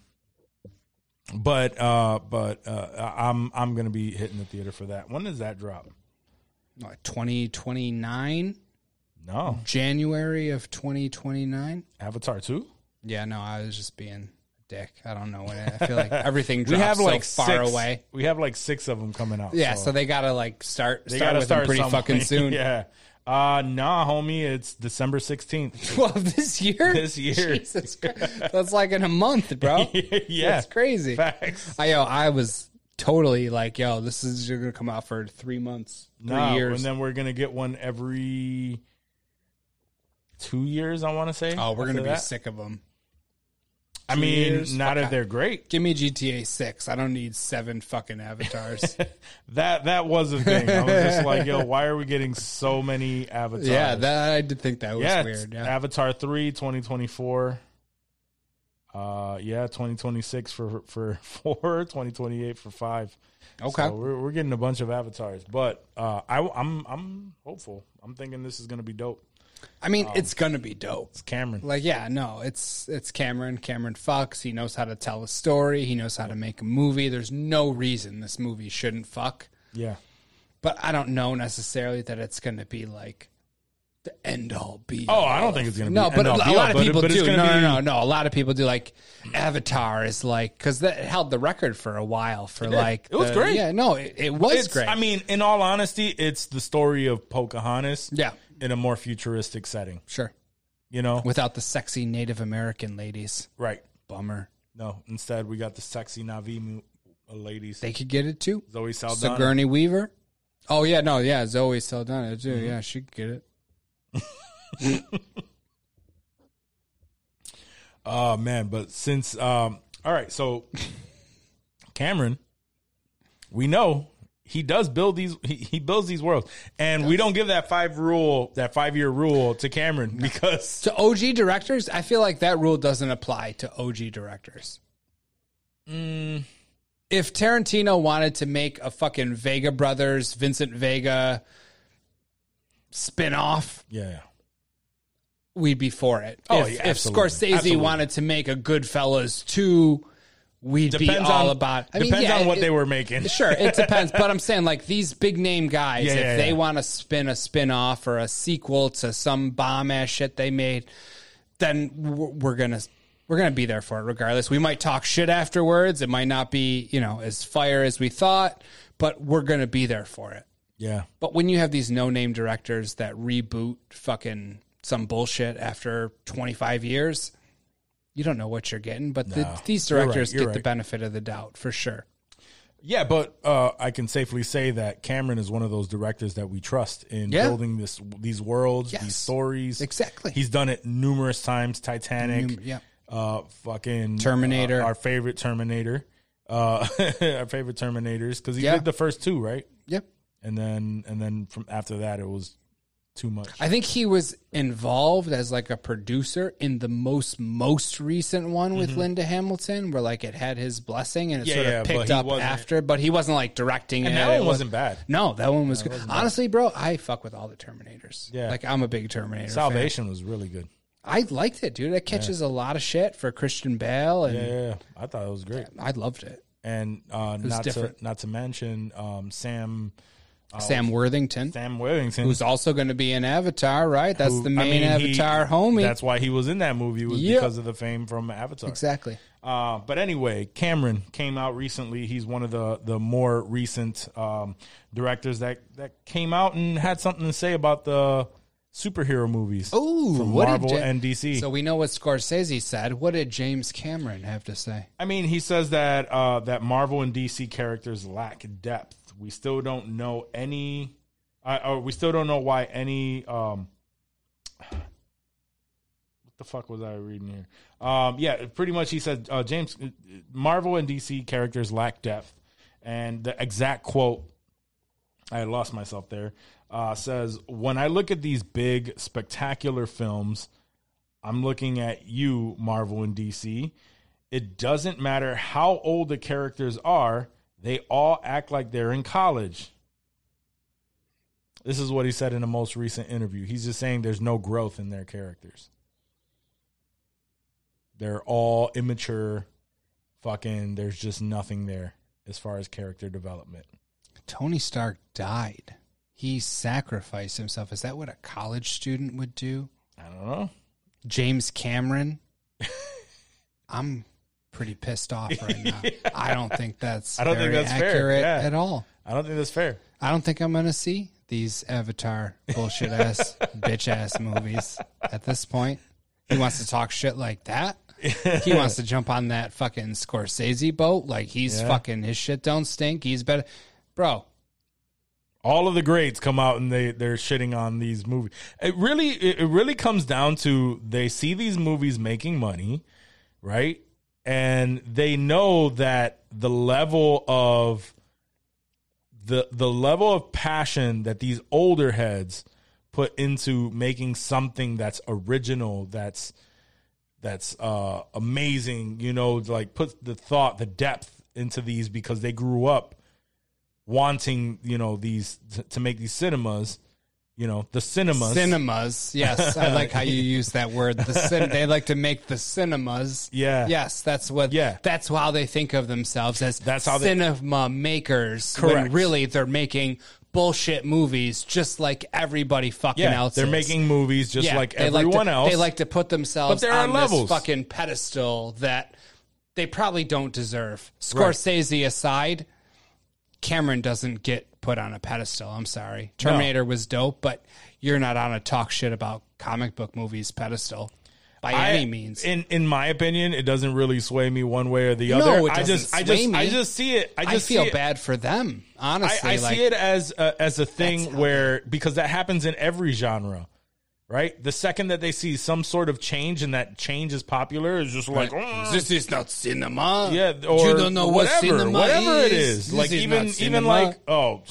Speaker 1: but uh, but uh, I- I'm I'm gonna be hitting the theater for that. When does that drop?
Speaker 2: Like 2029
Speaker 1: No,
Speaker 2: January of 2029.
Speaker 1: Avatar two.
Speaker 2: Yeah, no, I was just being a dick. I don't know when it,
Speaker 1: *laughs*
Speaker 2: I feel like everything drops
Speaker 1: We have like
Speaker 2: so far
Speaker 1: six-
Speaker 2: away.
Speaker 1: We have like six of them coming out.
Speaker 2: Yeah, so, they gotta like start
Speaker 1: they
Speaker 2: start
Speaker 1: gotta
Speaker 2: with them
Speaker 1: start
Speaker 2: pretty
Speaker 1: *laughs* somewhere.
Speaker 2: fucking soon.
Speaker 1: yeah. Uh, nah, homie, it's December 16th.
Speaker 2: *laughs* Well, this year,
Speaker 1: This year.
Speaker 2: *laughs* Jesus Christ. that's like in a month, bro.
Speaker 1: *laughs* *laughs* yeah.
Speaker 2: that's crazy.
Speaker 1: Facts.
Speaker 2: I yo, I was totally like, yo, this is you're gonna come out for three months, three
Speaker 1: Nah,
Speaker 2: years.
Speaker 1: and then we're going to get one every two years, I want to say.
Speaker 2: oh, we're gonna
Speaker 1: after
Speaker 2: be
Speaker 1: that.
Speaker 2: sick of them.
Speaker 1: I
Speaker 2: two
Speaker 1: mean,
Speaker 2: years.
Speaker 1: not
Speaker 2: Fuck
Speaker 1: if they're great.
Speaker 2: Give me GTA six. I don't need seven
Speaker 1: *laughs*
Speaker 2: fucking avatars.
Speaker 1: That that was a thing. I was just like,
Speaker 2: *laughs*
Speaker 1: yo, why are we getting so many avatars?
Speaker 2: yeah, that I did think that was
Speaker 1: yeah, it's
Speaker 2: weird. Yeah.
Speaker 1: Avatar 3 2024. Uh yeah, 2026 for for *laughs* 4, 2028 for 5.
Speaker 2: Okay.
Speaker 1: So we're we're getting a bunch of avatars, but uh I I'm I'm hopeful. I'm thinking this is going to be dope.
Speaker 2: I mean,
Speaker 1: Oh.
Speaker 2: it's gonna be dope.
Speaker 1: It's Cameron.
Speaker 2: Like, yeah, no, it's it's Cameron. Cameron Fox. He knows how to tell a story. He knows how to make a movie. There's no reason this movie shouldn't fuck.
Speaker 1: yeah.
Speaker 2: But I don't know necessarily that it's gonna be like the end all be.
Speaker 1: Oh, I don't think it's going to
Speaker 2: No,
Speaker 1: be
Speaker 2: but
Speaker 1: no, yeah,
Speaker 2: a lot of
Speaker 1: but-
Speaker 2: people
Speaker 1: but it's
Speaker 2: do. No,
Speaker 1: gonna
Speaker 2: no,
Speaker 1: be-
Speaker 2: no, no. A lot of people do. Like Avatar is like because that held the record for a while. For like
Speaker 1: It was
Speaker 2: the-
Speaker 1: great.
Speaker 2: Yeah, no, it, it was
Speaker 1: It's,
Speaker 2: great.
Speaker 1: I mean, in all honesty, it's the story of Pocahontas
Speaker 2: yeah,
Speaker 1: in a more futuristic setting,
Speaker 2: sure.
Speaker 1: you know?
Speaker 2: Without the sexy Native American ladies,
Speaker 1: right.
Speaker 2: bummer.
Speaker 1: No, instead we got the sexy Navi mu- uh, ladies.
Speaker 2: They could get it too.
Speaker 1: Zoe Saldana.
Speaker 2: Sigourney Weaver. Oh yeah, no, yeah, Zoe Saldana too.
Speaker 1: Mm-hmm.
Speaker 2: Yeah, she could get it.
Speaker 1: Oh man, but since um all right,
Speaker 2: *laughs*
Speaker 1: so Cameron, we know he does build these he, he builds these worlds. And we don't give that five rule that five year rule to Cameron because
Speaker 2: To OG directors, I feel like that rule doesn't apply to OG directors.
Speaker 1: Mm.
Speaker 2: If Tarantino wanted to make a fucking Vega Brothers, Vincent Vega spin-off,
Speaker 1: Yeah.
Speaker 2: we'd be for it.
Speaker 1: Oh,
Speaker 2: if,
Speaker 1: yeah,
Speaker 2: if
Speaker 1: absolutely.
Speaker 2: Scorsese
Speaker 1: Absolutely.
Speaker 2: wanted to make a Goodfellas 2, we'd
Speaker 1: Depends
Speaker 2: be all
Speaker 1: on
Speaker 2: about I mean,
Speaker 1: depends
Speaker 2: yeah,
Speaker 1: on what
Speaker 2: it-
Speaker 1: they were making.
Speaker 2: Sure, it depends. but I'm saying like these big name guys,
Speaker 1: Yeah,
Speaker 2: if
Speaker 1: yeah,
Speaker 2: they
Speaker 1: yeah.
Speaker 2: want to spin a spin off or a sequel to some bomb ass shit they made, then w- we're gonna we're gonna be there for it regardless. We might talk shit afterwards. It might not be you know as fire as we thought, but we're gonna be there for it.
Speaker 1: Yeah.
Speaker 2: But when you have these no name directors that reboot fucking some bullshit after 25 years, you don't know what you're getting. But the, these
Speaker 1: You're right,
Speaker 2: directors
Speaker 1: you're
Speaker 2: get the
Speaker 1: right.
Speaker 2: benefit of the doubt for sure.
Speaker 1: Yeah, but uh, I can safely say that Cameron is one of those directors that we trust in
Speaker 2: Yeah.
Speaker 1: building this these worlds,
Speaker 2: Yes.
Speaker 1: these stories.
Speaker 2: Exactly.
Speaker 1: He's done it numerous times. Titanic,
Speaker 2: Num- yeah.
Speaker 1: uh, fucking
Speaker 2: Terminator.
Speaker 1: uh, our favorite Terminator, uh, *laughs* our favorite Terminators, because he
Speaker 2: Yeah.
Speaker 1: did the first two, right?
Speaker 2: Yep.
Speaker 1: And then and then from after that, it was too much.
Speaker 2: I think he was involved as like a producer in the most most recent one with Linda Hamilton, where like it had his blessing
Speaker 1: Mm-hmm.
Speaker 2: and it
Speaker 1: Yeah,
Speaker 2: sort of
Speaker 1: yeah, but
Speaker 2: picked
Speaker 1: he
Speaker 2: up
Speaker 1: wasn't-
Speaker 2: after, but he wasn't like directing
Speaker 1: and
Speaker 2: it.
Speaker 1: that
Speaker 2: It
Speaker 1: one wasn't bad.
Speaker 2: No, that one was good. Honestly, bro, I fuck with all the Terminators.
Speaker 1: Yeah.
Speaker 2: like I'm a big Terminator. fan.
Speaker 1: Salvation was really good.
Speaker 2: I liked it, dude. That catches a lot of shit for Christian Bale, and
Speaker 1: Yeah, yeah, yeah. I thought it was great.
Speaker 2: I loved it.
Speaker 1: And uh, not
Speaker 2: different.
Speaker 1: to not to mention um, Sam
Speaker 2: Sam Worthington,
Speaker 1: Oh, Sam Worthington,
Speaker 2: who's also going to be in Avatar, right? That's
Speaker 1: who-
Speaker 2: the
Speaker 1: I
Speaker 2: main
Speaker 1: mean, he-
Speaker 2: Avatar homie.
Speaker 1: That's why he was in that movie was
Speaker 2: Yep.
Speaker 1: because of the fame from Avatar.
Speaker 2: exactly.
Speaker 1: Uh, but anyway, Cameron came out recently. He's one of the the more recent um, directors that that came out and had something to say about the superhero movies.
Speaker 2: Ooh,
Speaker 1: from
Speaker 2: what did
Speaker 1: Marvel
Speaker 2: Ja-
Speaker 1: and DC.
Speaker 2: So we know what Scorsese said. What did James Cameron have to say?
Speaker 1: I mean, he says that uh, that Marvel and DC characters lack depth. We still don't know any, uh, or we still don't know why any. Um, what the fuck was I reading here? Um, yeah, pretty much he said uh, James Marvel and DC characters lack depth, and the exact quote I had lost myself there. Uh, says, when I look at these big, spectacular films, I'm looking at you, Marvel and DC. It doesn't matter how old the characters are, they all act like they're in college. This is what he said in the most recent interview. He's just saying there's no growth in their characters. They're all immature, fucking, there's just nothing there as far as character development.
Speaker 2: Tony Stark died. He sacrificed himself. Is that what a college student would do?
Speaker 1: I don't know. *laughs*
Speaker 2: James Cameron. I'm pretty pissed off
Speaker 1: *laughs*
Speaker 2: right now. I don't think that's
Speaker 1: I don't think
Speaker 2: very
Speaker 1: that's fair,
Speaker 2: accurate
Speaker 1: yeah.
Speaker 2: at all.
Speaker 1: I don't think that's fair.
Speaker 2: I don't think I'm going to see these Avatar bullshit ass bitch ass movies at this point. He wants to talk shit like that. He wants to jump on that fucking Scorsese boat. Like he's fucking his shit don't stink. He's better, bro.
Speaker 1: all of the greats come out and they they're shitting on these movies. It really it it really comes down to they see these movies making money, right? And they know that the level of the the level of passion that these older heads put into making something that's original, that's that's uh, amazing, you know, like put the thought, the depth into these because they grew up wanting you know these t- to make these cinemas you know the cinemas
Speaker 2: Cinemas, yes. I like how you use that word. The cin- they like to make the cinemas.
Speaker 1: Yeah.
Speaker 2: Yes, that's what.
Speaker 1: Yeah.
Speaker 2: That's how they think of themselves as.
Speaker 1: That's how they-
Speaker 2: cinema makers. When
Speaker 1: Correct.
Speaker 2: really they're making bullshit movies, just like everybody fucking
Speaker 1: yeah
Speaker 2: else.
Speaker 1: they're
Speaker 2: is.
Speaker 1: making movies just
Speaker 2: Yeah,
Speaker 1: like
Speaker 2: they to-
Speaker 1: everyone else
Speaker 2: They like to put themselves
Speaker 1: But there are
Speaker 2: on
Speaker 1: levels.
Speaker 2: this fucking pedestal that they probably don't deserve. Scorsese aside, Cameron doesn't get put on a pedestal. I'm sorry. Terminator was dope, but you're not on a talk shit about comic book movies pedestal by any
Speaker 1: I-
Speaker 2: means.
Speaker 1: in in my opinion it doesn't really sway me one way or the other
Speaker 2: it
Speaker 1: i just
Speaker 2: doesn't
Speaker 1: i just
Speaker 2: sway
Speaker 1: i
Speaker 2: me.
Speaker 1: just see it i
Speaker 2: I,
Speaker 1: just see
Speaker 2: feel
Speaker 1: it-
Speaker 2: bad for them,
Speaker 1: I,
Speaker 2: honestly.
Speaker 1: I
Speaker 2: like,
Speaker 1: see it as a, as a thing where because that happens in every genre, right? The second that they see some sort of change and that change is popular, is just like "Mm,
Speaker 2: This is not cinema.
Speaker 1: yeah, or
Speaker 2: you don't know
Speaker 1: whatever,
Speaker 2: what cinema
Speaker 1: whatever it
Speaker 2: is.
Speaker 1: is.
Speaker 2: This
Speaker 1: Like
Speaker 2: is
Speaker 1: even
Speaker 2: not
Speaker 1: even
Speaker 2: cinema.
Speaker 1: like oh,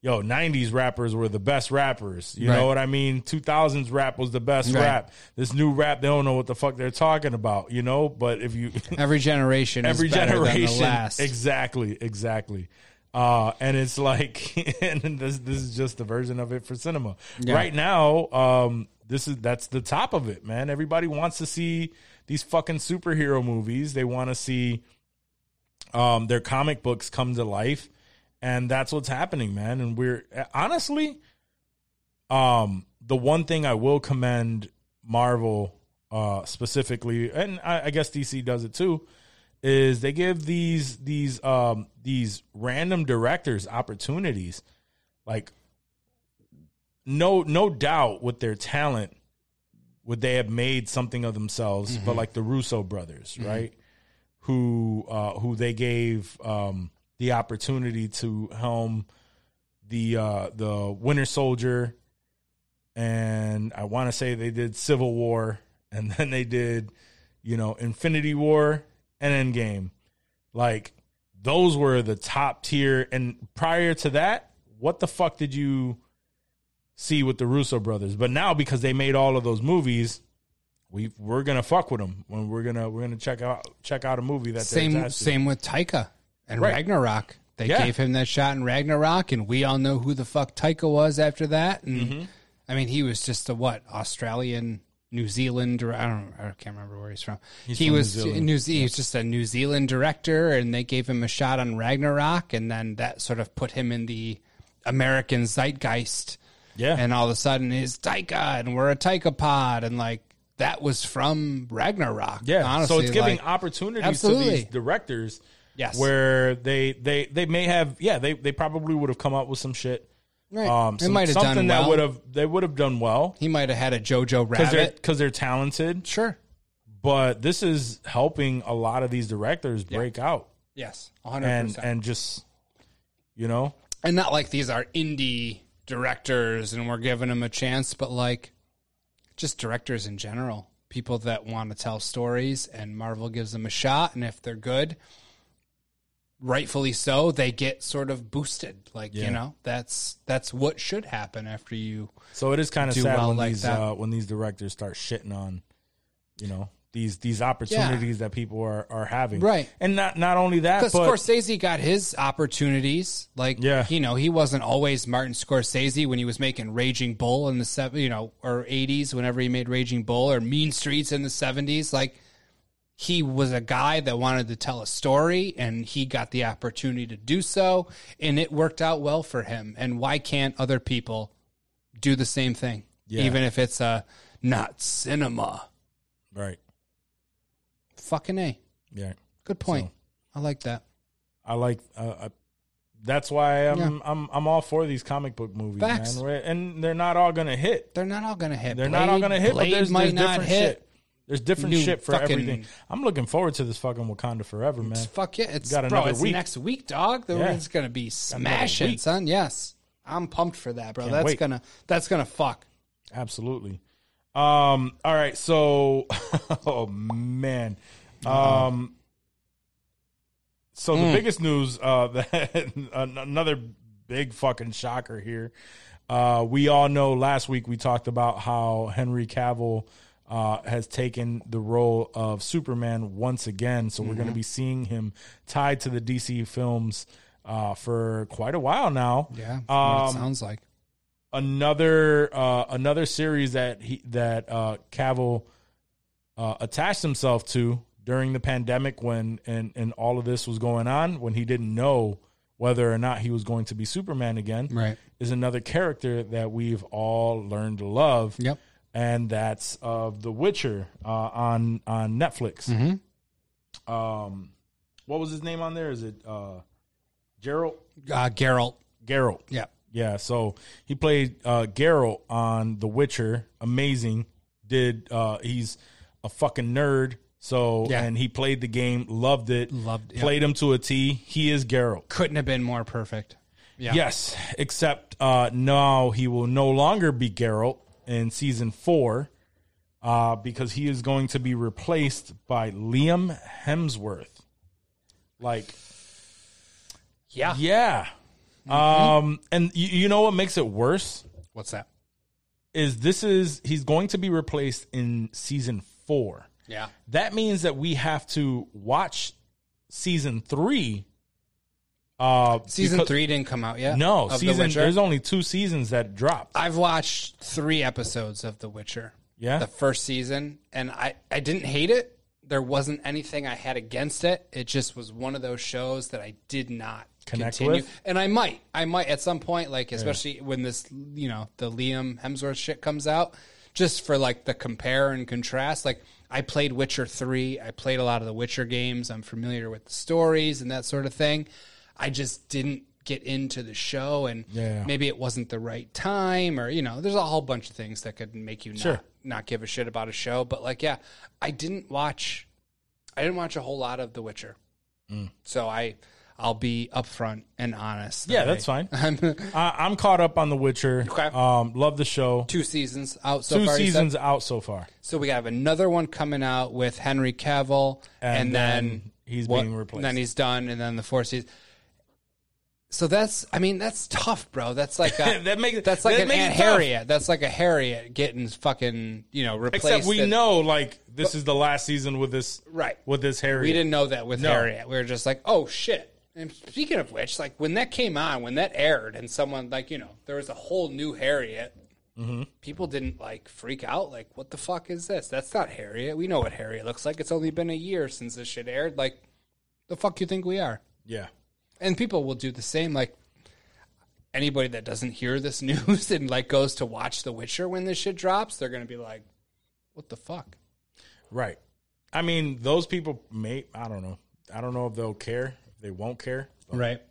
Speaker 1: yo, '90s rappers were the best rappers. You
Speaker 2: Right.
Speaker 1: know what I mean? 2000s rap was the best
Speaker 2: Right.
Speaker 1: rap. This new rap, they don't know what the fuck they're talking about. You know, but if you *laughs*
Speaker 2: every generation. is
Speaker 1: every
Speaker 2: better than the
Speaker 1: generation
Speaker 2: last.
Speaker 1: exactly exactly uh and it's like *laughs* and this this is just the version of it for cinema right now um this is that's the top of it man everybody wants to see these fucking superhero movies they want to see um their comic books come to life and that's what's happening man and we're honestly um the one thing i will commend marvel uh specifically and i, I guess dc does it too is they give these these um these random directors opportunities like no no doubt with their talent would they have made something of themselves but like the russo brothers right who uh who they gave um the opportunity to helm the uh the winter soldier and i want to say they did civil war *laughs* and then they did you know infinity war and endgame like those were the top tier and prior to that what the fuck did you see with the Russo brothers. But now because they made all of those movies, we we're gonna fuck with them when we're gonna we're gonna check out check out a movie that they're
Speaker 2: Same
Speaker 1: attached to.
Speaker 2: same with Taika and
Speaker 1: Right.
Speaker 2: Ragnarok. They
Speaker 1: Yeah.
Speaker 2: gave him that shot in Ragnarok, and we all know who the fuck Taika was after that. And
Speaker 1: Mm-hmm.
Speaker 2: I mean, he was just a what Australian, New Zealand. or- I don't. I can't remember where he's from. he
Speaker 1: from
Speaker 2: was
Speaker 1: New
Speaker 2: New
Speaker 1: Zealand.
Speaker 2: Ze- he was just a New Zealand director, and they gave him a shot on Ragnarok, and then that sort of put him in the American zeitgeist.
Speaker 1: Yeah.
Speaker 2: And all of a sudden, it's Taika, and we're a Taika pod, and like that was from Ragnarok.
Speaker 1: yeah.
Speaker 2: honestly,
Speaker 1: so it's giving
Speaker 2: like-
Speaker 1: opportunities to
Speaker 2: Absolutely.
Speaker 1: these directors
Speaker 2: Yes.
Speaker 1: where they they they may have yeah, they they probably would have come up with some shit.
Speaker 2: Right.
Speaker 1: Um
Speaker 2: It
Speaker 1: some-
Speaker 2: might have
Speaker 1: something
Speaker 2: done
Speaker 1: that
Speaker 2: well.
Speaker 1: would have they would have done well.
Speaker 2: He might have had a Jojo
Speaker 1: Because they're
Speaker 2: Rabbit.
Speaker 1: because they're talented,
Speaker 2: Sure.
Speaker 1: but this is helping a lot of these directors break out
Speaker 2: Yes. 100%.
Speaker 1: and
Speaker 2: And,
Speaker 1: and just you know
Speaker 2: not like these are indie directors and we're giving them a chance, but like just directors in general. People that want to tell stories and Marvel gives them a shot. And if they're good, rightfully so, they get sort of boosted. Like,
Speaker 1: Yeah.
Speaker 2: you know, that's that's what should happen after you.
Speaker 1: So it is kind of
Speaker 2: do
Speaker 1: sad
Speaker 2: well
Speaker 1: when
Speaker 2: like
Speaker 1: these
Speaker 2: that.
Speaker 1: uh, when these directors start shitting on, you know, these these opportunities that people are are having,
Speaker 2: Right.
Speaker 1: And not not only that,
Speaker 2: Because
Speaker 1: but
Speaker 2: Scorsese got his opportunities. Like,
Speaker 1: Yeah.
Speaker 2: you know, he wasn't always Martin Scorsese when he was making Raging Bull in the seven, you know, or eighties. Whenever he made Raging Bull or Mean Streets in the seventies, like he was a guy that wanted to tell a story, and he got the opportunity to do so, and it worked out well for him. And why can't other people do the same thing,
Speaker 1: Yeah.
Speaker 2: even if it's a not cinema?
Speaker 1: right,
Speaker 2: Fucking a
Speaker 1: yeah,
Speaker 2: good point. I like that.
Speaker 1: I like uh, I, that's why I'm
Speaker 2: Yeah.
Speaker 1: I'm I'm all for these comic book movies,
Speaker 2: Facts.
Speaker 1: man. We're- And they're not all gonna hit.
Speaker 2: They're not all gonna hit.
Speaker 1: They're not all gonna hit.
Speaker 2: Blade
Speaker 1: but there's,
Speaker 2: might
Speaker 1: there's
Speaker 2: not
Speaker 1: different
Speaker 2: hit.
Speaker 1: shit. There's different
Speaker 2: New
Speaker 1: shit for
Speaker 2: fucking-
Speaker 1: everything. I'm looking forward to this fucking Wakanda Forever, man.
Speaker 2: Fuck yeah! It's
Speaker 1: Got
Speaker 2: bro.
Speaker 1: another
Speaker 2: It's
Speaker 1: week.
Speaker 2: next week, dog. The
Speaker 1: Yeah.
Speaker 2: it's gonna be smashing,
Speaker 1: week.
Speaker 2: son. Yes, I'm pumped for that, bro. that's
Speaker 1: wait.
Speaker 2: gonna that's gonna fuck.
Speaker 1: Absolutely. Um, all right, so *laughs* oh man. Um so the biggest news uh *laughs* that an- another big fucking shocker here. Uh we all know last week we talked about how Henry Cavill uh, has taken the role of Superman once again, so we're going to be seeing him tied to the DC films uh, for quite a while now Um,
Speaker 2: Yeah, what it sounds like.
Speaker 1: another uh, another series that he that uh, Cavill uh, attached himself to during the pandemic when and and all of this was going on when he didn't know whether or not he was going to be Superman again
Speaker 2: Right.
Speaker 1: is another character that we've all learned to love
Speaker 2: Yep.
Speaker 1: and that's of The Witcher uh, on on Netflix
Speaker 2: Mm-hmm.
Speaker 1: um what was his name on there is it uh Gerald
Speaker 2: Uh, Geralt.
Speaker 1: Geralt
Speaker 2: Yeah.
Speaker 1: yeah, so he played uh, Geralt on The Witcher. Amazing. Did uh, he's a fucking nerd. So
Speaker 2: Yeah.
Speaker 1: and he played the game, loved it,
Speaker 2: Loved- yeah.
Speaker 1: played him to a T. He is Geralt.
Speaker 2: Couldn't have been more perfect. Yeah.
Speaker 1: Yes, except uh, now he will no longer be Geralt in season four uh, because he is going to be replaced by Liam Hemsworth. Like
Speaker 2: Yeah.
Speaker 1: yeah,
Speaker 2: Mm-hmm.
Speaker 1: um, and you, you know what makes it worse?
Speaker 2: What's that?
Speaker 1: is this is he's going to be replaced in season four.
Speaker 2: Yeah.
Speaker 1: That means that we have to watch season three. Uh,
Speaker 2: Season
Speaker 1: because-
Speaker 2: three didn't come out yet.
Speaker 1: No,
Speaker 2: of The
Speaker 1: season.
Speaker 2: Witcher?
Speaker 1: There's only two seasons that dropped.
Speaker 2: I've watched three episodes of The Witcher.
Speaker 1: Yeah?
Speaker 2: The first season, and I, I didn't hate it. There wasn't anything I had against it. It just was one of those shows that I did not
Speaker 1: Connect
Speaker 2: continue.
Speaker 1: with?
Speaker 2: And I might. I might at some point, like especially when this you know, the Liam Hemsworth shit comes out, just for like the compare and contrast. Like I played Witcher three, I played a lot of the Witcher games, I'm familiar with the stories and that sort of thing. I just didn't get into the show and
Speaker 1: Yeah.
Speaker 2: maybe it wasn't the right time or you know there's a whole bunch of things that could make you not,
Speaker 1: Sure.
Speaker 2: not give a shit about a show but like yeah i didn't watch i didn't watch a whole lot of the witcher
Speaker 1: Mm.
Speaker 2: so i i'll be upfront and honest that
Speaker 1: yeah, that's
Speaker 2: I-
Speaker 1: fine.
Speaker 2: *laughs*
Speaker 1: I, I'm caught up on The Witcher.
Speaker 2: Okay.
Speaker 1: Um, love the show. Two,
Speaker 2: two seasons out so far you said?
Speaker 1: seasons out so far,
Speaker 2: so we have another one coming out with henry cavill and,
Speaker 1: and,
Speaker 2: then,
Speaker 1: then, he's
Speaker 2: what-
Speaker 1: being replaced.
Speaker 2: and then he's done and then the four seasons so that's i mean that's tough bro that's like a,
Speaker 1: *laughs* that makes
Speaker 2: That's like
Speaker 1: that
Speaker 2: an
Speaker 1: makes it
Speaker 2: Aunt
Speaker 1: tough.
Speaker 2: Harriet. That's like a Harriet getting fucking you know replaced.
Speaker 1: Except we
Speaker 2: and-
Speaker 1: know, like, this is the last season with this,
Speaker 2: Right.
Speaker 1: With this Harry,
Speaker 2: we didn't know that with
Speaker 1: No.
Speaker 2: Harriet. We were just like, oh shit. And speaking of which, like when that came on, when that aired, and someone like you know there was a whole new Harriet. People didn't like freak out. Like, what the fuck is this? That's not Harriet. We know what Harriet looks like. It's only been a year since this shit aired. Like, the fuck you think we are?
Speaker 1: Yeah,
Speaker 2: and people will do the same like anybody that doesn't hear this *laughs* news and like goes to watch the witcher when this shit drops they're gonna be like what the fuck
Speaker 1: Right. I mean, those people may, I don't know. I don't know if they'll care, if they won't care.
Speaker 2: right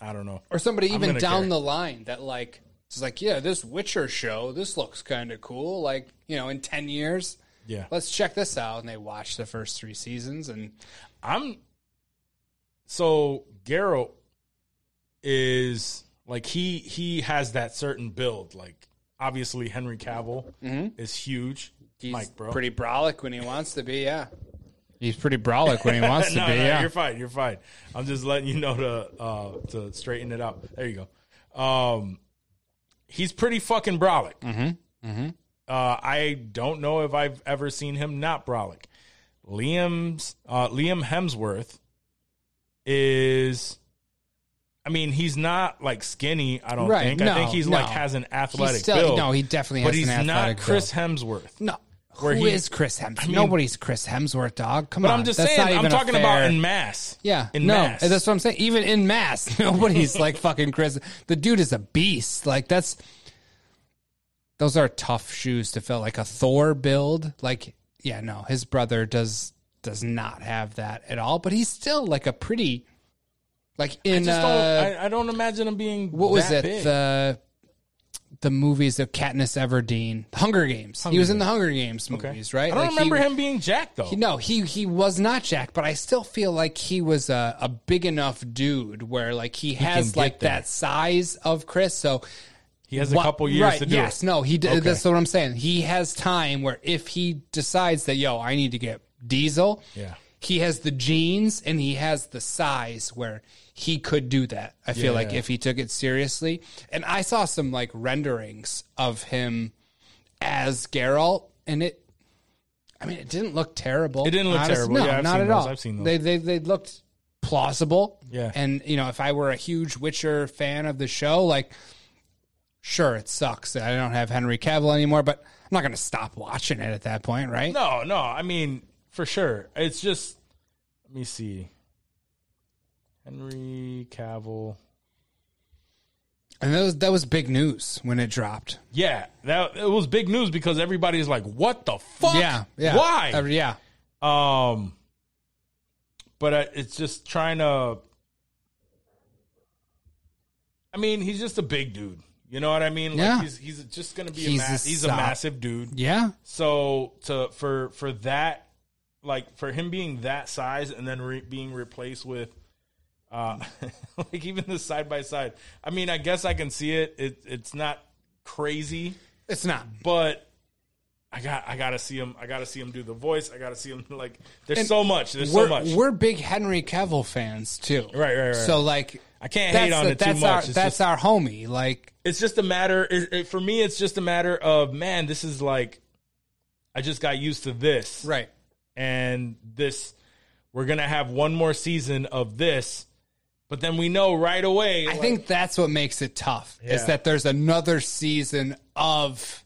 Speaker 1: I don't know.
Speaker 2: or somebody
Speaker 1: I'm
Speaker 2: even
Speaker 1: gonna
Speaker 2: down
Speaker 1: care.
Speaker 2: the line that like it's like yeah this witcher show this looks kind of cool like you know in 10 years
Speaker 1: Yeah.
Speaker 2: let's check this out and they watch the first three seasons and
Speaker 1: I'm, so Geralt is like, he, he has that certain build. Like, obviously, Henry Cavill is huge.
Speaker 2: Mm-hmm. he's
Speaker 1: Mike, bro.
Speaker 2: pretty brolic when he wants to be yeah he's pretty brolic *laughs* when
Speaker 1: *laughs*
Speaker 2: he wants
Speaker 1: no, no, you're fine. You're fine. I'm just letting you know to, uh, to straighten it out. There you go. Um, he's pretty fucking brolic.
Speaker 2: Mm-hmm,
Speaker 1: Uh, I don't know if I've ever seen him not brolic. Liam's uh, Liam Hemsworth is. I mean, he's not like skinny. I don't
Speaker 2: Right,
Speaker 1: think.
Speaker 2: no,
Speaker 1: I think he's
Speaker 2: no.
Speaker 1: like has an athletic
Speaker 2: still-
Speaker 1: build.
Speaker 2: no, he definitely
Speaker 1: But
Speaker 2: has
Speaker 1: he's
Speaker 2: an athletic
Speaker 1: not Chris Hemsworth.
Speaker 2: No. Who
Speaker 1: Where
Speaker 2: is
Speaker 1: he-
Speaker 2: Chris Hemsworth?
Speaker 1: mean-
Speaker 2: Nobody's Chris Hemsworth, dog. Come
Speaker 1: But
Speaker 2: on.
Speaker 1: I'm just
Speaker 2: That's not
Speaker 1: saying. I'm
Speaker 2: even a
Speaker 1: talking about
Speaker 2: fair-
Speaker 1: in mass.
Speaker 2: Yeah.
Speaker 1: in
Speaker 2: no,
Speaker 1: mass.
Speaker 2: that's what I'm saying. Even in mass, *laughs* nobody's like fucking Chris. The dude is a beast. Like that's those are tough shoes to fill. Like a Thor build. Like yeah, no, his brother does does not have that at all. But he's still like a pretty Like in
Speaker 1: Just
Speaker 2: uh,
Speaker 1: don't, I, I don't imagine him being
Speaker 2: what was uh,
Speaker 1: that
Speaker 2: it
Speaker 1: big.
Speaker 2: the the movies of Katniss Everdeen, Hunger Games. he was in the Hunger Games
Speaker 1: Okay.
Speaker 2: movies, right?
Speaker 1: I don't
Speaker 2: Like, he-
Speaker 1: remember him being Jack though.
Speaker 2: he- no, he he was not Jack, but I still feel like he was a, a big enough dude where like he, has
Speaker 1: get
Speaker 2: like
Speaker 1: there.
Speaker 2: that size of Chris. So
Speaker 1: he has a
Speaker 2: What-
Speaker 1: couple years
Speaker 2: right,
Speaker 1: to do.
Speaker 2: Yes,
Speaker 1: it.
Speaker 2: no, he. d
Speaker 1: Okay.
Speaker 2: That's what I'm saying. He has time where if he decides that yo, I need to get diesel.
Speaker 1: Yeah.
Speaker 2: He has the genes and he has the size where he could do that. I feel like
Speaker 1: Yeah.
Speaker 2: if he took it seriously. And I saw some like renderings of him as Geralt, and it. I mean, it didn't look terrible.
Speaker 1: It didn't look terrible.
Speaker 2: No,
Speaker 1: Yeah, I've
Speaker 2: not
Speaker 1: seen
Speaker 2: at
Speaker 1: those.
Speaker 2: all.
Speaker 1: I've seen those.
Speaker 2: They they they looked plausible.
Speaker 1: Yeah.
Speaker 2: And you know, if I were a huge Witcher fan of the show, like sure it sucks that I don't have Henry Cavill anymore, but I'm not going to stop watching it at that point, right?
Speaker 1: No, no. I mean, for sure. It's just let me see. Henry Cavill.
Speaker 2: And that was that was big news when it dropped.
Speaker 1: Yeah, that it was big news because everybody's like, "What the fuck?
Speaker 2: Yeah, yeah.
Speaker 1: why?"
Speaker 2: Uh, yeah.
Speaker 1: Um, but I, it's just trying to. I mean, he's just a big dude. You know what I mean? Like
Speaker 2: Yeah.
Speaker 1: he's he's just gonna be
Speaker 2: He's
Speaker 1: a
Speaker 2: a
Speaker 1: ma- he's a
Speaker 2: sop.
Speaker 1: massive dude.
Speaker 2: Yeah.
Speaker 1: So to for for that, like for him being that size and then re- being replaced with, uh, *laughs* like even the side by side. I mean, I guess I can see it. It it's not crazy
Speaker 2: It's not.
Speaker 1: but I got I gotta see him. I gotta see him do the voice. I gotta see him *laughs* like. There's so much. There's
Speaker 2: we're,
Speaker 1: so much.
Speaker 2: We're big Henry Cavill fans too.
Speaker 1: Right, right, right.
Speaker 2: So like
Speaker 1: I can't hate on it too
Speaker 2: that's
Speaker 1: much.
Speaker 2: Our,
Speaker 1: It's
Speaker 2: that's
Speaker 1: just-
Speaker 2: our homie. Like
Speaker 1: It's just a matter. It, it, for me, it's just a matter of man. This is like, I just got used to this,
Speaker 2: right.
Speaker 1: and this. We're gonna have one more season of this, but then we know right away.
Speaker 2: I think that's what makes it tough
Speaker 1: Yeah.
Speaker 2: is that there's another season of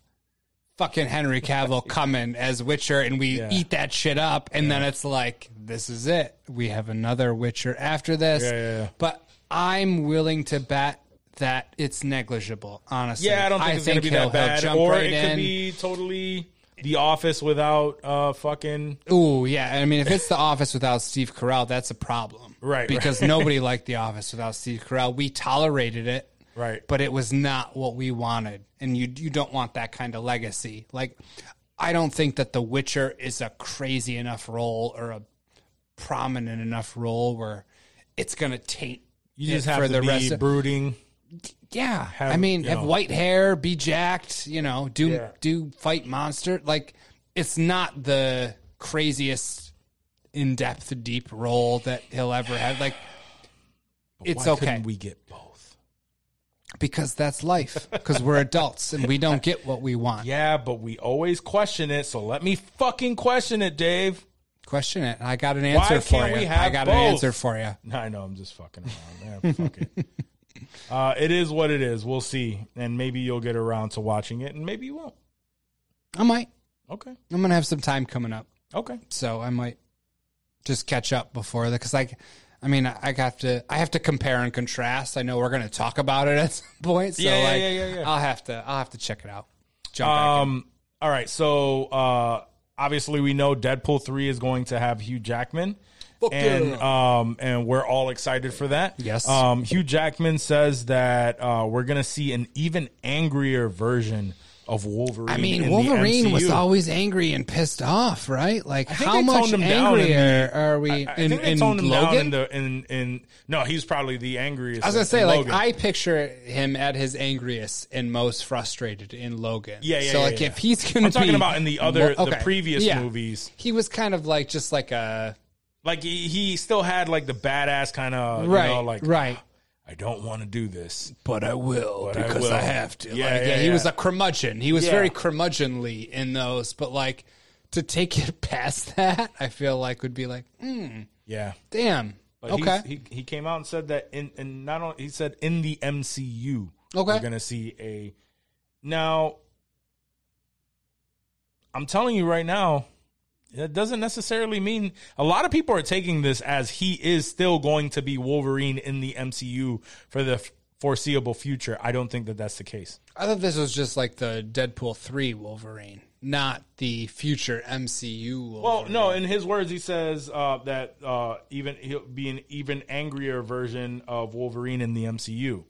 Speaker 2: fucking
Speaker 1: *laughs*
Speaker 2: Henry Cavill coming as Witcher, and we
Speaker 1: Yeah.
Speaker 2: eat that shit up, and then it's like this is it. We have another Witcher after this,
Speaker 1: Yeah, yeah, yeah.
Speaker 2: but I'm willing to bet that it's negligible. Honestly,
Speaker 1: yeah, I don't think it's gonna be
Speaker 2: he'll-
Speaker 1: that
Speaker 2: he'll
Speaker 1: bad,
Speaker 2: jump
Speaker 1: or
Speaker 2: right
Speaker 1: it
Speaker 2: in.
Speaker 1: could be totally The Office without uh fucking
Speaker 2: Ooh, yeah. I mean, if it's The Office without Steve Carell, that's a problem.
Speaker 1: Right,
Speaker 2: Because
Speaker 1: right. *laughs*
Speaker 2: nobody liked The Office without Steve Carell. We tolerated it.
Speaker 1: Right.
Speaker 2: But it was not what we wanted. And you you don't want that kind of legacy. Like I don't think that The Witcher is a crazy enough role or a prominent enough role where it's going to taint
Speaker 1: you just
Speaker 2: it
Speaker 1: have
Speaker 2: for
Speaker 1: to
Speaker 2: the
Speaker 1: be
Speaker 2: rest of-
Speaker 1: brooding.
Speaker 2: yeah, I mean,
Speaker 1: you
Speaker 2: have
Speaker 1: know.
Speaker 2: white hair, be jacked, you know, do
Speaker 1: Yeah.
Speaker 2: do fight monster. Like, it's not the craziest, in depth, deep role that he'll ever have. Like, it's
Speaker 1: Why
Speaker 2: okay
Speaker 1: couldn't we get both?
Speaker 2: because that's life. Because we're adults and we don't get what we want.
Speaker 1: Yeah, but we always question it. So let me fucking question it, Dave. *laughs*
Speaker 2: Question it. I got an answer for
Speaker 1: can't
Speaker 2: you.
Speaker 1: we
Speaker 2: I
Speaker 1: have
Speaker 2: got an
Speaker 1: both?
Speaker 2: answer for you.
Speaker 1: No, I know I'm just fucking around. Man, fuck *laughs* it. Uh, it is what it is. We'll see, and maybe you'll get around to watching it, and maybe you won't.
Speaker 2: I might.
Speaker 1: Okay.
Speaker 2: I'm gonna have some time coming up.
Speaker 1: Okay.
Speaker 2: so I might just catch up before that because like I mean I, I have to I have to compare and contrast. I know we're gonna talk about it *laughs* at some point, so
Speaker 1: Yeah, yeah,
Speaker 2: like
Speaker 1: yeah, yeah, yeah.
Speaker 2: I'll have to I'll have to check it out. Jump back.
Speaker 1: Um. All right. So uh, obviously we know Deadpool three is going to have Hugh Jackman. and um and we're all excited for that.
Speaker 2: Yes.
Speaker 1: Um, Hugh Jackman says that uh, we're gonna see an even angrier version of Wolverine.
Speaker 2: in. I mean
Speaker 1: in the
Speaker 2: Wolverine was
Speaker 1: MCU.
Speaker 2: always angry and pissed off, right? Like
Speaker 1: think
Speaker 2: how
Speaker 1: they
Speaker 2: much
Speaker 1: toned him down in
Speaker 2: angrier
Speaker 1: the-
Speaker 2: are we
Speaker 1: I
Speaker 2: in,
Speaker 1: think they
Speaker 2: in
Speaker 1: toned him down in
Speaker 2: Logan?
Speaker 1: the in in no, he's probably the angriest.
Speaker 2: I was gonna
Speaker 1: in
Speaker 2: say, like,
Speaker 1: Logan.
Speaker 2: I picture him at his angriest and most frustrated in Logan.
Speaker 1: Yeah, yeah,
Speaker 2: So,
Speaker 1: yeah,
Speaker 2: like,
Speaker 1: yeah.
Speaker 2: if he's gonna,
Speaker 1: I'm talking
Speaker 2: be
Speaker 1: about in the other-
Speaker 2: more-
Speaker 1: the previous
Speaker 2: Yeah.
Speaker 1: movies.
Speaker 2: he was kind of like just like a
Speaker 1: like he, he still had like the badass kind of
Speaker 2: right,
Speaker 1: you know, like
Speaker 2: right.
Speaker 1: I don't want to do this.
Speaker 2: but I will
Speaker 1: I
Speaker 2: because
Speaker 1: will.
Speaker 2: I, have to.
Speaker 1: Yeah,
Speaker 2: Yeah, like, yeah,
Speaker 1: yeah,
Speaker 2: He
Speaker 1: yeah.
Speaker 2: was a curmudgeon. He was
Speaker 1: Yeah.
Speaker 2: very curmudgeonly in those, but like to take it *laughs* past that, I feel like would be like, mm,
Speaker 1: Yeah.
Speaker 2: damn.
Speaker 1: But
Speaker 2: okay.
Speaker 1: he's- he he came out and said that in and not only he said in the MCU
Speaker 2: Okay.
Speaker 1: we're gonna see a now. I'm telling you right now, that doesn't necessarily mean a lot of people are taking this as he is still going to be Wolverine in the MCU for the f- foreseeable future. I don't think that that's the case.
Speaker 2: I thought this was just like the Deadpool three Wolverine, not the future MCU. Wolverine.
Speaker 1: Well, no. In his words, he says uh, that uh, even he'll be an even angrier version of Wolverine in the MCU.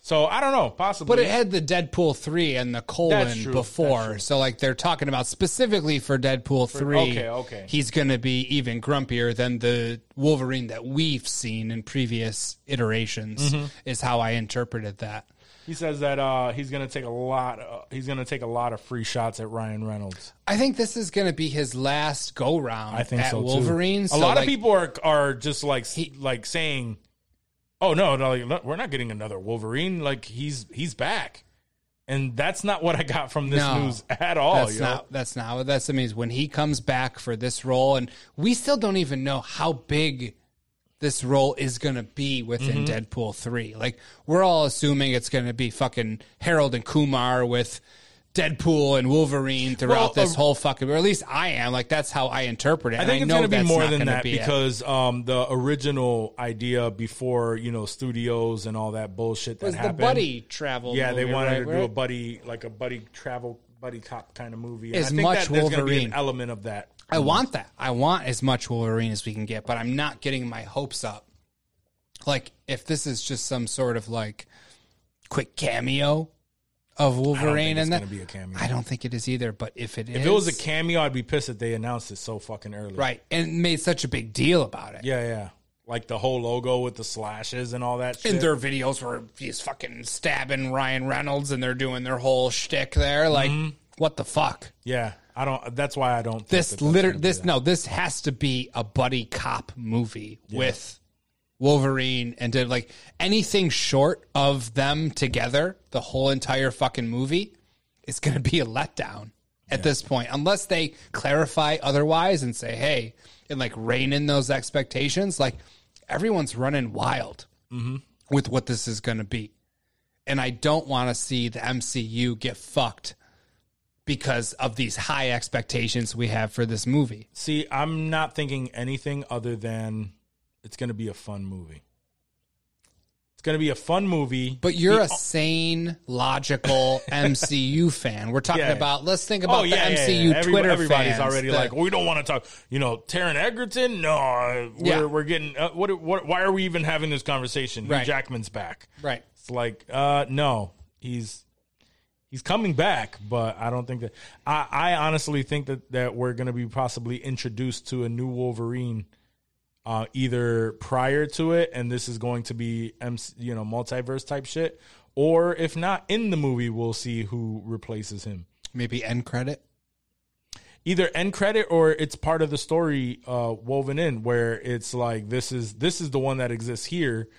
Speaker 1: So I don't know, possibly.
Speaker 2: But it had the Deadpool three and the colon
Speaker 1: true. That's
Speaker 2: before, so like they're talking about specifically for Deadpool three.
Speaker 1: okay, okay.
Speaker 2: He's gonna be even grumpier than the Wolverine that we've seen in previous iterations.
Speaker 1: Mm-hmm.
Speaker 2: Is how I interpreted that.
Speaker 1: he says that uh, he's going to take a lot. Uh, he's going to take a lot of free shots at Ryan Reynolds.
Speaker 2: I think this is going to be his last go round.
Speaker 1: I think
Speaker 2: at
Speaker 1: so too.
Speaker 2: Wolverine.
Speaker 1: A
Speaker 2: so,
Speaker 1: lot
Speaker 2: like,
Speaker 1: of people are are just like like saying, "Oh no, no, like, no, we're not getting another Wolverine. Like he's he's back." And that's not what I got from this
Speaker 2: No.
Speaker 1: news at all.
Speaker 2: That's
Speaker 1: Oh, yo.
Speaker 2: not. That's not what that means. When he comes back for this role, and we still don't even know how big this role is going to be within
Speaker 1: Mm-hmm.
Speaker 2: Deadpool three. Like we're all assuming it's going to be fucking Harold and Kumar with. Deadpool and Wolverine throughout
Speaker 1: Well,
Speaker 2: this
Speaker 1: uh,
Speaker 2: whole fucking, or at least I am like that's how I interpret it.
Speaker 1: I
Speaker 2: and
Speaker 1: think it's
Speaker 2: know
Speaker 1: going to be
Speaker 2: that's
Speaker 1: more
Speaker 2: not
Speaker 1: than
Speaker 2: gonna
Speaker 1: that
Speaker 2: be it.
Speaker 1: because um, the original idea before you know studios and all that bullshit that
Speaker 2: was the
Speaker 1: happened.
Speaker 2: buddy travel.
Speaker 1: yeah, they
Speaker 2: movie,
Speaker 1: wanted
Speaker 2: right?
Speaker 1: to do
Speaker 2: Where-
Speaker 1: a buddy like a buddy travel buddy cop kind of movie. And
Speaker 2: As
Speaker 1: I think
Speaker 2: much
Speaker 1: that there's gonna be an
Speaker 2: Wolverine.
Speaker 1: element of that.
Speaker 2: I want that. I want as much Wolverine as we can get, but I'm not getting my hopes up. Like, if this is just some sort of like quick cameo of Wolverine,
Speaker 1: it's
Speaker 2: and that
Speaker 1: gonna be a cameo.
Speaker 2: I don't think it is either. But if it is,
Speaker 1: If it was a cameo, I'd be pissed that they announced it so fucking early.
Speaker 2: right, and made such a big deal about it,
Speaker 1: Yeah, yeah. Like the whole logo with the slashes and all that shit.
Speaker 2: and their videos were he's fucking stabbing Ryan Reynolds, and they're doing their whole shtick there. Like,
Speaker 1: Mm-hmm.
Speaker 2: what the fuck?
Speaker 1: yeah, I don't. That's why I don't. think that
Speaker 2: this
Speaker 1: that's
Speaker 2: liter
Speaker 1: gonna be
Speaker 2: this
Speaker 1: that.
Speaker 2: no this has to be a buddy cop movie with Wolverine and did like anything short of them together the whole entire fucking movie is going to be a letdown at this point unless they clarify otherwise and say hey and like rein in those expectations like everyone's running wild with what this is going to be and I don't want to see the MCU get fucked because of these high expectations we have for this movie.
Speaker 1: See, I'm not thinking anything other than it's going to be a fun movie. It's going to be a fun movie.
Speaker 2: But you're a sane, *laughs* logical MCU fan. We're talking
Speaker 1: Oh, Yeah.
Speaker 2: about let's think about the MCU
Speaker 1: Every-
Speaker 2: Twitter
Speaker 1: everybody's
Speaker 2: fans
Speaker 1: already
Speaker 2: that-
Speaker 1: like, we don't want to talk. You know, Taron Egerton. No, uh, we're
Speaker 2: Yeah.
Speaker 1: we're getting. Uh, what, what? Why are we even having this conversation? Hugh
Speaker 2: Right.
Speaker 1: Jackman's back.
Speaker 2: right.
Speaker 1: It's like, uh, no, he's he's coming back, but I don't think that. I, I honestly think that that we're going to be possibly introduced to a new Wolverine, uh, either prior to it, and this is going to be MC, you know multiverse type shit, or if not in the movie, we'll see who replaces him.
Speaker 2: Maybe end credit.
Speaker 1: Either end credit or it's part of the story uh, woven in, where it's like this is this is the one that exists here,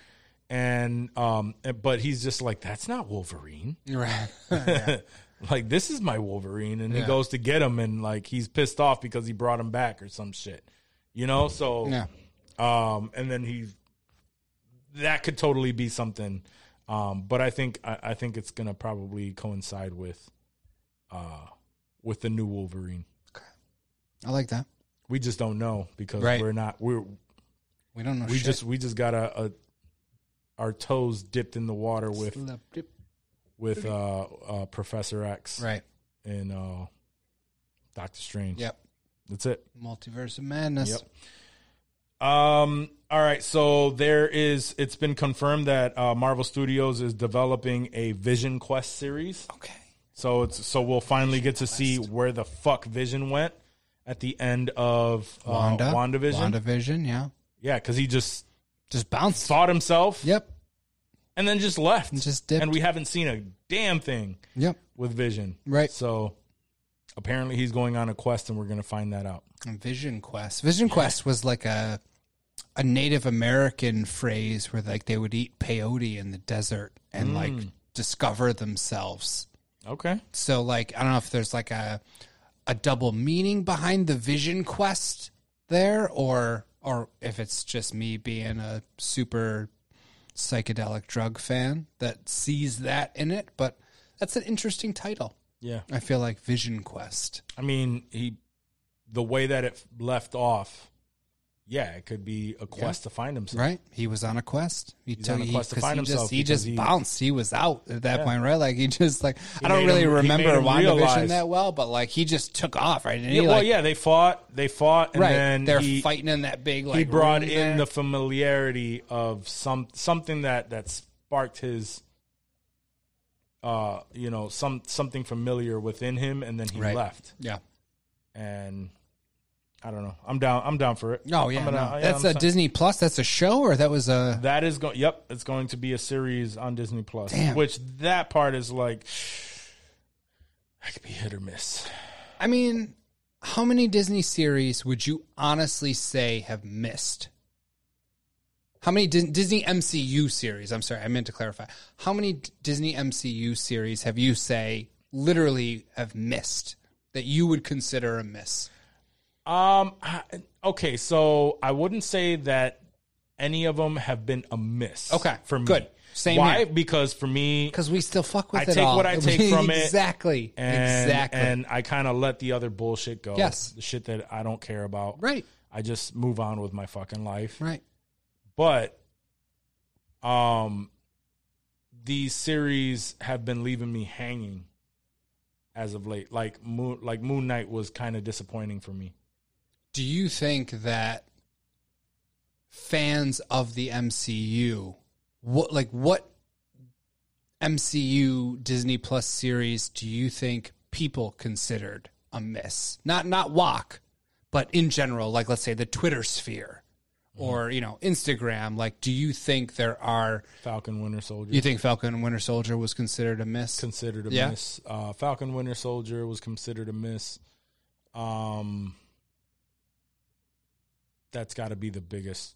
Speaker 1: and um, but he's just like that's not Wolverine.
Speaker 2: *laughs* Right. *laughs*
Speaker 1: *laughs* like this is my Wolverine, and he
Speaker 2: Yeah.
Speaker 1: goes to get him, and like he's pissed off because he brought him back or some shit, you know. So,
Speaker 2: yeah.
Speaker 1: um, and then he that could totally be something, um, but I think I, I think it's gonna probably coincide with, uh, with the new Wolverine.
Speaker 2: I like that.
Speaker 1: We just don't know because
Speaker 2: Right.
Speaker 1: we're not we're
Speaker 2: We don't know.
Speaker 1: we
Speaker 2: shit.
Speaker 1: just we just got a, a our toes dipped in the water with with uh, uh, Professor X
Speaker 2: right.
Speaker 1: and uh, Doctor Strange.
Speaker 2: Yep.
Speaker 1: That's it.
Speaker 2: Multiverse of madness.
Speaker 1: Yep. Um. All right. So there is. It's been confirmed that uh, Marvel Studios is developing a Vision Quest series.
Speaker 2: Okay.
Speaker 1: So it's so we'll finally get to see where the fuck Vision went at the end of uh,
Speaker 2: Wanda.
Speaker 1: WandaVision.
Speaker 2: WandaVision. Yeah.
Speaker 1: Yeah, because he just
Speaker 2: Just bounced.
Speaker 1: fought himself.
Speaker 2: Yep.
Speaker 1: And then just left. And
Speaker 2: just dipped.
Speaker 1: And we haven't seen a damn thing
Speaker 2: Yep.
Speaker 1: with Vision.
Speaker 2: Right.
Speaker 1: So apparently he's going on a quest, and we're going to find that out.
Speaker 2: Vision Quest. Vision Quest was like a a Native American phrase where like they would eat peyote in the desert and like discover themselves.
Speaker 1: Okay.
Speaker 2: So like I don't know if there's like a a double meaning behind the Vision Quest there or or if it's just me being a super psychedelic drug fan that sees that in it, but that's an interesting title.
Speaker 1: Yeah.
Speaker 2: I feel like Vision Quest.
Speaker 1: I mean, he the way that it left off, yeah, it could be a quest to find himself.
Speaker 2: Right, he was on a quest. He
Speaker 1: He's
Speaker 2: took
Speaker 1: on a quest to
Speaker 2: 'cause
Speaker 1: find
Speaker 2: he
Speaker 1: himself
Speaker 2: Just, he
Speaker 1: because
Speaker 2: just
Speaker 1: he-
Speaker 2: bounced. He was out at that point, right? *laughs* Like he just like I
Speaker 1: made
Speaker 2: don't really
Speaker 1: him- he made
Speaker 2: remember
Speaker 1: him
Speaker 2: WandaVision
Speaker 1: realize.
Speaker 2: that well, but like he just took off, right? And
Speaker 1: Yeah,
Speaker 2: he,
Speaker 1: well,
Speaker 2: like,
Speaker 1: yeah, they fought. They fought, and
Speaker 2: right.
Speaker 1: then
Speaker 2: They're
Speaker 1: he,
Speaker 2: fighting in that big like.
Speaker 1: he brought
Speaker 2: room
Speaker 1: in
Speaker 2: there.
Speaker 1: the familiarity of some something that that sparked his uh you know some something familiar within him and then he
Speaker 2: Right.
Speaker 1: left
Speaker 2: yeah.
Speaker 1: and i don't know i'm down i'm down for it
Speaker 2: No, Oh, yeah,
Speaker 1: I'm gonna-
Speaker 2: no.
Speaker 1: yeah,
Speaker 2: that's
Speaker 1: I'm
Speaker 2: a
Speaker 1: sign-
Speaker 2: Disney Plus. That's a show, or that was a
Speaker 1: that is going yep it's going to be a series on disney plus
Speaker 2: Damn.
Speaker 1: which that part is like that could be hit or miss
Speaker 2: I mean, how many Disney series would you honestly say have missed? How many Dis- Disney MCU series? I'm sorry, I meant to clarify. How many D- Disney MCU series have you say literally have missed that you would consider a miss?
Speaker 1: Um. I, okay, so I wouldn't say that any of them have been a miss.
Speaker 2: Okay,
Speaker 1: for me.
Speaker 2: good. Same
Speaker 1: Why?
Speaker 2: here.
Speaker 1: Because for me,
Speaker 2: Because we still fuck with
Speaker 1: I
Speaker 2: it
Speaker 1: take
Speaker 2: all. *laughs*
Speaker 1: what I take from it,
Speaker 2: exactly,
Speaker 1: and,
Speaker 2: exactly,
Speaker 1: and I kind of let the other bullshit go.
Speaker 2: Yes.
Speaker 1: the shit that I don't care about.
Speaker 2: right,
Speaker 1: I just move on with my fucking life.
Speaker 2: right,
Speaker 1: But, um, these series have been leaving me hanging as of late. Like Moon, like Moon Knight was kind of disappointing for me.
Speaker 2: Do you think that fans of the MCU, what like what MCU Disney Plus series do you think people considered a miss? Not not walk, but in general, like let's say the Twitter sphere or you know Instagram. Like, do you think there are?
Speaker 1: Falcon Winter Soldier.
Speaker 2: You think Falcon and Winter Soldier was considered a miss?
Speaker 1: considered a
Speaker 2: Yeah.
Speaker 1: miss. Uh, Falcon Winter Soldier was considered a miss. Um, that's got to be the biggest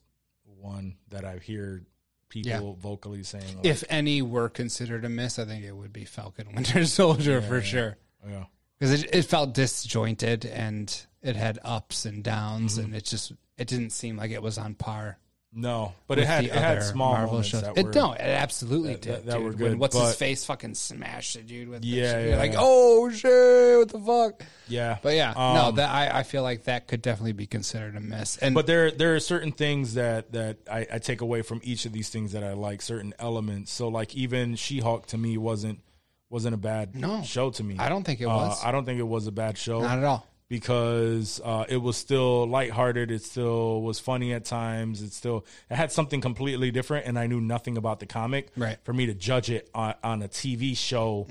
Speaker 1: one that I hear people
Speaker 2: Yeah.
Speaker 1: vocally saying. like,
Speaker 2: if any were considered a miss, I think it would be Falcon and Winter *laughs* Soldier for sure.
Speaker 1: yeah.
Speaker 2: because it, it felt disjointed and it had ups and downs
Speaker 1: Mm-hmm.
Speaker 2: and it just it didn't seem like it was on par
Speaker 1: no, but
Speaker 2: with
Speaker 1: it had
Speaker 2: the
Speaker 1: it had
Speaker 2: other
Speaker 1: small
Speaker 2: Marvel
Speaker 1: moments
Speaker 2: shows.
Speaker 1: that
Speaker 2: it
Speaker 1: were-
Speaker 2: no, it absolutely
Speaker 1: that-
Speaker 2: did.
Speaker 1: that- that
Speaker 2: dude.
Speaker 1: were
Speaker 2: When
Speaker 1: good,
Speaker 2: what's his
Speaker 1: but-
Speaker 2: face fucking smashed the dude with
Speaker 1: Yeah,
Speaker 2: the shit. You're
Speaker 1: yeah,
Speaker 2: like,
Speaker 1: yeah.
Speaker 2: oh shit, what the fuck?
Speaker 1: Yeah,
Speaker 2: But yeah, no,
Speaker 1: Um,
Speaker 2: that I, I feel like that could definitely be considered a miss. And
Speaker 1: but there there are certain things that that I, I take away from each of these things that I like certain elements. So like even She Hulk to me wasn't wasn't a bad
Speaker 2: No.
Speaker 1: show to me.
Speaker 2: I don't think it
Speaker 1: Uh,
Speaker 2: was.
Speaker 1: I don't think it was a bad show.
Speaker 2: not at all.
Speaker 1: because uh, it was still lighthearted. It still was funny at times. It still it had something completely different, and I knew nothing about the comic.
Speaker 2: Right. Mm-hmm.
Speaker 1: For me to judge it on, on a TV show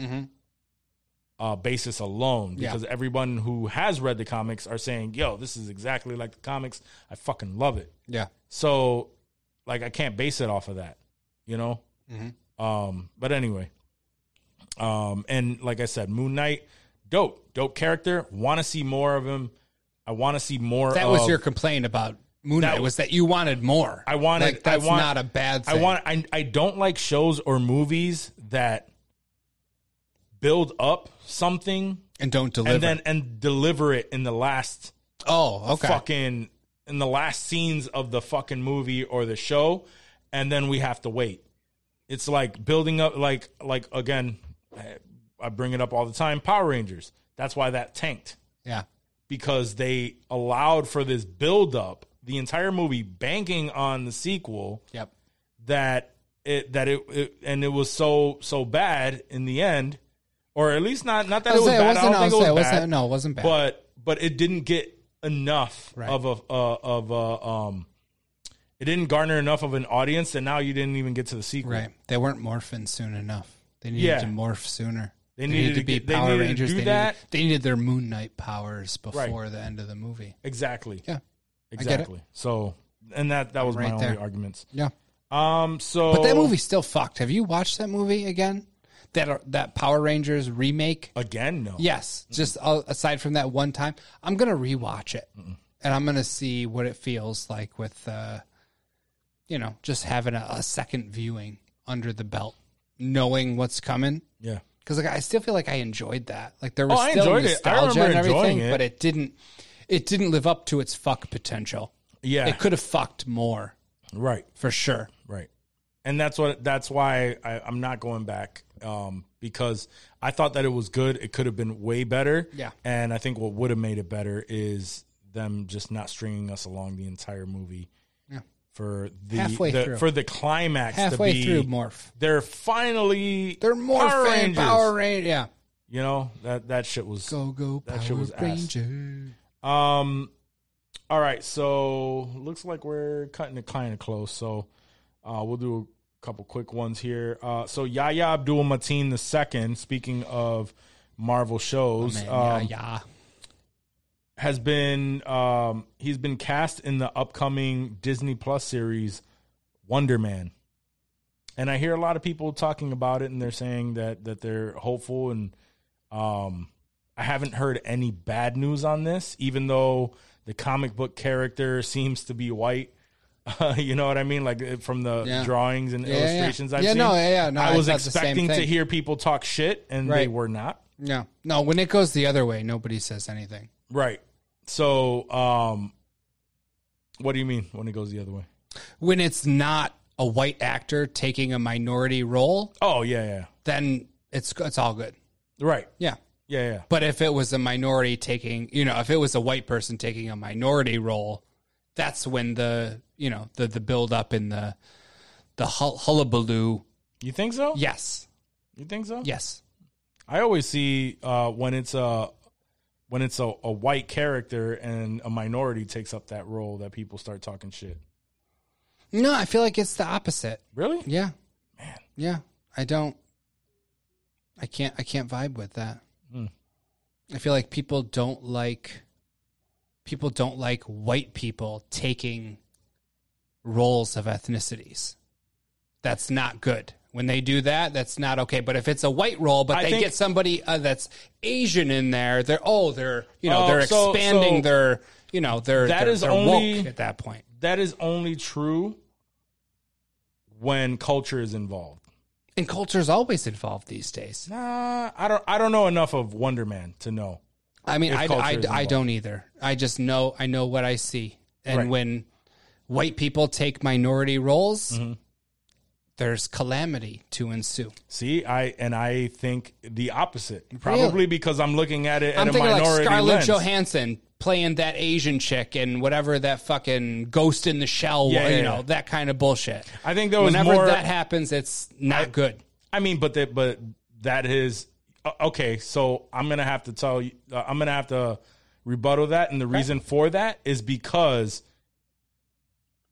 Speaker 1: uh, basis alone,
Speaker 2: Yeah.
Speaker 1: because everyone who has read the comics are saying, "Yo, this is exactly like the comics. I fucking love it."
Speaker 2: Yeah,
Speaker 1: So, like, I can't base it off of that, you know.
Speaker 2: Mm-hmm.
Speaker 1: Um, but anyway, um, and like I said, Moon Knight, dope, dope character. Want to see more of him. I want to see more.
Speaker 2: that was
Speaker 1: of-
Speaker 2: your complaint about Moon Knight
Speaker 1: um, That-
Speaker 2: was that you wanted more.
Speaker 1: I wanted.
Speaker 2: like, that's
Speaker 1: I want,
Speaker 2: not a bad.
Speaker 1: I
Speaker 2: thing.
Speaker 1: want. I I don't like shows or movies that build up something
Speaker 2: and don't deliver.
Speaker 1: and then and deliver it in the last
Speaker 2: oh, okay,
Speaker 1: fucking in the last scenes of the fucking movie or the show and then we have to wait it's like building up like like again I- i bring it up all the time power rangers that's why that tanked
Speaker 2: yeah,
Speaker 1: because they allowed for this build up the entire movie banking on the sequel
Speaker 2: yep,
Speaker 1: that it that it, it and it was so so bad in the end or at least not not that it was
Speaker 2: saying,
Speaker 1: bad i don't think it was
Speaker 2: saying,
Speaker 1: bad
Speaker 2: wasn't- no, it wasn't bad.
Speaker 1: but but it didn't get enough
Speaker 2: Right.
Speaker 1: of a uh, of a um it didn't garner enough of an audience and now you didn't even get to the sequel
Speaker 2: Right. They weren't morphing soon enough. They needed
Speaker 1: Yeah.
Speaker 2: to morph sooner.
Speaker 1: They needed to get- they needed to do
Speaker 2: they,
Speaker 1: that.
Speaker 2: Needed, they needed their Moon Knight powers before the end of the movie.
Speaker 1: exactly
Speaker 2: Yeah. get it.
Speaker 1: exactly so and that that was
Speaker 2: Right
Speaker 1: my
Speaker 2: there.
Speaker 1: only arguments
Speaker 2: Yeah.
Speaker 1: um so
Speaker 2: But that movie's still fucked. Have you watched that movie again? That that Power Rangers remake?
Speaker 1: again no
Speaker 2: Yes. Just uh, aside from that one time, I'm going to rewatch it. And I'm going to see what it feels like with uh you know, just having a, a second viewing under the belt, knowing what's coming.
Speaker 1: yeah
Speaker 2: because like I still feel like I enjoyed that. Like there was
Speaker 1: Oh, I
Speaker 2: still
Speaker 1: enjoyed it. I
Speaker 2: nostalgia and
Speaker 1: remember
Speaker 2: everything,
Speaker 1: enjoying it.
Speaker 2: but it didn't. It didn't live up to its fuck potential.
Speaker 1: yeah
Speaker 2: It could have fucked more
Speaker 1: right
Speaker 2: for sure.
Speaker 1: right and that's what that's why I, i'm not going back um because i thought that it was good it could have been way better
Speaker 2: Yeah.
Speaker 1: and i think what would have made it better is them just not stringing us along the entire movie.
Speaker 2: Yeah.
Speaker 1: For the,
Speaker 2: Halfway
Speaker 1: the-
Speaker 2: through.
Speaker 1: for the climax to
Speaker 2: halfway
Speaker 1: be,
Speaker 2: through morph.
Speaker 1: they're finally
Speaker 2: They're morphing
Speaker 1: Power Rangers.
Speaker 2: Power Rangers. Yeah,
Speaker 1: You know that that shit was
Speaker 2: go go
Speaker 1: That
Speaker 2: Power
Speaker 1: shit was ass.
Speaker 2: Ranger.
Speaker 1: Um, all right. So looks like we're cutting it kind of close. So uh, we'll do a couple quick ones here. Uh, so Yahya Abdul Mateen the second. Speaking of Marvel shows,
Speaker 2: Oh, Man,
Speaker 1: um,
Speaker 2: yeah,
Speaker 1: has been um, he's been cast in the upcoming Disney Plus series Wonder Man. And I hear a lot of people talking about it, and they're saying that that they're hopeful. And um, I haven't heard any bad news on this, even though the comic book character seems to be white. *laughs* you know what I mean? Like eh, from the
Speaker 2: Yeah.
Speaker 1: drawings and
Speaker 2: Yeah, yeah, yeah.
Speaker 1: illustrations I've
Speaker 2: Yeah,
Speaker 1: seen.
Speaker 2: no, yeah, yeah. No,
Speaker 1: I
Speaker 2: I
Speaker 1: was
Speaker 2: thought the same
Speaker 1: expecting to
Speaker 2: thing.
Speaker 1: hear people talk shit, and they
Speaker 2: Right.
Speaker 1: were not.
Speaker 2: yeah. No, no. When it goes the other way, nobody says anything.
Speaker 1: Right. So, um, what do you mean when it goes the other way?
Speaker 2: When it's not a white actor taking a minority role,
Speaker 1: Oh yeah, yeah.
Speaker 2: then it's it's all good.
Speaker 1: Right.
Speaker 2: Yeah.
Speaker 1: Yeah, yeah.
Speaker 2: But if it was a minority taking, you know, if it was a white person taking a minority role, that's when the, you know, the the build up in the the hull- hullabaloo.
Speaker 1: You think so?
Speaker 2: Yes.
Speaker 1: You think so?
Speaker 2: Yes.
Speaker 1: I always see uh, when it's a when it's a, a white character and a minority takes up that role that people start talking shit.
Speaker 2: No, I feel like it's the opposite.
Speaker 1: Really?
Speaker 2: Yeah. Yeah. I don't I can't I can't vibe with that.
Speaker 1: Hmm.
Speaker 2: I feel like people don't like people don't like white people taking roles of ethnicities. That's not good. When they do that, that's not okay. But if it's a white role, but
Speaker 1: I
Speaker 2: they
Speaker 1: think-
Speaker 2: get somebody uh, that's Asian in there, they're oh, they're you know
Speaker 1: Oh,
Speaker 2: they're
Speaker 1: so-
Speaker 2: expanding
Speaker 1: so-
Speaker 2: their you know they're
Speaker 1: That
Speaker 2: they're,
Speaker 1: is
Speaker 2: they're woke
Speaker 1: only-
Speaker 2: at that point.
Speaker 1: That is only true when culture is involved.
Speaker 2: And culture's always involved these days.
Speaker 1: Nah, I don't I don't know enough of Wonder Man to know.
Speaker 2: I mean,
Speaker 1: if
Speaker 2: I,
Speaker 1: culture
Speaker 2: I,
Speaker 1: is
Speaker 2: I
Speaker 1: involved.
Speaker 2: don't either. I just know I know what I see, and
Speaker 1: Right.
Speaker 2: when white people take minority roles,
Speaker 1: Mm-hmm.
Speaker 2: there's calamity to ensue.
Speaker 1: See, I and I think the opposite. Probably because I'm looking at it at
Speaker 2: I'm
Speaker 1: a
Speaker 2: thinking like
Speaker 1: minority
Speaker 2: Scarlett
Speaker 1: lens.
Speaker 2: Johansson playing that Asian chick and whatever that fucking Ghost in the Shell,
Speaker 1: Yeah,
Speaker 2: you
Speaker 1: yeah,
Speaker 2: know,
Speaker 1: yeah.
Speaker 2: that kind of bullshit.
Speaker 1: I think there was
Speaker 2: Whenever
Speaker 1: more.
Speaker 2: that happens, it's not good.
Speaker 1: I mean, but that, but that is o- okay. So I'm gonna have to tell you. Uh, I'm gonna have to rebuttal that, and the reason for that is because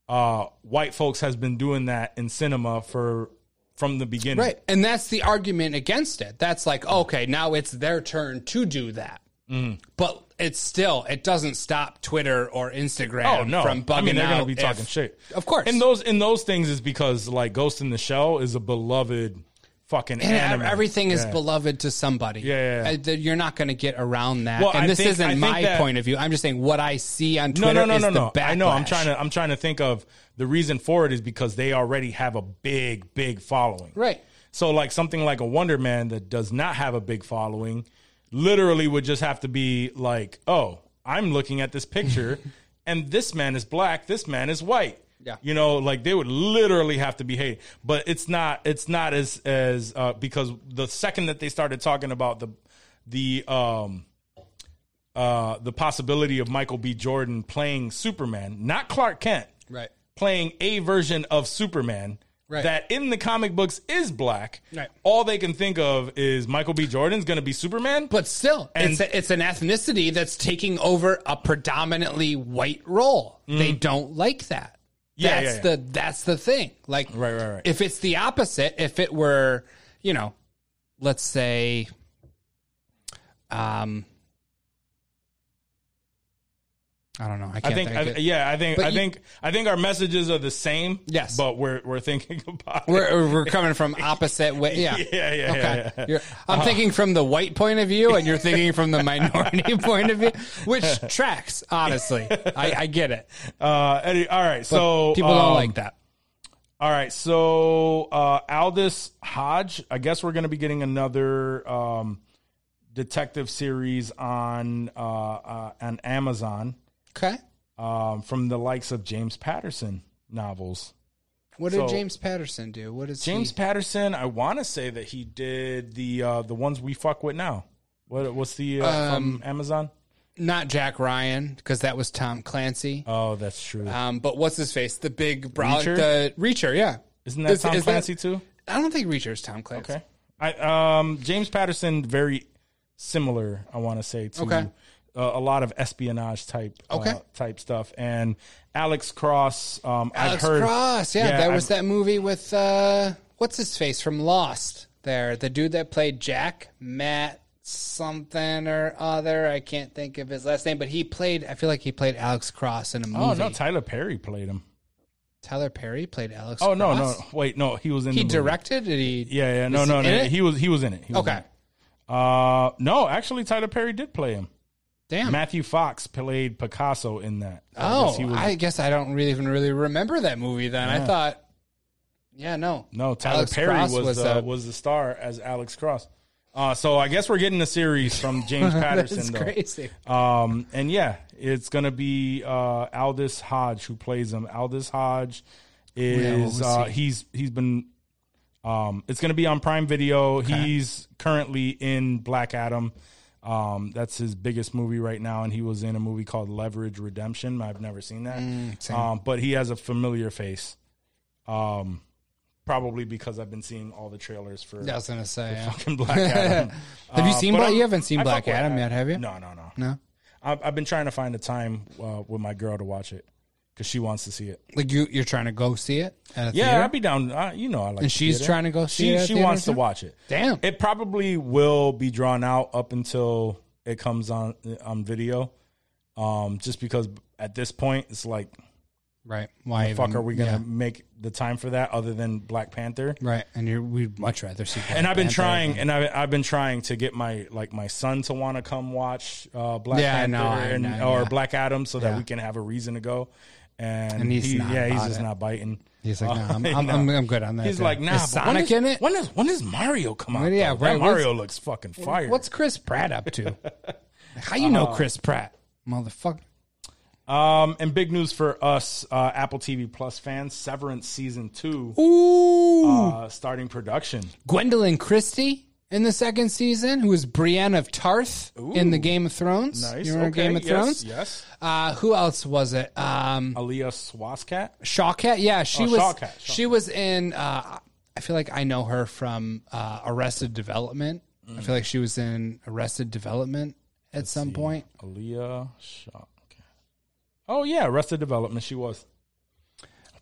Speaker 1: uh, white folks has been doing that in cinema for from the beginning.
Speaker 2: Right. And that's the argument against it. That's like, okay, now it's their turn to do that.
Speaker 1: Mm.
Speaker 2: But it's still, it doesn't stop Twitter or Instagram
Speaker 1: Oh no!
Speaker 2: from bugging
Speaker 1: I mean, they're
Speaker 2: going
Speaker 1: gonna be
Speaker 2: to
Speaker 1: talking shit.
Speaker 2: Of course.
Speaker 1: In those in those things is because like Ghost in the Shell is a beloved fucking
Speaker 2: And
Speaker 1: anime.
Speaker 2: everything is
Speaker 1: Yeah.
Speaker 2: beloved to somebody.
Speaker 1: Yeah, yeah, yeah.
Speaker 2: Uh, th- You're not going to get around that.
Speaker 1: Well,
Speaker 2: and
Speaker 1: I
Speaker 2: this
Speaker 1: think- I
Speaker 2: isn't
Speaker 1: think
Speaker 2: my
Speaker 1: that-
Speaker 2: point of view. I'm just saying what I see on Twitter
Speaker 1: no, no,
Speaker 2: is
Speaker 1: no, no,
Speaker 2: the
Speaker 1: no.
Speaker 2: backlash.
Speaker 1: I know. I'm trying to. I'm trying to think of the reason for it is because they already have a big, big following.
Speaker 2: Right.
Speaker 1: So, like something like a Wonder Man that does not have a big following, literally would just have to be like, "Oh, I'm looking at this
Speaker 2: *laughs*
Speaker 1: picture, and this man is black. This man is white."
Speaker 2: Yeah.
Speaker 1: You know, like they would literally have to be hated. But it's not. It's not as as uh, because the second that they started talking about the the um uh, the possibility of Michael B. Jordan playing Superman, not Clark Kent,
Speaker 2: Right.
Speaker 1: playing a version of Superman
Speaker 2: Right.
Speaker 1: that in the comic books is black.
Speaker 2: Right.
Speaker 1: All they can think of is Michael B. Jordan's going to be Superman.
Speaker 2: But still,
Speaker 1: And-
Speaker 2: it's, a, it's an ethnicity that's taking over a predominantly white role. They don't like that.
Speaker 1: Mm. Yeah,
Speaker 2: that's
Speaker 1: yeah, yeah.
Speaker 2: the that's the thing. Like,
Speaker 1: Right, right, right.
Speaker 2: If it's the opposite, if it were, you know, let's say, um, I don't know. I can't
Speaker 1: I
Speaker 2: think.
Speaker 1: think,
Speaker 2: of
Speaker 1: I,
Speaker 2: it.
Speaker 1: yeah, I think,
Speaker 2: But
Speaker 1: I
Speaker 2: you-
Speaker 1: think, I think our messages are the same.
Speaker 2: Yes.
Speaker 1: but we're we're thinking *laughs* about it.
Speaker 2: We're, we're coming from
Speaker 1: *laughs*
Speaker 2: opposite way. Yeah.
Speaker 1: Yeah, yeah, yeah,
Speaker 2: Okay.
Speaker 1: *laughs* yeah.
Speaker 2: You're, I'm thinking from the white point of view, and you're thinking from the minority *laughs* point of view,
Speaker 1: *laughs*
Speaker 2: which tracks, honestly. I, I get it.
Speaker 1: Uh, any, all right,
Speaker 2: But
Speaker 1: so
Speaker 2: people don't
Speaker 1: um,
Speaker 2: like that.
Speaker 1: All right, so uh, Aldous Hodge. I guess we're going to be getting another um, detective series on uh, uh, on Amazon
Speaker 2: Okay.
Speaker 1: um, from the likes of James Patterson novels.
Speaker 2: What did
Speaker 1: So-
Speaker 2: James Patterson do? What is
Speaker 1: James
Speaker 2: He?
Speaker 1: Patterson. I want to say that
Speaker 2: Um,
Speaker 1: he did the uh, the ones we fuck with now. What what's the uh, from Amazon?
Speaker 2: not Jack Ryan because that was Tom Clancy.
Speaker 1: Oh, that's true.
Speaker 2: Um, but what's his face? The big bro-
Speaker 1: Reacher?
Speaker 2: the Reacher, yeah.
Speaker 1: Isn't that
Speaker 2: Is-
Speaker 1: Tom
Speaker 2: is
Speaker 1: Clancy too?
Speaker 2: I don't think Reacher is Tom Clancy.
Speaker 1: Okay. I um James Patterson very similar. I want to say to
Speaker 2: Okay.
Speaker 1: uh, a lot of espionage type uh,
Speaker 2: Okay.
Speaker 1: type stuff and Alex Cross. Um,
Speaker 2: Alex
Speaker 1: I've heard
Speaker 2: Cross, yeah, that was
Speaker 1: I've-
Speaker 2: that movie with uh, what's his face from Lost. There, the dude that played Jack, Matt something or other. I can't think of his last name, but he played. I feel like he played Alex Cross in a movie.
Speaker 1: Oh no, Tyler Perry played him.
Speaker 2: Tyler Perry played Alex.
Speaker 1: Oh no,
Speaker 2: Cross?
Speaker 1: no, wait, no, he was in.
Speaker 2: He
Speaker 1: the movie.
Speaker 2: directed. Did he?
Speaker 1: Yeah, yeah, no,
Speaker 2: Was he
Speaker 1: no,
Speaker 2: in
Speaker 1: no.
Speaker 2: it?
Speaker 1: He was he was in it. He was in
Speaker 2: Okay.
Speaker 1: it. Uh, no, actually, Tyler Perry did play him.
Speaker 2: Damn.
Speaker 1: Matthew Fox played Picasso in that. I
Speaker 2: oh,
Speaker 1: guess he was-
Speaker 2: I guess I don't really even really remember that movie. Then I thought, yeah, no,
Speaker 1: No, Tyler
Speaker 2: Alex
Speaker 1: Perry
Speaker 2: Cross
Speaker 1: was
Speaker 2: was uh,
Speaker 1: the,
Speaker 2: a-
Speaker 1: was the star as Alex Cross. Uh, so I guess we're getting a series from James Patterson.
Speaker 2: *laughs* That's
Speaker 1: though.
Speaker 2: crazy.
Speaker 1: Um, and yeah, it's gonna be uh, Aldous Hodge who plays him. Aldous Hodge is
Speaker 2: Yeah, what was
Speaker 1: uh, he's he's been. Um, it's gonna be on Prime Video. He's currently in Black Adam. Um, that's his biggest movie right now, and he was in a movie called Leverage Redemption. I've never seen that, um, but he has a familiar face. Um, probably because I've been seeing all the trailers for
Speaker 2: I was gonna say. yeah.
Speaker 1: fucking *laughs* Black Adam.
Speaker 2: Have
Speaker 1: Uh,
Speaker 2: you seen
Speaker 1: but
Speaker 2: Black?
Speaker 1: I'm-
Speaker 2: You haven't seen
Speaker 1: I fuck
Speaker 2: Black
Speaker 1: with
Speaker 2: Adam
Speaker 1: it.
Speaker 2: yet, have you?
Speaker 1: No, no, no.
Speaker 2: No.
Speaker 1: I've, I've been trying to find a time uh, with my girl to watch it because she wants to see it.
Speaker 2: Like you, you're trying to go see it at a
Speaker 1: Yeah,
Speaker 2: theater?
Speaker 1: I'd be down. Uh, you know, I like.
Speaker 2: And she's
Speaker 1: theater.
Speaker 2: trying to go see
Speaker 1: she,
Speaker 2: it at
Speaker 1: She
Speaker 2: theater
Speaker 1: wants to
Speaker 2: too?
Speaker 1: watch it.
Speaker 2: Damn.
Speaker 1: It probably will be drawn out up until it comes on on video. Um, just because at this point it's like,
Speaker 2: right. Why
Speaker 1: fuck,
Speaker 2: even-
Speaker 1: are we gonna
Speaker 2: yeah.
Speaker 1: make the time for that other than Black Panther?
Speaker 2: Right, and you're, we'd much rather see. Black
Speaker 1: and I've been
Speaker 2: Panther
Speaker 1: trying,
Speaker 2: than-
Speaker 1: and I've, I've been trying to get my like my son to want to come watch uh, Black
Speaker 2: Yeah, I
Speaker 1: Panther
Speaker 2: know, I
Speaker 1: and,
Speaker 2: know,
Speaker 1: or
Speaker 2: yeah.
Speaker 1: Black Adam, so that
Speaker 2: Yeah.
Speaker 1: we can have a reason to go. And,
Speaker 2: And he's
Speaker 1: he,
Speaker 2: not
Speaker 1: yeah, he's
Speaker 2: about
Speaker 1: just
Speaker 2: it.
Speaker 1: not biting.
Speaker 2: He's like,
Speaker 1: Uh, *laughs*
Speaker 2: nah, I'm, I'm, I'm,
Speaker 1: no.
Speaker 2: I'm good on that.
Speaker 1: He's
Speaker 2: dude.
Speaker 1: like, nah.
Speaker 2: Is
Speaker 1: but when
Speaker 2: Sonic
Speaker 1: does-
Speaker 2: in it?
Speaker 1: When does when does Mario come out?
Speaker 2: Yeah,
Speaker 1: Yeah,
Speaker 2: right,
Speaker 1: That
Speaker 2: when's-
Speaker 1: Mario looks fucking fire.
Speaker 2: What's Chris Pratt up
Speaker 1: *laughs*
Speaker 2: to? How you
Speaker 1: Uh-huh.
Speaker 2: know Chris Pratt, motherfucker?
Speaker 1: um and big news for us uh, Apple TV Plus fans? Severance season two
Speaker 2: Ooh,
Speaker 1: uh, starting production.
Speaker 2: Gwendolyn Christie in the second season, who is Brienne of Tarth in the Game of Thrones.
Speaker 1: Nice.
Speaker 2: You remember
Speaker 1: okay,
Speaker 2: Game of
Speaker 1: yes,
Speaker 2: Thrones?
Speaker 1: Yes.
Speaker 2: Uh, who else was it? Um,
Speaker 1: Aaliyah Swascat.
Speaker 2: Shawcat. Yeah, she
Speaker 1: Oh,
Speaker 2: was.
Speaker 1: Shawkat, Shawkat.
Speaker 2: She was in. Uh, I feel like I know her from uh, Arrested Development. I feel like she was in Arrested Development at some point.
Speaker 1: Aaliyah Shock. Oh yeah, Arrested Development. She was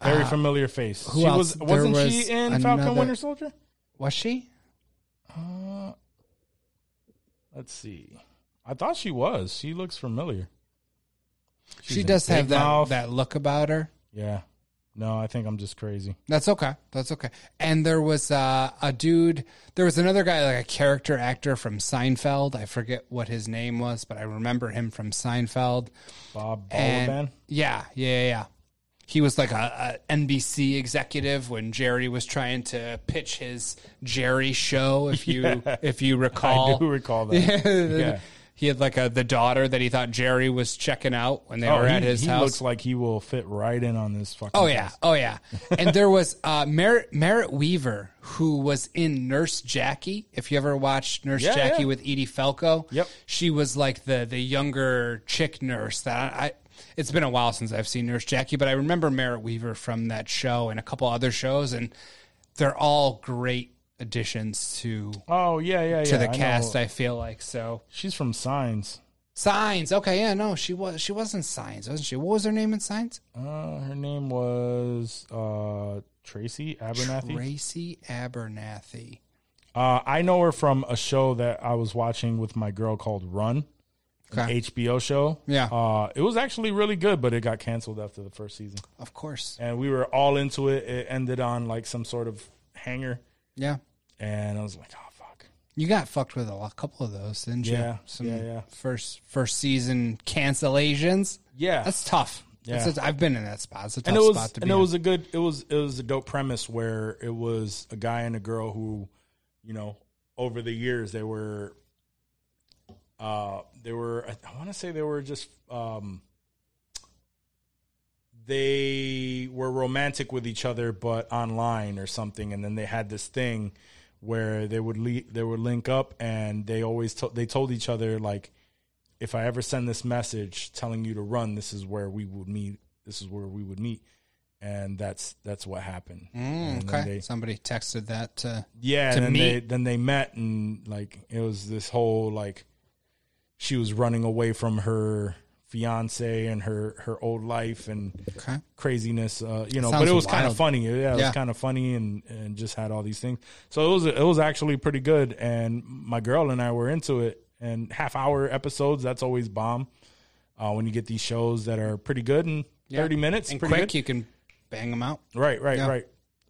Speaker 1: very familiar face. she
Speaker 2: Uh, else?
Speaker 1: was
Speaker 2: There
Speaker 1: wasn't
Speaker 2: was
Speaker 1: she in Falcon
Speaker 2: another-
Speaker 1: Winter Soldier?
Speaker 2: Was she?
Speaker 1: Let's see. I thought she was. She looks familiar. She's
Speaker 2: she
Speaker 1: in
Speaker 2: does have
Speaker 1: Big
Speaker 2: that
Speaker 1: Mouth.
Speaker 2: that look about her.
Speaker 1: Yeah. No, I think I'm just crazy.
Speaker 2: That's okay. That's okay. And there was uh, a dude. There was another guy, like a character actor from Seinfeld. I forget what his name was, but I remember him from Seinfeld.
Speaker 1: Bob
Speaker 2: And-
Speaker 1: Balaban.
Speaker 2: Yeah, yeah, yeah, yeah. He was like a, a NBC executive when Jerry was trying to pitch his Jerry show.
Speaker 1: *laughs*
Speaker 2: If you if you recall,
Speaker 1: I do
Speaker 2: *laughs*
Speaker 1: recall that. Yeah.
Speaker 2: He had like a the daughter that he thought Jerry was checking out when they
Speaker 1: Oh,
Speaker 2: were
Speaker 1: he,
Speaker 2: at his
Speaker 1: he
Speaker 2: house.
Speaker 1: looks like he will fit right in on this fucking.
Speaker 2: Oh yeah,
Speaker 1: cast.
Speaker 2: oh yeah. And there was uh, Merritt, Merritt Weaver who was in Nurse Jackie. If you ever watched Nurse
Speaker 1: Yeah,
Speaker 2: Jackie
Speaker 1: yeah.
Speaker 2: with Edie Falco,
Speaker 1: Yep.
Speaker 2: she was like the the younger chick nurse that I. It's been a while since I've seen Nurse Jackie, but I remember Merritt Weaver from that show and a couple other shows, and they're all great additions to
Speaker 1: Oh yeah, yeah, yeah.
Speaker 2: to the
Speaker 1: I know.
Speaker 2: cast. I feel like so.
Speaker 1: She's from Signs.
Speaker 2: Signs, okay, yeah, no, she was she wasn't Signs, wasn't she? What was her name in Signs?
Speaker 1: Uh, her name was uh, Tracy Abernathy.
Speaker 2: Tracy Abernathy.
Speaker 1: Uh, I know her from a show that I was watching with my girl called Run, an
Speaker 2: Okay.
Speaker 1: HBO show.
Speaker 2: Yeah.
Speaker 1: uh, it was actually really good, but it got canceled after the first season,
Speaker 2: Of course.
Speaker 1: and we were all into it. It ended on like some sort of hanger,
Speaker 2: Yeah.
Speaker 1: and I was like, oh fuck.
Speaker 2: You got fucked with a lot, couple of those, didn't you?
Speaker 1: Yeah,
Speaker 2: Some
Speaker 1: yeah, yeah.
Speaker 2: First first season cancellations.
Speaker 1: Yeah,
Speaker 2: That's tough. That's
Speaker 1: Yeah.
Speaker 2: a- I've been in that spot. It's a tough
Speaker 1: and it was
Speaker 2: spot to be
Speaker 1: and it
Speaker 2: in.
Speaker 1: was a good it was it was a dope premise where it was a guy and a girl who you know over the years they were uh they were i, I want to say they were just um they were romantic with each other but online or something and then they had this thing where they would le- they would link up and they always to- they told each other like if I ever send this message telling you to run, this is where we would meet. This is where we would meet, and that's that's what happened. And then
Speaker 2: Okay.
Speaker 1: they-
Speaker 2: Somebody texted that uh, to
Speaker 1: yeah,
Speaker 2: to
Speaker 1: and then
Speaker 2: meet.
Speaker 1: they then they met and like it was this whole like she was running away from her fiance and her her old life and
Speaker 2: Okay.
Speaker 1: craziness uh you know
Speaker 2: Sounds
Speaker 1: but it was kind of
Speaker 2: wild.
Speaker 1: funny yeah it
Speaker 2: Yeah.
Speaker 1: was kind of funny and and just had all these things so it was it was actually pretty good and my girl and I were into it and half hour episodes that's always bomb uh when you get these shows that are pretty good in 30 minutes
Speaker 2: and
Speaker 1: pretty
Speaker 2: quick.
Speaker 1: good.
Speaker 2: You can bang them out
Speaker 1: Right, right,
Speaker 2: Yeah.
Speaker 1: right.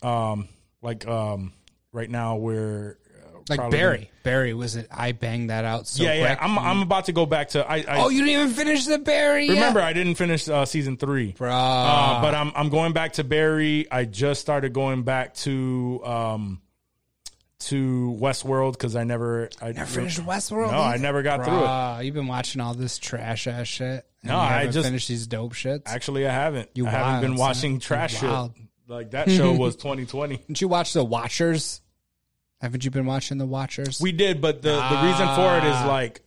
Speaker 1: Um, like um, right now we're uh,
Speaker 2: like
Speaker 1: probably-
Speaker 2: Barry. Barry was it? I banged that out so
Speaker 1: Yeah, yeah.
Speaker 2: quick.
Speaker 1: I'm I'm about to go back to I. I
Speaker 2: oh, you didn't even finish the Barry. yet?
Speaker 1: remember I didn't finish uh, season three,
Speaker 2: Bruh.
Speaker 1: Uh, but I'm I'm going back to Barry. I just started going back to um to Westworld because I never I
Speaker 2: never finished Westworld.
Speaker 1: No, I
Speaker 2: either.
Speaker 1: never got through it.
Speaker 2: Bruh, You've been watching all this trash ass shit. and
Speaker 1: No,
Speaker 2: you
Speaker 1: I
Speaker 2: haven't
Speaker 1: just-
Speaker 2: finished these dope shits.
Speaker 1: Actually, I haven't.
Speaker 2: You
Speaker 1: I haven't
Speaker 2: wild,
Speaker 1: been
Speaker 2: son.
Speaker 1: watching
Speaker 2: You
Speaker 1: trash shit.
Speaker 2: wild.
Speaker 1: Like that
Speaker 2: *laughs*
Speaker 1: show was 2020.
Speaker 2: Didn't you watch The Watchers? Haven't you been watching The Watchers?
Speaker 1: We did, but the, the reason for it is like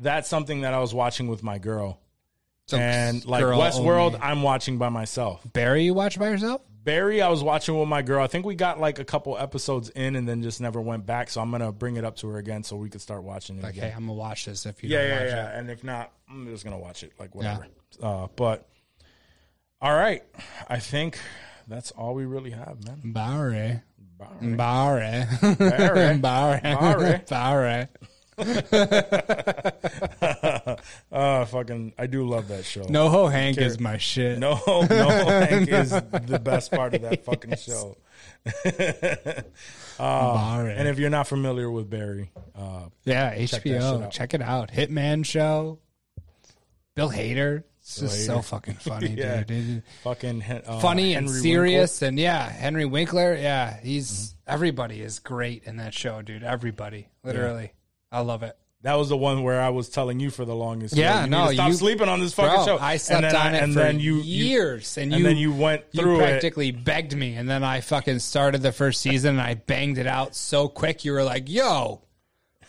Speaker 1: that's something that I was watching with my girl.
Speaker 2: Some
Speaker 1: and like
Speaker 2: girl
Speaker 1: Westworld,
Speaker 2: only.
Speaker 1: I'm watching by myself.
Speaker 2: Barry, you watch by yourself?
Speaker 1: Barry, I was watching with my girl. I think we got like a couple episodes in and then just never went back. So I'm gonna bring it up to her again so we could start watching it.
Speaker 2: Like,
Speaker 1: again.
Speaker 2: hey, I'm gonna watch this if you
Speaker 1: yeah,
Speaker 2: don't
Speaker 1: yeah,
Speaker 2: watch
Speaker 1: yeah.
Speaker 2: it.
Speaker 1: And if not, I'm just gonna watch it. Like whatever. Uh, but all right, I think that's all we really have, man.
Speaker 2: *laughs* Barry.
Speaker 1: Barry.
Speaker 2: Barry.
Speaker 1: Barry.
Speaker 2: *laughs* Barry.
Speaker 1: Barry.
Speaker 2: *laughs* Barry.
Speaker 1: Uh, fucking, I do love that show.
Speaker 2: Noho Hank is my
Speaker 1: *laughs*
Speaker 2: shit.
Speaker 1: No, no, Hank is the best part of that
Speaker 2: *laughs*
Speaker 1: fucking show.
Speaker 2: Barry.
Speaker 1: And if you're not familiar with Barry, uh,
Speaker 2: yeah,
Speaker 1: that shit
Speaker 2: HBO.
Speaker 1: out.
Speaker 2: Check it out. Hitman Show. Bill Hader. It's just so
Speaker 1: Hader. *laughs*
Speaker 2: fucking funny,
Speaker 1: Yeah.
Speaker 2: dude. It-
Speaker 1: fucking Hen- uh,
Speaker 2: funny and
Speaker 1: Henry
Speaker 2: serious and yeah henry winkler yeah he's everybody is great in that show dude everybody literally i love it
Speaker 1: That was the one where I was telling you for the longest.
Speaker 2: Yeah,
Speaker 1: yo, you need
Speaker 2: no,
Speaker 1: to stop
Speaker 2: you-
Speaker 1: sleeping on this fucking
Speaker 2: Bro,
Speaker 1: show.
Speaker 2: i slept
Speaker 1: then
Speaker 2: on
Speaker 1: I-
Speaker 2: it
Speaker 1: and
Speaker 2: for
Speaker 1: then you, you-
Speaker 2: years and,
Speaker 1: and
Speaker 2: you
Speaker 1: then you went
Speaker 2: you
Speaker 1: through it.
Speaker 2: practically begged me and then i fucking started the first season and i banged it out so quick you were like yo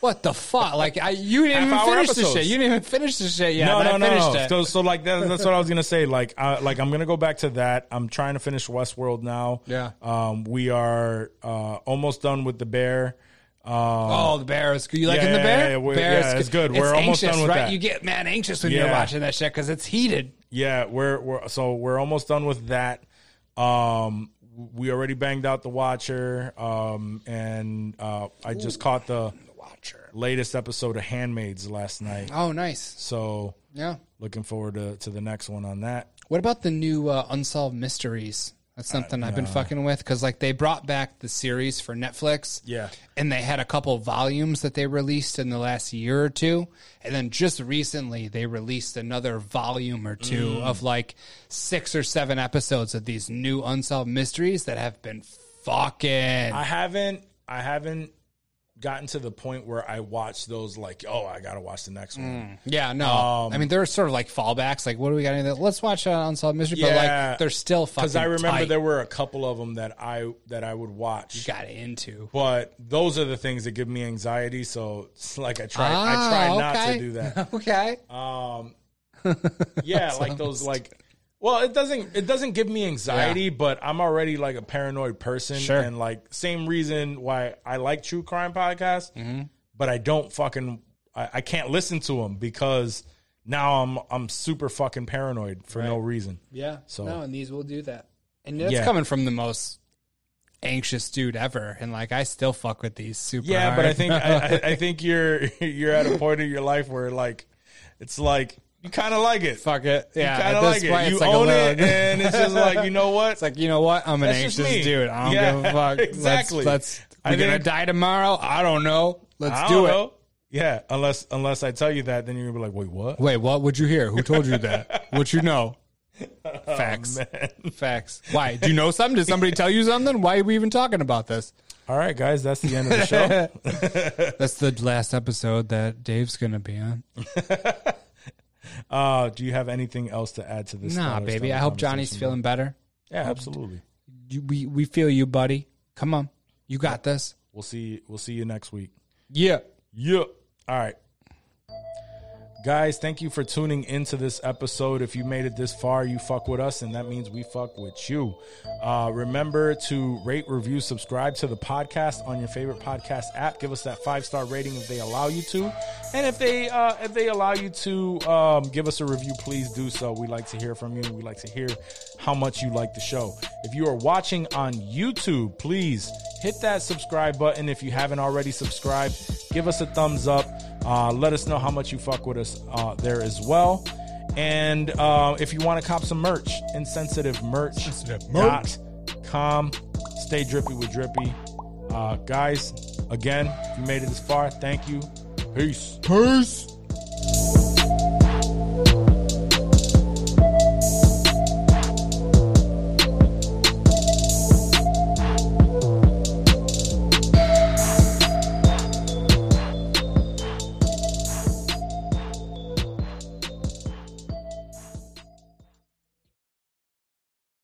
Speaker 2: what the fuck like i you
Speaker 1: *laughs*
Speaker 2: didn't even
Speaker 1: Half-hour
Speaker 2: finish this
Speaker 1: episodes.
Speaker 2: shit you didn't even finish this shit yet
Speaker 1: no,
Speaker 2: but
Speaker 1: no,
Speaker 2: i
Speaker 1: no,
Speaker 2: finished
Speaker 1: no.
Speaker 2: it
Speaker 1: So, so like that, that's what I was gonna say. Like, I, like I'm gonna go back to that. I'm trying to finish Westworld now.
Speaker 2: Yeah.
Speaker 1: Um, we are uh, almost done with the bear. Um,
Speaker 2: Oh, the bear is good. You like
Speaker 1: Yeah,
Speaker 2: in the bear?
Speaker 1: yeah, yeah, we're-
Speaker 2: bear
Speaker 1: yeah,
Speaker 2: is
Speaker 1: it's good. We're almost
Speaker 2: anxious,
Speaker 1: done with
Speaker 2: right?
Speaker 1: that.
Speaker 2: You get mad anxious when you're
Speaker 1: Yeah.
Speaker 2: watching that shit because it's heated.
Speaker 1: Yeah, we're we're so we're almost done with that. Um, we already banged out the Watcher, um, and uh, I just caught the
Speaker 2: Watcher.
Speaker 1: latest episode of Handmaids last night.
Speaker 2: Oh, nice.
Speaker 1: So
Speaker 2: Yeah.
Speaker 1: looking forward to, to the next one on that.
Speaker 2: What about the new uh, Unsolved Mysteries? That's
Speaker 1: Uh,
Speaker 2: something I've been fucking with because like they brought back the series for Netflix.
Speaker 1: Yeah.
Speaker 2: and they had a couple volumes that they released in the last year or two, and then just recently they released another volume or two
Speaker 1: Mm.
Speaker 2: of like six or seven episodes of these new Unsolved Mysteries that have been fucking.
Speaker 1: I haven't I haven't gotten to the point where I watch those like oh I gotta watch the next one.
Speaker 2: Yeah, no.
Speaker 1: um
Speaker 2: I mean, there are sort of like fallbacks. Like, what do we got? in there? Let's watch uh, Unsolved Mystery, but
Speaker 1: Yeah.
Speaker 2: like, they're still fucking.
Speaker 1: Because I remember
Speaker 2: tight.
Speaker 1: there were a couple of them that I that I would watch.
Speaker 2: got into.
Speaker 1: but those are the things that give me anxiety. So it's like I try,
Speaker 2: Ah,
Speaker 1: I try not
Speaker 2: okay.
Speaker 1: to do
Speaker 2: *laughs*
Speaker 1: that. Uh,
Speaker 2: okay.
Speaker 1: Yeah, like those like. Well, it doesn't it doesn't give me anxiety, but I'm already like a paranoid person,
Speaker 2: Sure.
Speaker 1: and like same reason why I like true crime podcasts,
Speaker 2: Mm-hmm.
Speaker 1: but I don't fucking I, I can't listen to them because now I'm I'm super fucking paranoid for no reason.
Speaker 2: yeah.
Speaker 1: So-
Speaker 2: no, and these will do that. And that's
Speaker 1: Yeah.
Speaker 2: coming from the most anxious dude ever. And like, I still fuck with these super.
Speaker 1: Yeah,
Speaker 2: hard.
Speaker 1: but I think I, I, I think you're *laughs* you're at a point in your life where like it's like you kind of like it.
Speaker 2: *laughs* fuck it. Yeah,
Speaker 1: you kind of
Speaker 2: at this
Speaker 1: like it.
Speaker 2: point,
Speaker 1: you
Speaker 2: it's like a
Speaker 1: own it,
Speaker 2: little-
Speaker 1: and it's just like
Speaker 2: *laughs*
Speaker 1: you know what?
Speaker 2: It's like you know what? I'm an
Speaker 1: That's just
Speaker 2: anxious
Speaker 1: me.
Speaker 2: dude. I don't
Speaker 1: Yeah,
Speaker 2: give a fuck. Let's-
Speaker 1: exactly.
Speaker 2: Let's.
Speaker 1: I
Speaker 2: we're gonna
Speaker 1: think-
Speaker 2: die tomorrow. I don't know. Let's
Speaker 1: I
Speaker 2: do
Speaker 1: don't
Speaker 2: it.
Speaker 1: know. Yeah, unless unless I tell you that, then you're gonna be like, wait, what?
Speaker 2: Wait, what would you hear? Who told you
Speaker 1: *laughs*
Speaker 2: that? what you know?
Speaker 1: Oh,
Speaker 2: Facts. Facts. Why? Do you know something? Did somebody tell you something? Why are we even talking about this?
Speaker 1: All right, guys, that's the end of the
Speaker 2: *laughs*
Speaker 1: show.
Speaker 2: That's the last episode that Dave's going to be on.
Speaker 1: uh, do you have anything else to add to this?
Speaker 2: Nah,
Speaker 1: stellar,
Speaker 2: baby.
Speaker 1: stellar
Speaker 2: I hope Johnny's
Speaker 1: conversation?
Speaker 2: feeling better.
Speaker 1: Yeah, absolutely.
Speaker 2: You, we, we feel you, buddy. Come on. You got this.
Speaker 1: We'll see. We'll see you next week.
Speaker 2: Yeah.
Speaker 1: Yeah. All right. Guys, thank you for tuning into this episode. If you made it this far, you fuck with us, and that means we fuck with you. Uh, remember to rate, review, subscribe to the podcast on your favorite podcast app. Give us that five star rating if they allow you to, and if they uh, if they allow you to um, give us a review, please do so. We like to hear from you. We like to hear how much you like the show. If you are watching on YouTube, please hit that subscribe button if you haven't already subscribed. Give us a thumbs up. Uh, let us know how much you fuck with us uh, there as well. And uh, if you want to cop some merch, insensitivemerch.com. Stay drippy with drippy. Uh, guys, again, if you made it this far, thank you. Peace. Peace.